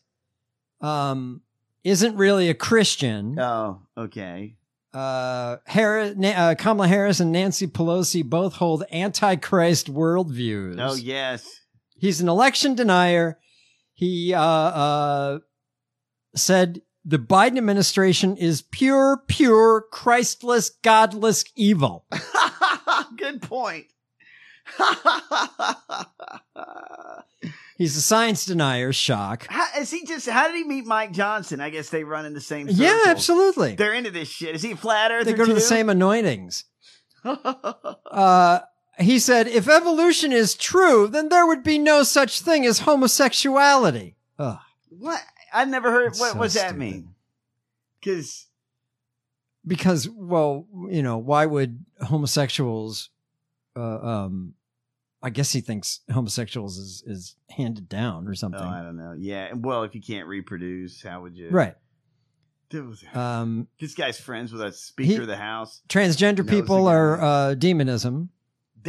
Speaker 8: um, isn't really a Christian.
Speaker 9: Oh, okay.
Speaker 8: Uh, Harris, Na- uh, Kamala Harris and Nancy Pelosi both hold anti-Christ worldviews.
Speaker 9: Oh, yes.
Speaker 8: He's an election denier. He uh, uh, said the Biden administration is pure, pure, Christless, godless evil.
Speaker 9: Good point.
Speaker 8: He's a science denier. Shock.
Speaker 9: How, is he just? How did he meet Mike Johnson? I guess they run in the same. Circles.
Speaker 8: Yeah, absolutely.
Speaker 9: They're into this shit. Is he flat Earth?
Speaker 8: They go to the same anointings. Uh, he said, if evolution is true, then there would be no such thing as homosexuality. Ugh.
Speaker 9: What? I never heard. what
Speaker 8: so
Speaker 9: was that
Speaker 8: stupid.
Speaker 9: mean? Because
Speaker 8: because well you know why would homosexuals uh, um i guess he thinks homosexuals is is handed down or something
Speaker 9: oh, I don't know. Yeah. Well, if you can't reproduce, how would you?
Speaker 8: right
Speaker 9: That was- uh,
Speaker 8: um
Speaker 9: This guy's friends with a Speaker
Speaker 8: He-
Speaker 9: of the House.
Speaker 8: transgender
Speaker 9: Knows the
Speaker 8: people
Speaker 9: guy.
Speaker 8: are uh demonism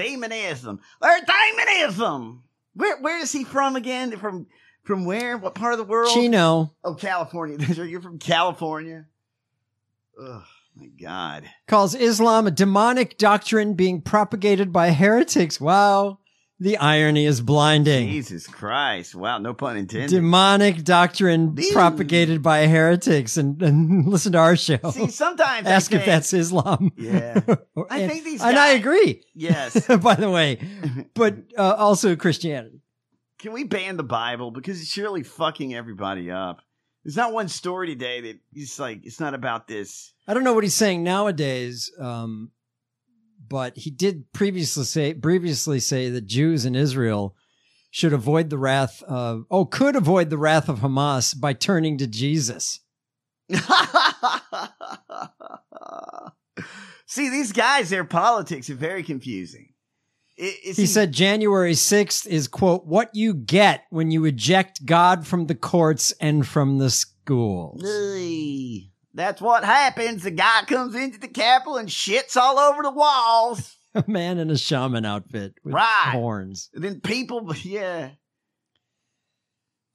Speaker 9: Daemonism or Daemonism. Where where is he from again? From from where? What part of the world?
Speaker 8: Chino.
Speaker 9: Oh, California. That's right. You're from California. Oh my God.
Speaker 8: calls islam a demonic doctrine being propagated by heretics wow the irony is blinding
Speaker 9: Jesus Christ. Wow. No pun intended.
Speaker 8: demonic doctrine propagated by heretics and, and listen to our show
Speaker 9: See, sometimes I
Speaker 8: ask if
Speaker 9: think-
Speaker 8: that's islam
Speaker 9: Yeah. I
Speaker 8: And-
Speaker 9: think these
Speaker 8: and i
Speaker 9: guys-
Speaker 8: agree
Speaker 9: Yes.
Speaker 8: by the way but uh, also christianity
Speaker 9: Can we ban the Bible because it's surely fucking everybody up? There's not one story today that it's like it's not about this.
Speaker 8: i don't know what he's saying nowadays um, but he did previously say previously say that jews in israel should avoid the wrath of oh could avoid the wrath of hamas by turning to jesus
Speaker 9: See, these guys, their politics are very confusing. I- is
Speaker 8: he said January 6th is, quote, what you get when you eject God from the courts and from the school.
Speaker 9: Hey, That's what happens. The guy comes into the Capitol and shits all over the walls.
Speaker 8: A man in a shaman outfit with
Speaker 9: Right.
Speaker 8: horns.
Speaker 9: And then people, yeah.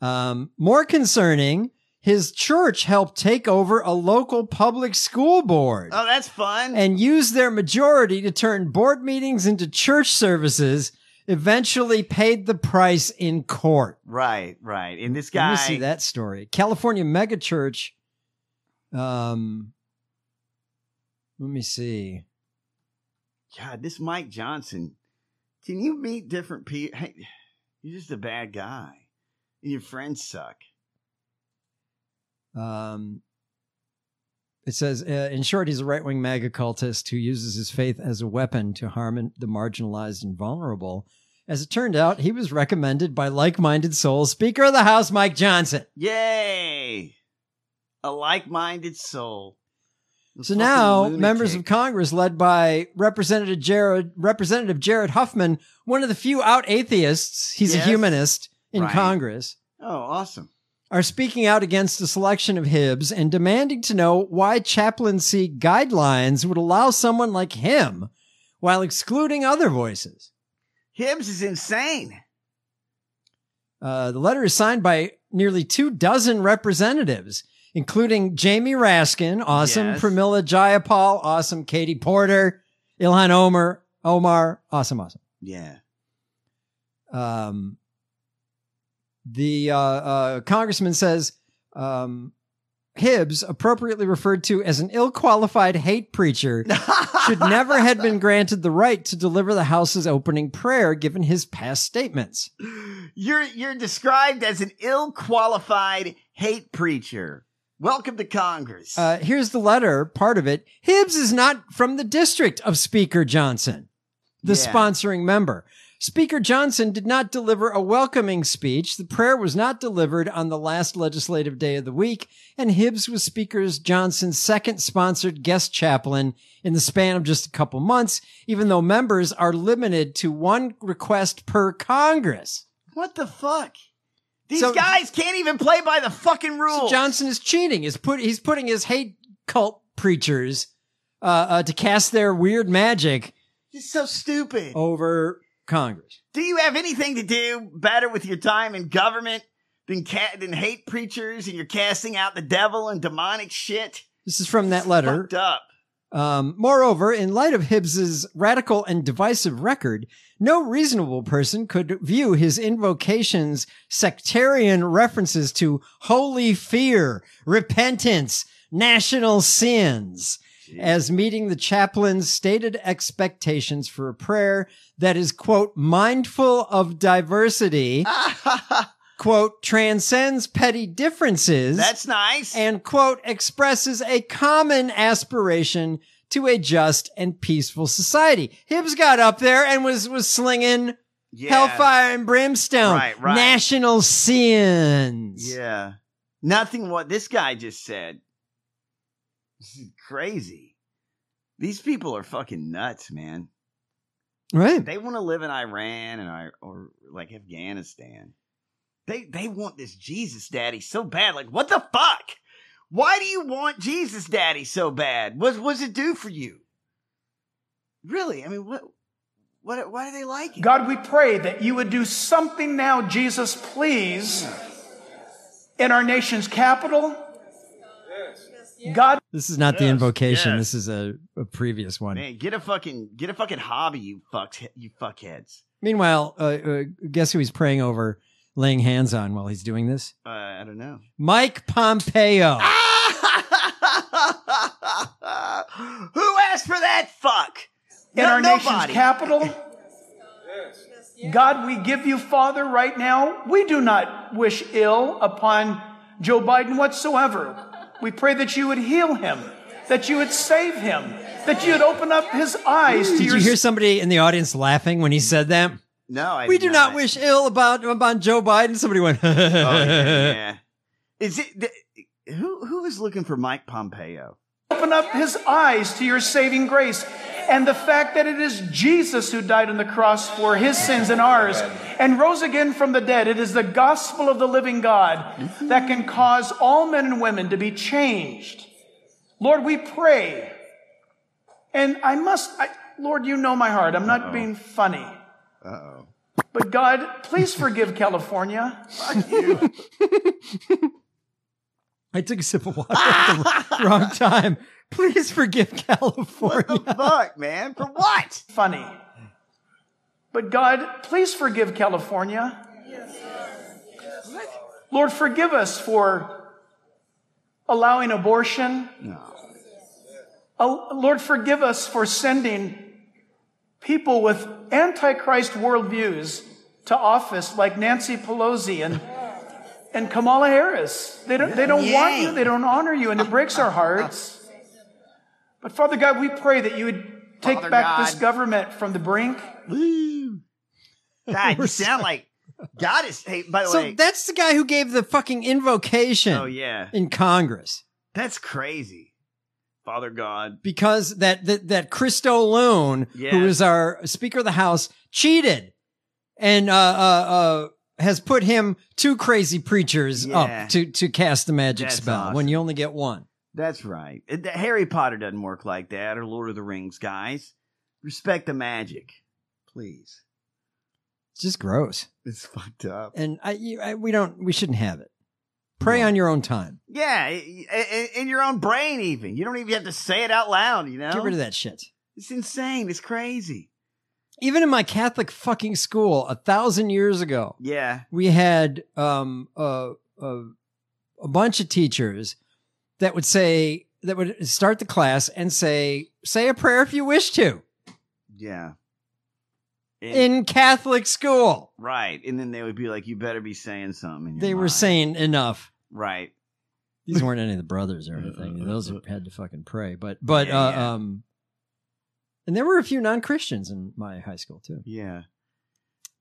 Speaker 8: Um, more concerning, his church helped take over a local public school board
Speaker 9: Oh, that's fun.
Speaker 8: and use their majority to turn board meetings into church services, eventually paid the price in court.
Speaker 9: right, right. And this
Speaker 8: Let
Speaker 9: guy,
Speaker 8: me see that story. California megachurch. Um, let me see.
Speaker 9: God, this Mike Johnson. Can you meet different people? Hey, you're just a bad guy, and your friends suck.
Speaker 8: Um, it says, uh, in short, he's a right wing MAGA cultist who uses his faith as a weapon to harm in- the marginalized and vulnerable. As it turned out, he was recommended by like minded souls, Speaker of the House, Mike Johnson.
Speaker 9: Yay! A like-minded soul.
Speaker 8: So now,
Speaker 9: fucking
Speaker 8: members of Congress, led by Representative Jared Representative Jared Huffman, one of the few out atheists, he's
Speaker 9: Yes.
Speaker 8: a humanist in
Speaker 9: Right.
Speaker 8: Congress,
Speaker 9: Oh, awesome.
Speaker 8: are speaking out against the selection of Hibbs and demanding to know why chaplaincy guidelines would allow someone like him while excluding other voices.
Speaker 9: Hibbs is insane.
Speaker 8: Uh, the letter is signed by nearly two dozen representatives, including Jamie Raskin, awesome,
Speaker 9: Yes.
Speaker 8: Pramila Jayapal, awesome, Katie Porter, Ilhan Omar, Omar, awesome, awesome.
Speaker 9: Yeah.
Speaker 8: Um, the uh, uh, congressman says um, Hibbs, appropriately referred to as an ill qualified hate preacher, should never have been granted the right to deliver the House's opening prayer given his past statements.
Speaker 9: You're you're described as an ill-qualified hate preacher. Welcome to Congress.
Speaker 8: Uh, here's the letter, part of it. Hibbs is not from the district of Speaker Johnson, the
Speaker 9: Yeah.
Speaker 8: sponsoring member. Speaker Johnson did not deliver a welcoming speech. The prayer was not delivered on the last legislative day of the week, and Hibbs was Speaker Johnson's second sponsored guest chaplain in the span of just a couple months, even though members are limited to one request per Congress.
Speaker 9: what the fuck? These
Speaker 8: So-
Speaker 9: guys can't even play by the fucking rules.
Speaker 8: So Johnson is cheating. Is put he's putting his hate cult preachers uh, uh, to cast their weird magic
Speaker 9: This is so stupid.
Speaker 8: over Congress.
Speaker 9: Do you have anything to do better with your time in government than ca- than hate preachers and you're casting out the devil and demonic shit?
Speaker 8: This is from that letter.
Speaker 9: Fucked up.
Speaker 8: Um, moreover, in light of Hibbs's radical and divisive record, no reasonable person could view his invocations, sectarian references to holy fear, repentance, national sins, as meeting the chaplain's stated expectations for a prayer that is, quote, mindful of diversity, quote, transcends petty differences.
Speaker 9: That's nice.
Speaker 8: And quote, expresses a common aspiration to a just and peaceful society. Hibbs got up there and was, was slinging
Speaker 9: Yeah.
Speaker 8: hellfire and brimstone.
Speaker 9: Right, right.
Speaker 8: National sins.
Speaker 9: Yeah. Nothing what this guy just said. This is crazy. These people are fucking nuts, man.
Speaker 8: Right.
Speaker 9: They want to live in Iran and I or like Afghanistan. They they want this Jesus daddy so bad. Like what the fuck? Why do you want Jesus daddy so bad? What what's it do for you? Really? I mean, what what why do they like it?
Speaker 3: God, we pray that you would do something now, Jesus, please, in our nation's capital. God,
Speaker 8: This is not the invocation. This is a, a previous one.
Speaker 9: Man, get a fucking get a fucking hobby, you fucks you fuckheads.
Speaker 8: Meanwhile, uh, uh, guess who he's praying over, laying hands on while he's doing this?
Speaker 9: Uh, I don't know.
Speaker 8: Mike Pompeo.
Speaker 9: Who asked for that fuck?
Speaker 3: in
Speaker 9: No-
Speaker 3: our
Speaker 9: nobody.
Speaker 3: nation's capital. God, we give you, Father, right now. We do not wish ill upon Joe Biden whatsoever. We pray that you would heal him, that you would save him, that you would open up his eyes to
Speaker 8: Did
Speaker 3: your
Speaker 8: you hear somebody in the audience laughing when he said that?
Speaker 9: No, I
Speaker 8: we
Speaker 9: did
Speaker 8: do not. wish ill about about Joe Biden. Somebody went.
Speaker 9: Oh, yeah, yeah. Is it the, who who is looking for Mike Pompeo?
Speaker 3: open up his eyes to your saving grace and the fact that it is Jesus who died on the cross for his sins and ours and rose again from the dead. It is the gospel of the living God that can cause all men and women to be changed. Lord, we pray. And I must, I, Lord, you know my heart. I'm not being funny.
Speaker 9: Uh oh.
Speaker 3: But God, please forgive California.
Speaker 8: I took a sip of water
Speaker 9: Ah!
Speaker 8: at the wrong time. Please forgive California.
Speaker 9: What the fuck, man? For what?
Speaker 3: Funny. But God, please forgive California. Lord, forgive us for allowing abortion. Oh, Lord, forgive us for sending people with antichrist worldviews to office like Nancy Pelosi and, and Kamala Harris. They don't, they don't want you, they don't honor you, and it breaks our hearts. But Father God, we pray that you would take
Speaker 9: Father
Speaker 3: back this
Speaker 9: God.
Speaker 3: government from the brink.
Speaker 9: God, you sound like God is. Hey, by the
Speaker 8: So
Speaker 9: way,
Speaker 8: that's the guy who gave the fucking invocation.
Speaker 9: Oh, yeah.
Speaker 8: in Congress
Speaker 9: that's crazy. Father God.
Speaker 8: because that that that Christo Loon,
Speaker 9: Yeah.
Speaker 8: who is our Speaker of the House, cheated and uh uh uh has put him two crazy preachers
Speaker 9: Yeah.
Speaker 8: up to to cast the magic
Speaker 9: That's
Speaker 8: spell when you only get one.
Speaker 9: That's right. It- the Harry Potter doesn't work like that, or Lord of the Rings, guys. Respect the magic, please.
Speaker 8: It's just gross.
Speaker 9: It's fucked up.
Speaker 8: And I, you, I we don't we shouldn't have it. Pray on your own time.
Speaker 9: Yeah, i- i- in your own brain, even. You don't even have to say it out loud, you know?
Speaker 8: Get rid of that shit.
Speaker 9: It's insane. It's crazy.
Speaker 8: Even in my Catholic fucking school, a thousand years ago,
Speaker 9: Yeah.
Speaker 8: we had um a, a a bunch of teachers that would say that would start the class and say say a prayer if you wish to
Speaker 9: Yeah.
Speaker 8: in Catholic school.
Speaker 9: Right. And then they would be like, you better be saying something. in your
Speaker 8: They were
Speaker 9: mind."
Speaker 8: saying enough.
Speaker 9: Right.
Speaker 8: These weren't any of the brothers
Speaker 9: Uh,
Speaker 8: or anything. Those had to fucking pray, but but
Speaker 9: Yeah,
Speaker 8: uh,
Speaker 9: yeah.
Speaker 8: um, and there were a few non Christians in my high school too.
Speaker 9: Yeah.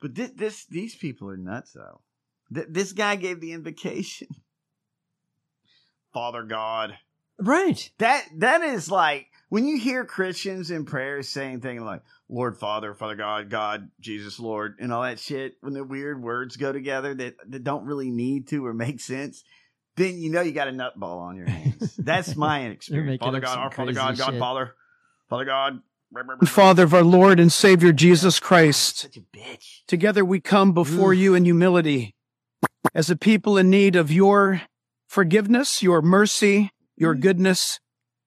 Speaker 9: But this, this these people are nuts, though. Th- this guy gave the invocation. Father God.
Speaker 8: Right.
Speaker 9: That that is like when you hear Christians in prayers saying things like Lord Father, Father God, God, Jesus Lord, and all that shit, when the weird words go together that, that don't really need to or make sense, then you know you got a nutball on your hands. That's my
Speaker 8: You're
Speaker 9: experience.
Speaker 8: making
Speaker 9: Father
Speaker 8: up
Speaker 9: God,
Speaker 8: some
Speaker 9: our Father
Speaker 8: crazy
Speaker 9: God, God
Speaker 8: shit.
Speaker 9: Father. Father God.
Speaker 4: Father of our Lord and Savior Jesus Christ. Together we come before you in humility as a people in need of your forgiveness, your mercy, your goodness,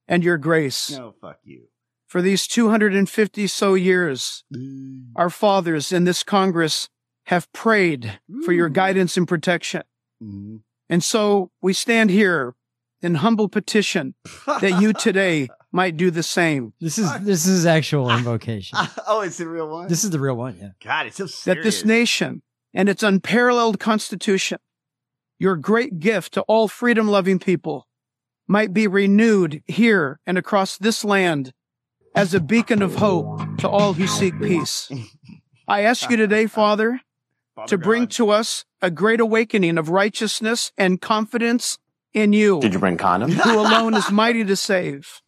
Speaker 4: and your grace.
Speaker 9: No, fuck you.
Speaker 4: For these 250 so years, our fathers in this Congress have prayed for your guidance and protection.
Speaker 9: Mm-hmm.
Speaker 4: And so we stand here in humble petition that you today might do the same.
Speaker 8: This is this is actual invocation.
Speaker 9: Oh, it's the real one.
Speaker 8: This is the real one, yeah.
Speaker 9: God, it's so
Speaker 4: That
Speaker 9: serious.
Speaker 4: this nation and its unparalleled constitution, your great gift to all freedom loving people, might be renewed here and across this land as a beacon of hope to all who seek peace. I ask you today, Father, to bring to us a great awakening of righteousness and confidence in you.
Speaker 11: Did you bring condoms?
Speaker 4: who alone is mighty to save.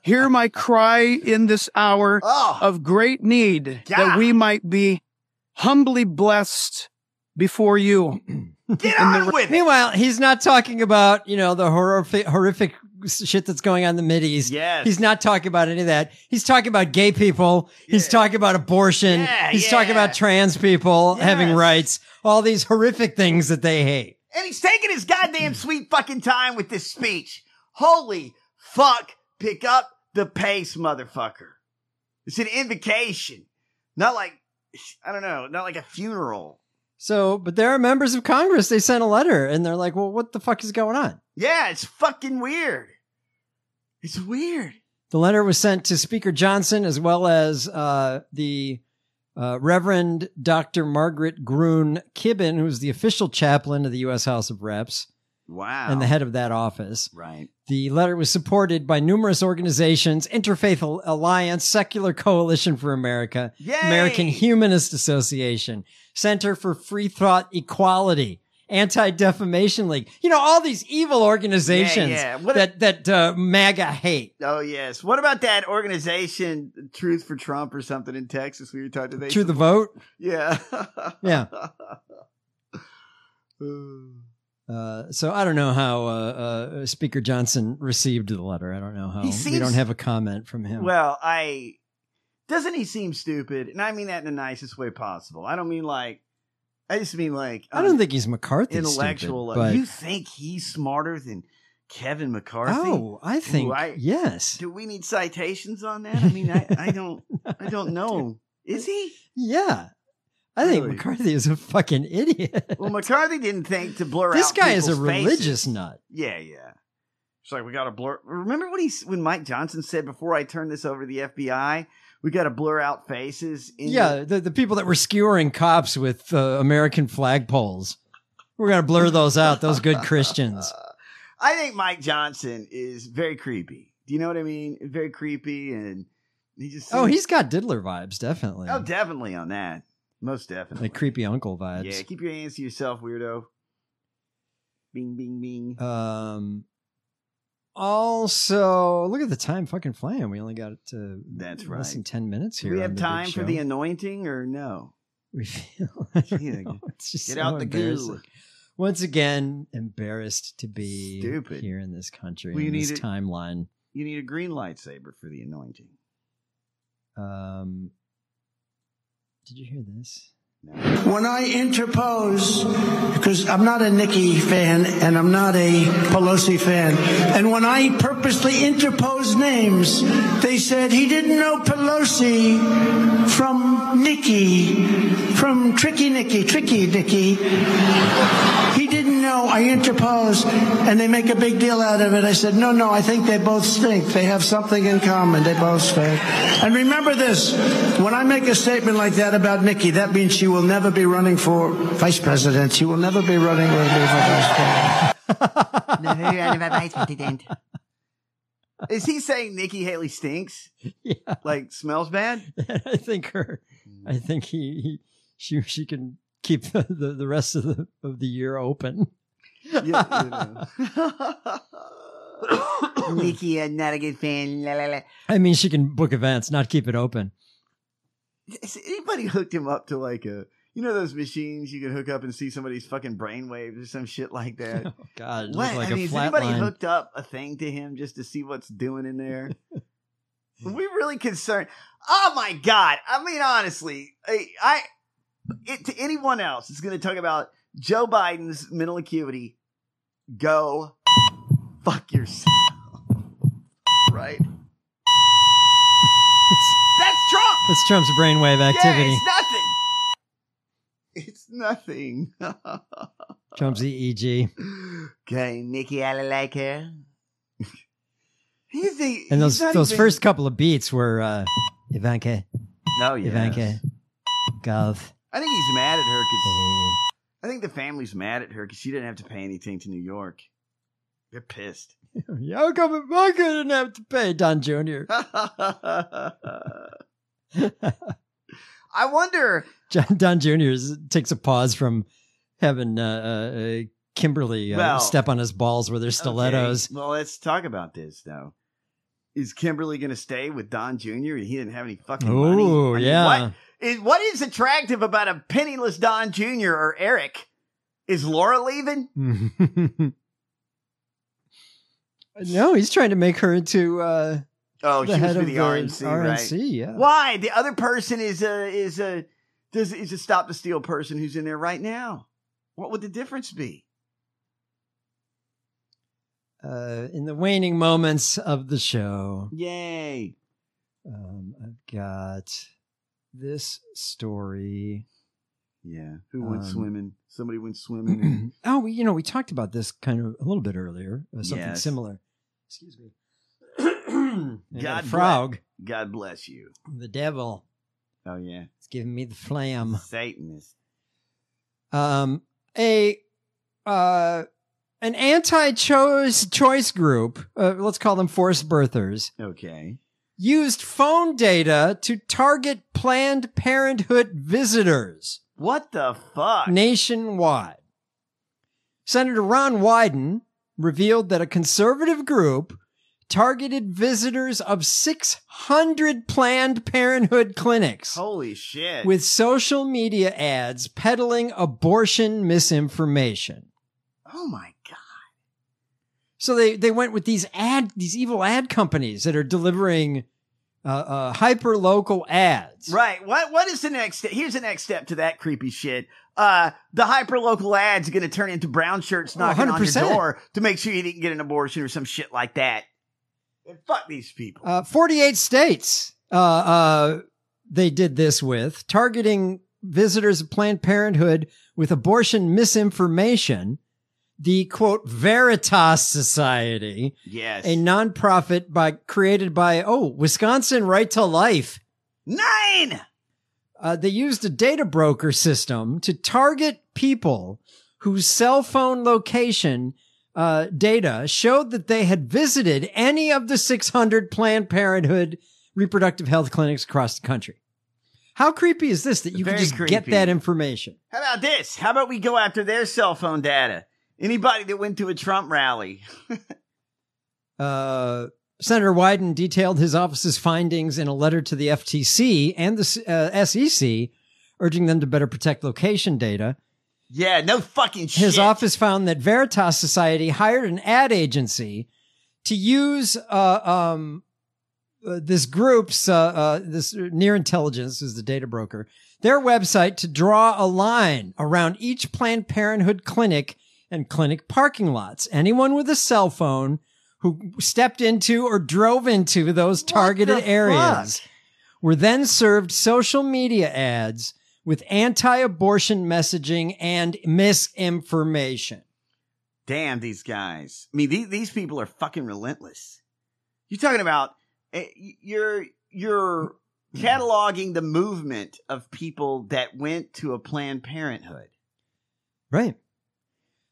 Speaker 4: Hear my cry in this hour of great need that we might be humbly blessed before you.
Speaker 9: Get
Speaker 4: on
Speaker 9: with
Speaker 8: Meanwhile, he's not talking about, you know, the horrific, horrific shit that's going on in the Mideast.
Speaker 9: Yes.
Speaker 8: He's not talking about any of that. He's talking about gay people. He's talking about abortion.
Speaker 9: Yeah,
Speaker 8: he's talking about trans people having
Speaker 9: Yes.
Speaker 8: rights. All these horrific things that they hate.
Speaker 9: And he's taking his goddamn sweet fucking time with this speech. Holy fuck. Pick up the pace, motherfucker. It's an invocation. Not like, I don't know, not like a funeral.
Speaker 8: So, but there are members of Congress. They sent a letter and they're like, well, what the fuck is going on?
Speaker 9: Yeah, it's fucking weird. It's weird.
Speaker 8: The letter was sent to Speaker Johnson as well as uh, the uh, Reverend Dr. Margaret Groon Kibben, who's the official chaplain of the U.S. House of Reps
Speaker 9: Wow.
Speaker 8: and the head of that office.
Speaker 9: Right.
Speaker 8: The letter was supported by numerous organizations Interfaith Al- Alliance, Secular Coalition for America, American Humanist Association, Center for Free Thought Equality, Anti Defamation League. You know, all these evil organizations
Speaker 9: Yeah, yeah. What
Speaker 8: that, that uh, MAGA hate.
Speaker 9: Oh, yes. What about that organization, Truth for Trump or something in Texas we were talking today?
Speaker 8: Through the vote?
Speaker 9: Yeah.
Speaker 8: Yeah. Uh, so I don't know how uh, uh, Speaker Johnson received the letter. I don't know how
Speaker 9: He
Speaker 8: we
Speaker 9: seems-
Speaker 8: don't have a comment from him.
Speaker 9: Well, I doesn't he seem stupid? And I mean that in the nicest way possible. I don't mean like I just mean like um,
Speaker 8: I don't think he's McCarthy.
Speaker 9: uh, intellectual. uh,
Speaker 8: stupid, but
Speaker 9: you think he's smarter than Kevin McCarthy?
Speaker 8: Oh, I think- yes.
Speaker 9: Do we need citations on that? I mean, I, I don't I don't know. Is he?
Speaker 8: yeah, I think
Speaker 9: Really?
Speaker 8: McCarthy is a fucking idiot.
Speaker 9: Well, McCarthy didn't think to blur
Speaker 8: this
Speaker 9: out
Speaker 8: guy is a
Speaker 9: people's faces.
Speaker 8: religious nut.
Speaker 9: Yeah, yeah. It's like we got to blur. Remember when he s- when Mike Johnson said before I turn this over to the FBI, we got to blur out faces. In
Speaker 8: Yeah, the, the people that were skewering cops with uh, American flag poles. We're gonna blur those out. Those good Christians.
Speaker 9: Uh, I think Mike Johnson is very creepy. Do you know what I mean? Very creepy, and he just
Speaker 8: Oh,
Speaker 9: seems-
Speaker 8: he's got diddler vibes, definitely.
Speaker 9: oh definitely on that, most definitely.
Speaker 8: Like creepy uncle vibes.
Speaker 9: Yeah, keep your hands to yourself, weirdo. Bing, bing, bing.
Speaker 8: Um. Also, look at the time fucking flying. We only got to that's less
Speaker 9: right.
Speaker 8: than ten minutes
Speaker 9: Do
Speaker 8: here. on
Speaker 9: we have
Speaker 8: the big
Speaker 9: time for
Speaker 8: show.
Speaker 9: the anointing or no?
Speaker 8: We feel Oh, it's just
Speaker 9: Get
Speaker 8: so
Speaker 9: out the goo.
Speaker 8: embarrassing. Once again, embarrassed to be
Speaker 9: Stupid.
Speaker 8: here in this country,
Speaker 9: Well, you
Speaker 8: in this
Speaker 9: need it-
Speaker 8: timeline.
Speaker 9: You need a green lightsaber for the anointing.
Speaker 8: Um, did you hear this?
Speaker 22: When I interpose, because I'm not a Nikki fan and I'm not a Pelosi fan, and when I purposely interpose names, they said he didn't know Pelosi from Nikki, from Tricky Nikki, Tricky Nikki. He didn't know. I interposed, and they make a big deal out of it. I said, no, no, I think they both stink. They have something in common. They both stink. And remember this when I make a statement like that about Nikki, that means she will never be running for vice president. She will never be running for vice president.
Speaker 9: Is he saying Nikki Haley stinks?
Speaker 8: Yeah.
Speaker 9: Like smells bad?
Speaker 8: I think her.
Speaker 9: Mm-hmm.
Speaker 8: I think he, he she she can keep the, the, the rest of the of the year open.
Speaker 9: Nikki, I'm not a good fan. La, la, la.
Speaker 8: I mean, she can book events, not keep it open.
Speaker 9: Has anybody hooked him up to like a, you know, those machines you can hook up and see somebody's fucking brainwaves or some shit like that?
Speaker 8: Oh, God, it looked
Speaker 9: what?
Speaker 8: like
Speaker 9: I
Speaker 8: a
Speaker 9: mean, has
Speaker 8: flat
Speaker 9: anybody
Speaker 8: line.
Speaker 9: hooked up a thing to him just to see what's doing in there? we really concerned? Oh my god! I mean, honestly, I, I it, to anyone else is going to talk about Joe Biden's mental acuity. Go fuck yourself, right? That's Trump.
Speaker 8: It's Trump's brainwave activity.
Speaker 9: Yeah, it's nothing. It's nothing.
Speaker 8: Trump's E EEG.
Speaker 9: okay, Nikki, I like her. he's a,
Speaker 8: And
Speaker 9: he's
Speaker 8: those
Speaker 9: not
Speaker 8: those
Speaker 9: even-
Speaker 8: first couple of beats were uh, Ivanka.
Speaker 9: Oh, yes.
Speaker 8: Ivanka. Golf.
Speaker 9: I think he's mad at her
Speaker 8: Oh.
Speaker 9: because I think the family's mad at her because she didn't have to pay anything to New York. They're pissed.
Speaker 8: Yeah, How come Ivanka didn't have to pay Don Jr.?
Speaker 9: I wonder.
Speaker 8: John Don Jr. is- takes a pause from having uh, uh, uh, Kimberly uh,
Speaker 9: Well-
Speaker 8: step on his balls with her stilettos.
Speaker 9: Okay, well, let's talk about this though. Is Kimberly going to stay with Don Jr. and he didn't have any fucking money?
Speaker 8: Ooh,
Speaker 9: I mean,
Speaker 8: yeah.
Speaker 9: What is, what is attractive about a penniless Don Jr. or Eric? Is Laura leaving?
Speaker 8: no, he's trying to make her into. Uh,
Speaker 9: Oh,
Speaker 8: the
Speaker 9: she was
Speaker 8: head
Speaker 9: for
Speaker 8: of
Speaker 9: the RNC,
Speaker 8: RNC,
Speaker 9: right?
Speaker 8: yeah.
Speaker 9: Why? The other person is a is a does is a stop the steal person who's in there right now. What would the difference be?
Speaker 8: uh, in the waning moments of the show,
Speaker 9: Yay!
Speaker 8: um, I've got this story.
Speaker 9: Yeah. Who went
Speaker 8: Um,
Speaker 9: swimming? Somebody went swimming. and-
Speaker 8: Oh, we, you know, we talked about this kind of a little bit earlier, uh, something
Speaker 9: Yes.
Speaker 8: similar. Excuse me. I got a
Speaker 9: God
Speaker 8: frog.
Speaker 9: Bless, God bless you.
Speaker 8: The devil.
Speaker 9: Oh yeah,
Speaker 8: It's giving me the flam.
Speaker 9: Satanist.
Speaker 8: Um, a uh, an anti-choice choice group, uh, let's call them forced birthers,
Speaker 9: Okay.
Speaker 8: used phone data to target Planned Parenthood visitors.
Speaker 9: What the fuck?
Speaker 8: Nationwide. Senator Ron Wyden revealed that a conservative group targeted visitors of 600 Planned Parenthood clinics
Speaker 9: Holy shit.
Speaker 8: with social media ads peddling abortion misinformation.
Speaker 9: oh my god.
Speaker 8: So they, they went with these ad these evil ad companies that are delivering uh, uh, hyper local ads.
Speaker 9: Right. What what is the next step? Here's the next step to that creepy shit. Uh the hyperlocal ad's gonna turn into brown shirts
Speaker 8: Oh,
Speaker 9: knocking on your
Speaker 8: 100%.
Speaker 9: door to make sure you didn't get an abortion or some shit like that. And fuck these people.
Speaker 8: Uh, Forty eight states uh, uh, they did this with targeting visitors of Planned Parenthood with abortion misinformation. The quote Veritas Society,
Speaker 9: Yes.
Speaker 8: a nonprofit by created by oh Wisconsin Right to Life.
Speaker 9: Nine.
Speaker 8: Uh, they used a data broker system to target people whose cell phone location uh, data showed that they had visited any of the 600 Planned Parenthood reproductive health clinics across the country. How creepy is this that you can
Speaker 9: Very
Speaker 8: just get
Speaker 9: creepy.
Speaker 8: that information?
Speaker 9: How about this? How about we go after their cell phone data? Anybody that went to a Trump rally.
Speaker 8: Uh, Senator Wyden detailed his office's findings in a letter to the FTC and the uh, SEC, urging them to better protect location data.
Speaker 9: Yeah, no fucking shit.
Speaker 8: His office found that Veritas Society hired an ad agency to use uh, um, uh, this group's uh, uh, this Near Intelligence is the data broker their website to draw a line around each Planned Parenthood clinic and clinic parking lots. Anyone with a cell phone who stepped into or drove into those targeted
Speaker 9: fuck?
Speaker 8: areas were then served social media ads with anti-abortion messaging and misinformation.
Speaker 9: Damn these guys. I mean, these, these people are fucking relentless. You're talking about eh, you're you're cataloging the movement of people that went to a Planned Parenthood.
Speaker 8: Right.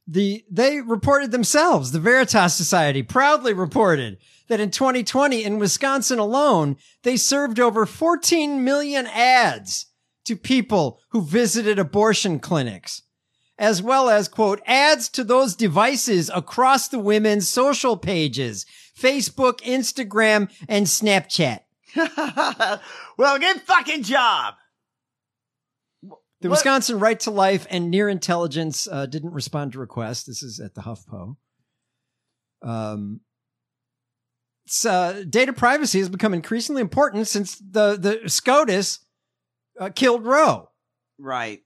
Speaker 8: The they reported themselves, the Veritas Society proudly reported that in 2020 in Wisconsin alone, they served over 14 million ads to people who visited abortion clinics, as well as quote ads to those devices across the women's social pages, Facebook, Instagram, and Snapchat.
Speaker 9: well, good fucking job.
Speaker 8: The
Speaker 9: What-
Speaker 8: Wisconsin Right to Life and Near Intelligence uh, didn't respond to requests. This is at the HuffPo. Um, s- uh, data privacy has become increasingly important since the the SCOTUS uh, killed Roe.
Speaker 9: Right.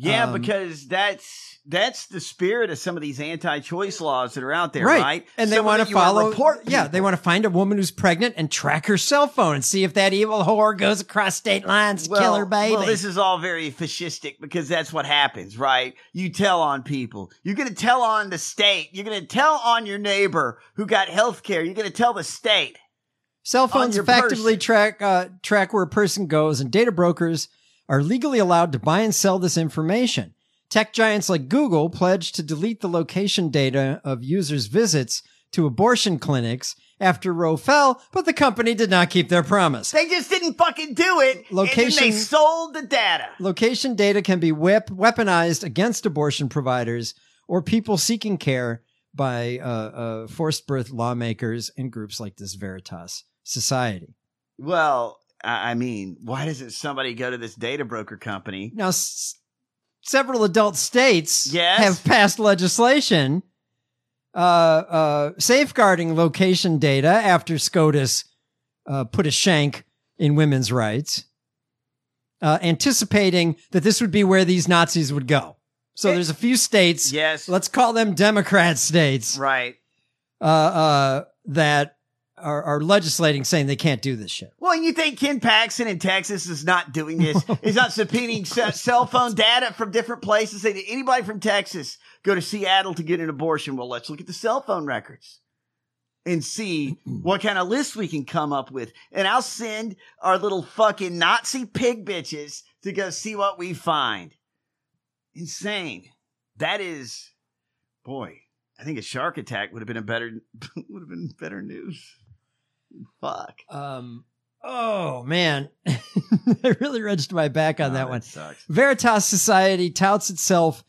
Speaker 9: Yeah,
Speaker 8: Um,
Speaker 9: because that's that's the spirit of some of these anti-choice laws that are out there, right?
Speaker 8: right. And they
Speaker 9: Some of
Speaker 8: want
Speaker 9: it
Speaker 8: to
Speaker 9: you wanna
Speaker 8: follow.
Speaker 9: report
Speaker 8: yeah, they want to find a woman who's pregnant and track her cell phone and see if that evil whore goes across state lines to kill her baby.
Speaker 9: Well, this is all very fascistic because that's what happens, right? You tell on people. You're going to tell on the state. You're going to tell on your neighbor who got health care. You're going to tell the state.
Speaker 8: Cell
Speaker 9: on
Speaker 8: phones
Speaker 9: your
Speaker 8: effectively
Speaker 9: person.
Speaker 8: track uh, track where a person goes, and data brokers are legally allowed to buy and sell this information. Tech giants like Google pledged to delete the location data of users' visits to abortion clinics after Roe fell, but the company did not keep their promise.
Speaker 9: They just didn't fucking do it. And then
Speaker 8: Location-
Speaker 9: they sold the data.
Speaker 8: Location data can be wep- weaponized against abortion providers or people seeking care by uh, uh, forced birth lawmakers and groups like this Veritas Society.
Speaker 9: Well, I I mean, why doesn't somebody go to this data broker company?
Speaker 8: Now, s- several adult states
Speaker 9: Yes?
Speaker 8: have passed legislation uh, uh, safeguarding location data after SCOTUS uh, put a shank in women's rights, uh, anticipating that this would be where these Nazis would go. So there's a few states.
Speaker 9: Eh. Yes.
Speaker 8: Let's call them Democrat states.
Speaker 9: Right.
Speaker 8: Uh, uh, that are, are legislating saying they can't do this shit.
Speaker 9: Well, you think Ken Paxton in Texas is not doing this? He's not subpoenaing ce- cell phone data from different places. Say, did anybody from Texas go to Seattle to get an abortion? Well, let's look at the cell phone records and see what kind of list we can come up with. And I'll send our little fucking Nazi pig bitches to go see what we find. Insane. That is, boy, I think a shark attack would have been a better would have been better news. Fuck.
Speaker 8: Um. Oh man, I really wrenched my back on that, one.
Speaker 9: sucks.
Speaker 8: Veritas Society touts itself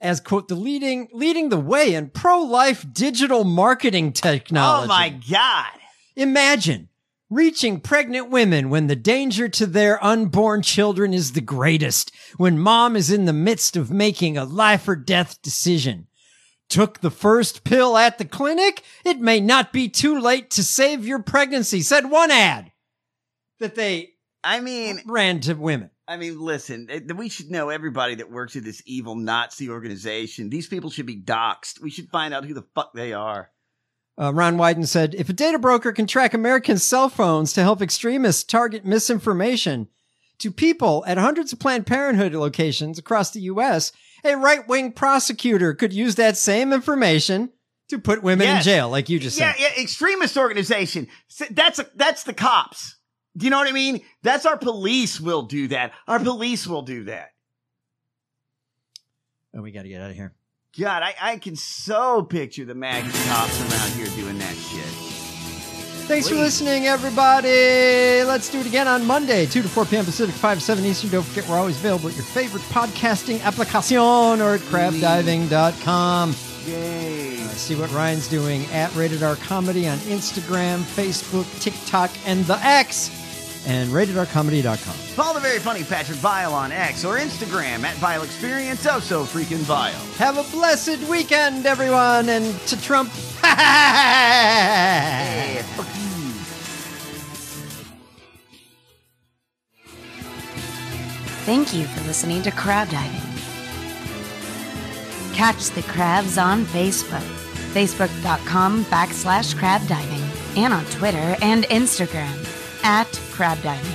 Speaker 8: as quote the leading leading the way in pro life digital marketing technology.
Speaker 9: Oh my god.
Speaker 8: Imagine reaching pregnant women when the danger to their unborn children is the greatest, when mom is in the midst of making a life or death decision. Took the first pill at the clinic? It may not be too late to save your pregnancy, said one ad that they
Speaker 9: I mean
Speaker 8: ran to women.
Speaker 9: I mean, listen, eh, we should know everybody that works at this evil Nazi organization. These people should be doxxed. We should find out who the fuck they are.
Speaker 8: Uh, Ron Wyden said, if a data broker can track American cell phones to help extremists target misinformation to people at hundreds of Planned Parenthood locations across the U.S., a right wing prosecutor could use that same information to put women
Speaker 9: Yes.
Speaker 8: in jail, like you just
Speaker 9: Yeah,
Speaker 8: said.
Speaker 9: yeah, extremist organization. S- That's that's the cops. Do you know what I mean? That's our police will do that. Our police will do that.
Speaker 8: Oh, we got to get out of here.
Speaker 9: God, I, I can so picture the MAGA cops around here doing that shit.
Speaker 8: Thanks for listening, everybody. Let's do it again on Monday, 2 to 4 p.m. Pacific, 5 7 Eastern. Don't forget, we're always available at your favorite podcasting application or at crabdiving.com.
Speaker 9: Yay.
Speaker 8: Uh, see what Ryan's doing at Rated R Comedy on Instagram, Facebook, TikTok, and the X, and ratedrcomedy.com.
Speaker 9: Follow the very funny Patrick Vile on X or Instagram at Vile Experience. Oh, so freaking vile.
Speaker 8: Have a blessed weekend, everyone, and to Trump. hey,
Speaker 9: fuck you.
Speaker 7: Thank you for listening to Crab Diving. Catch the crabs on Facebook, facebook.com backslash crab diving, and on Twitter and Instagram at crab diving.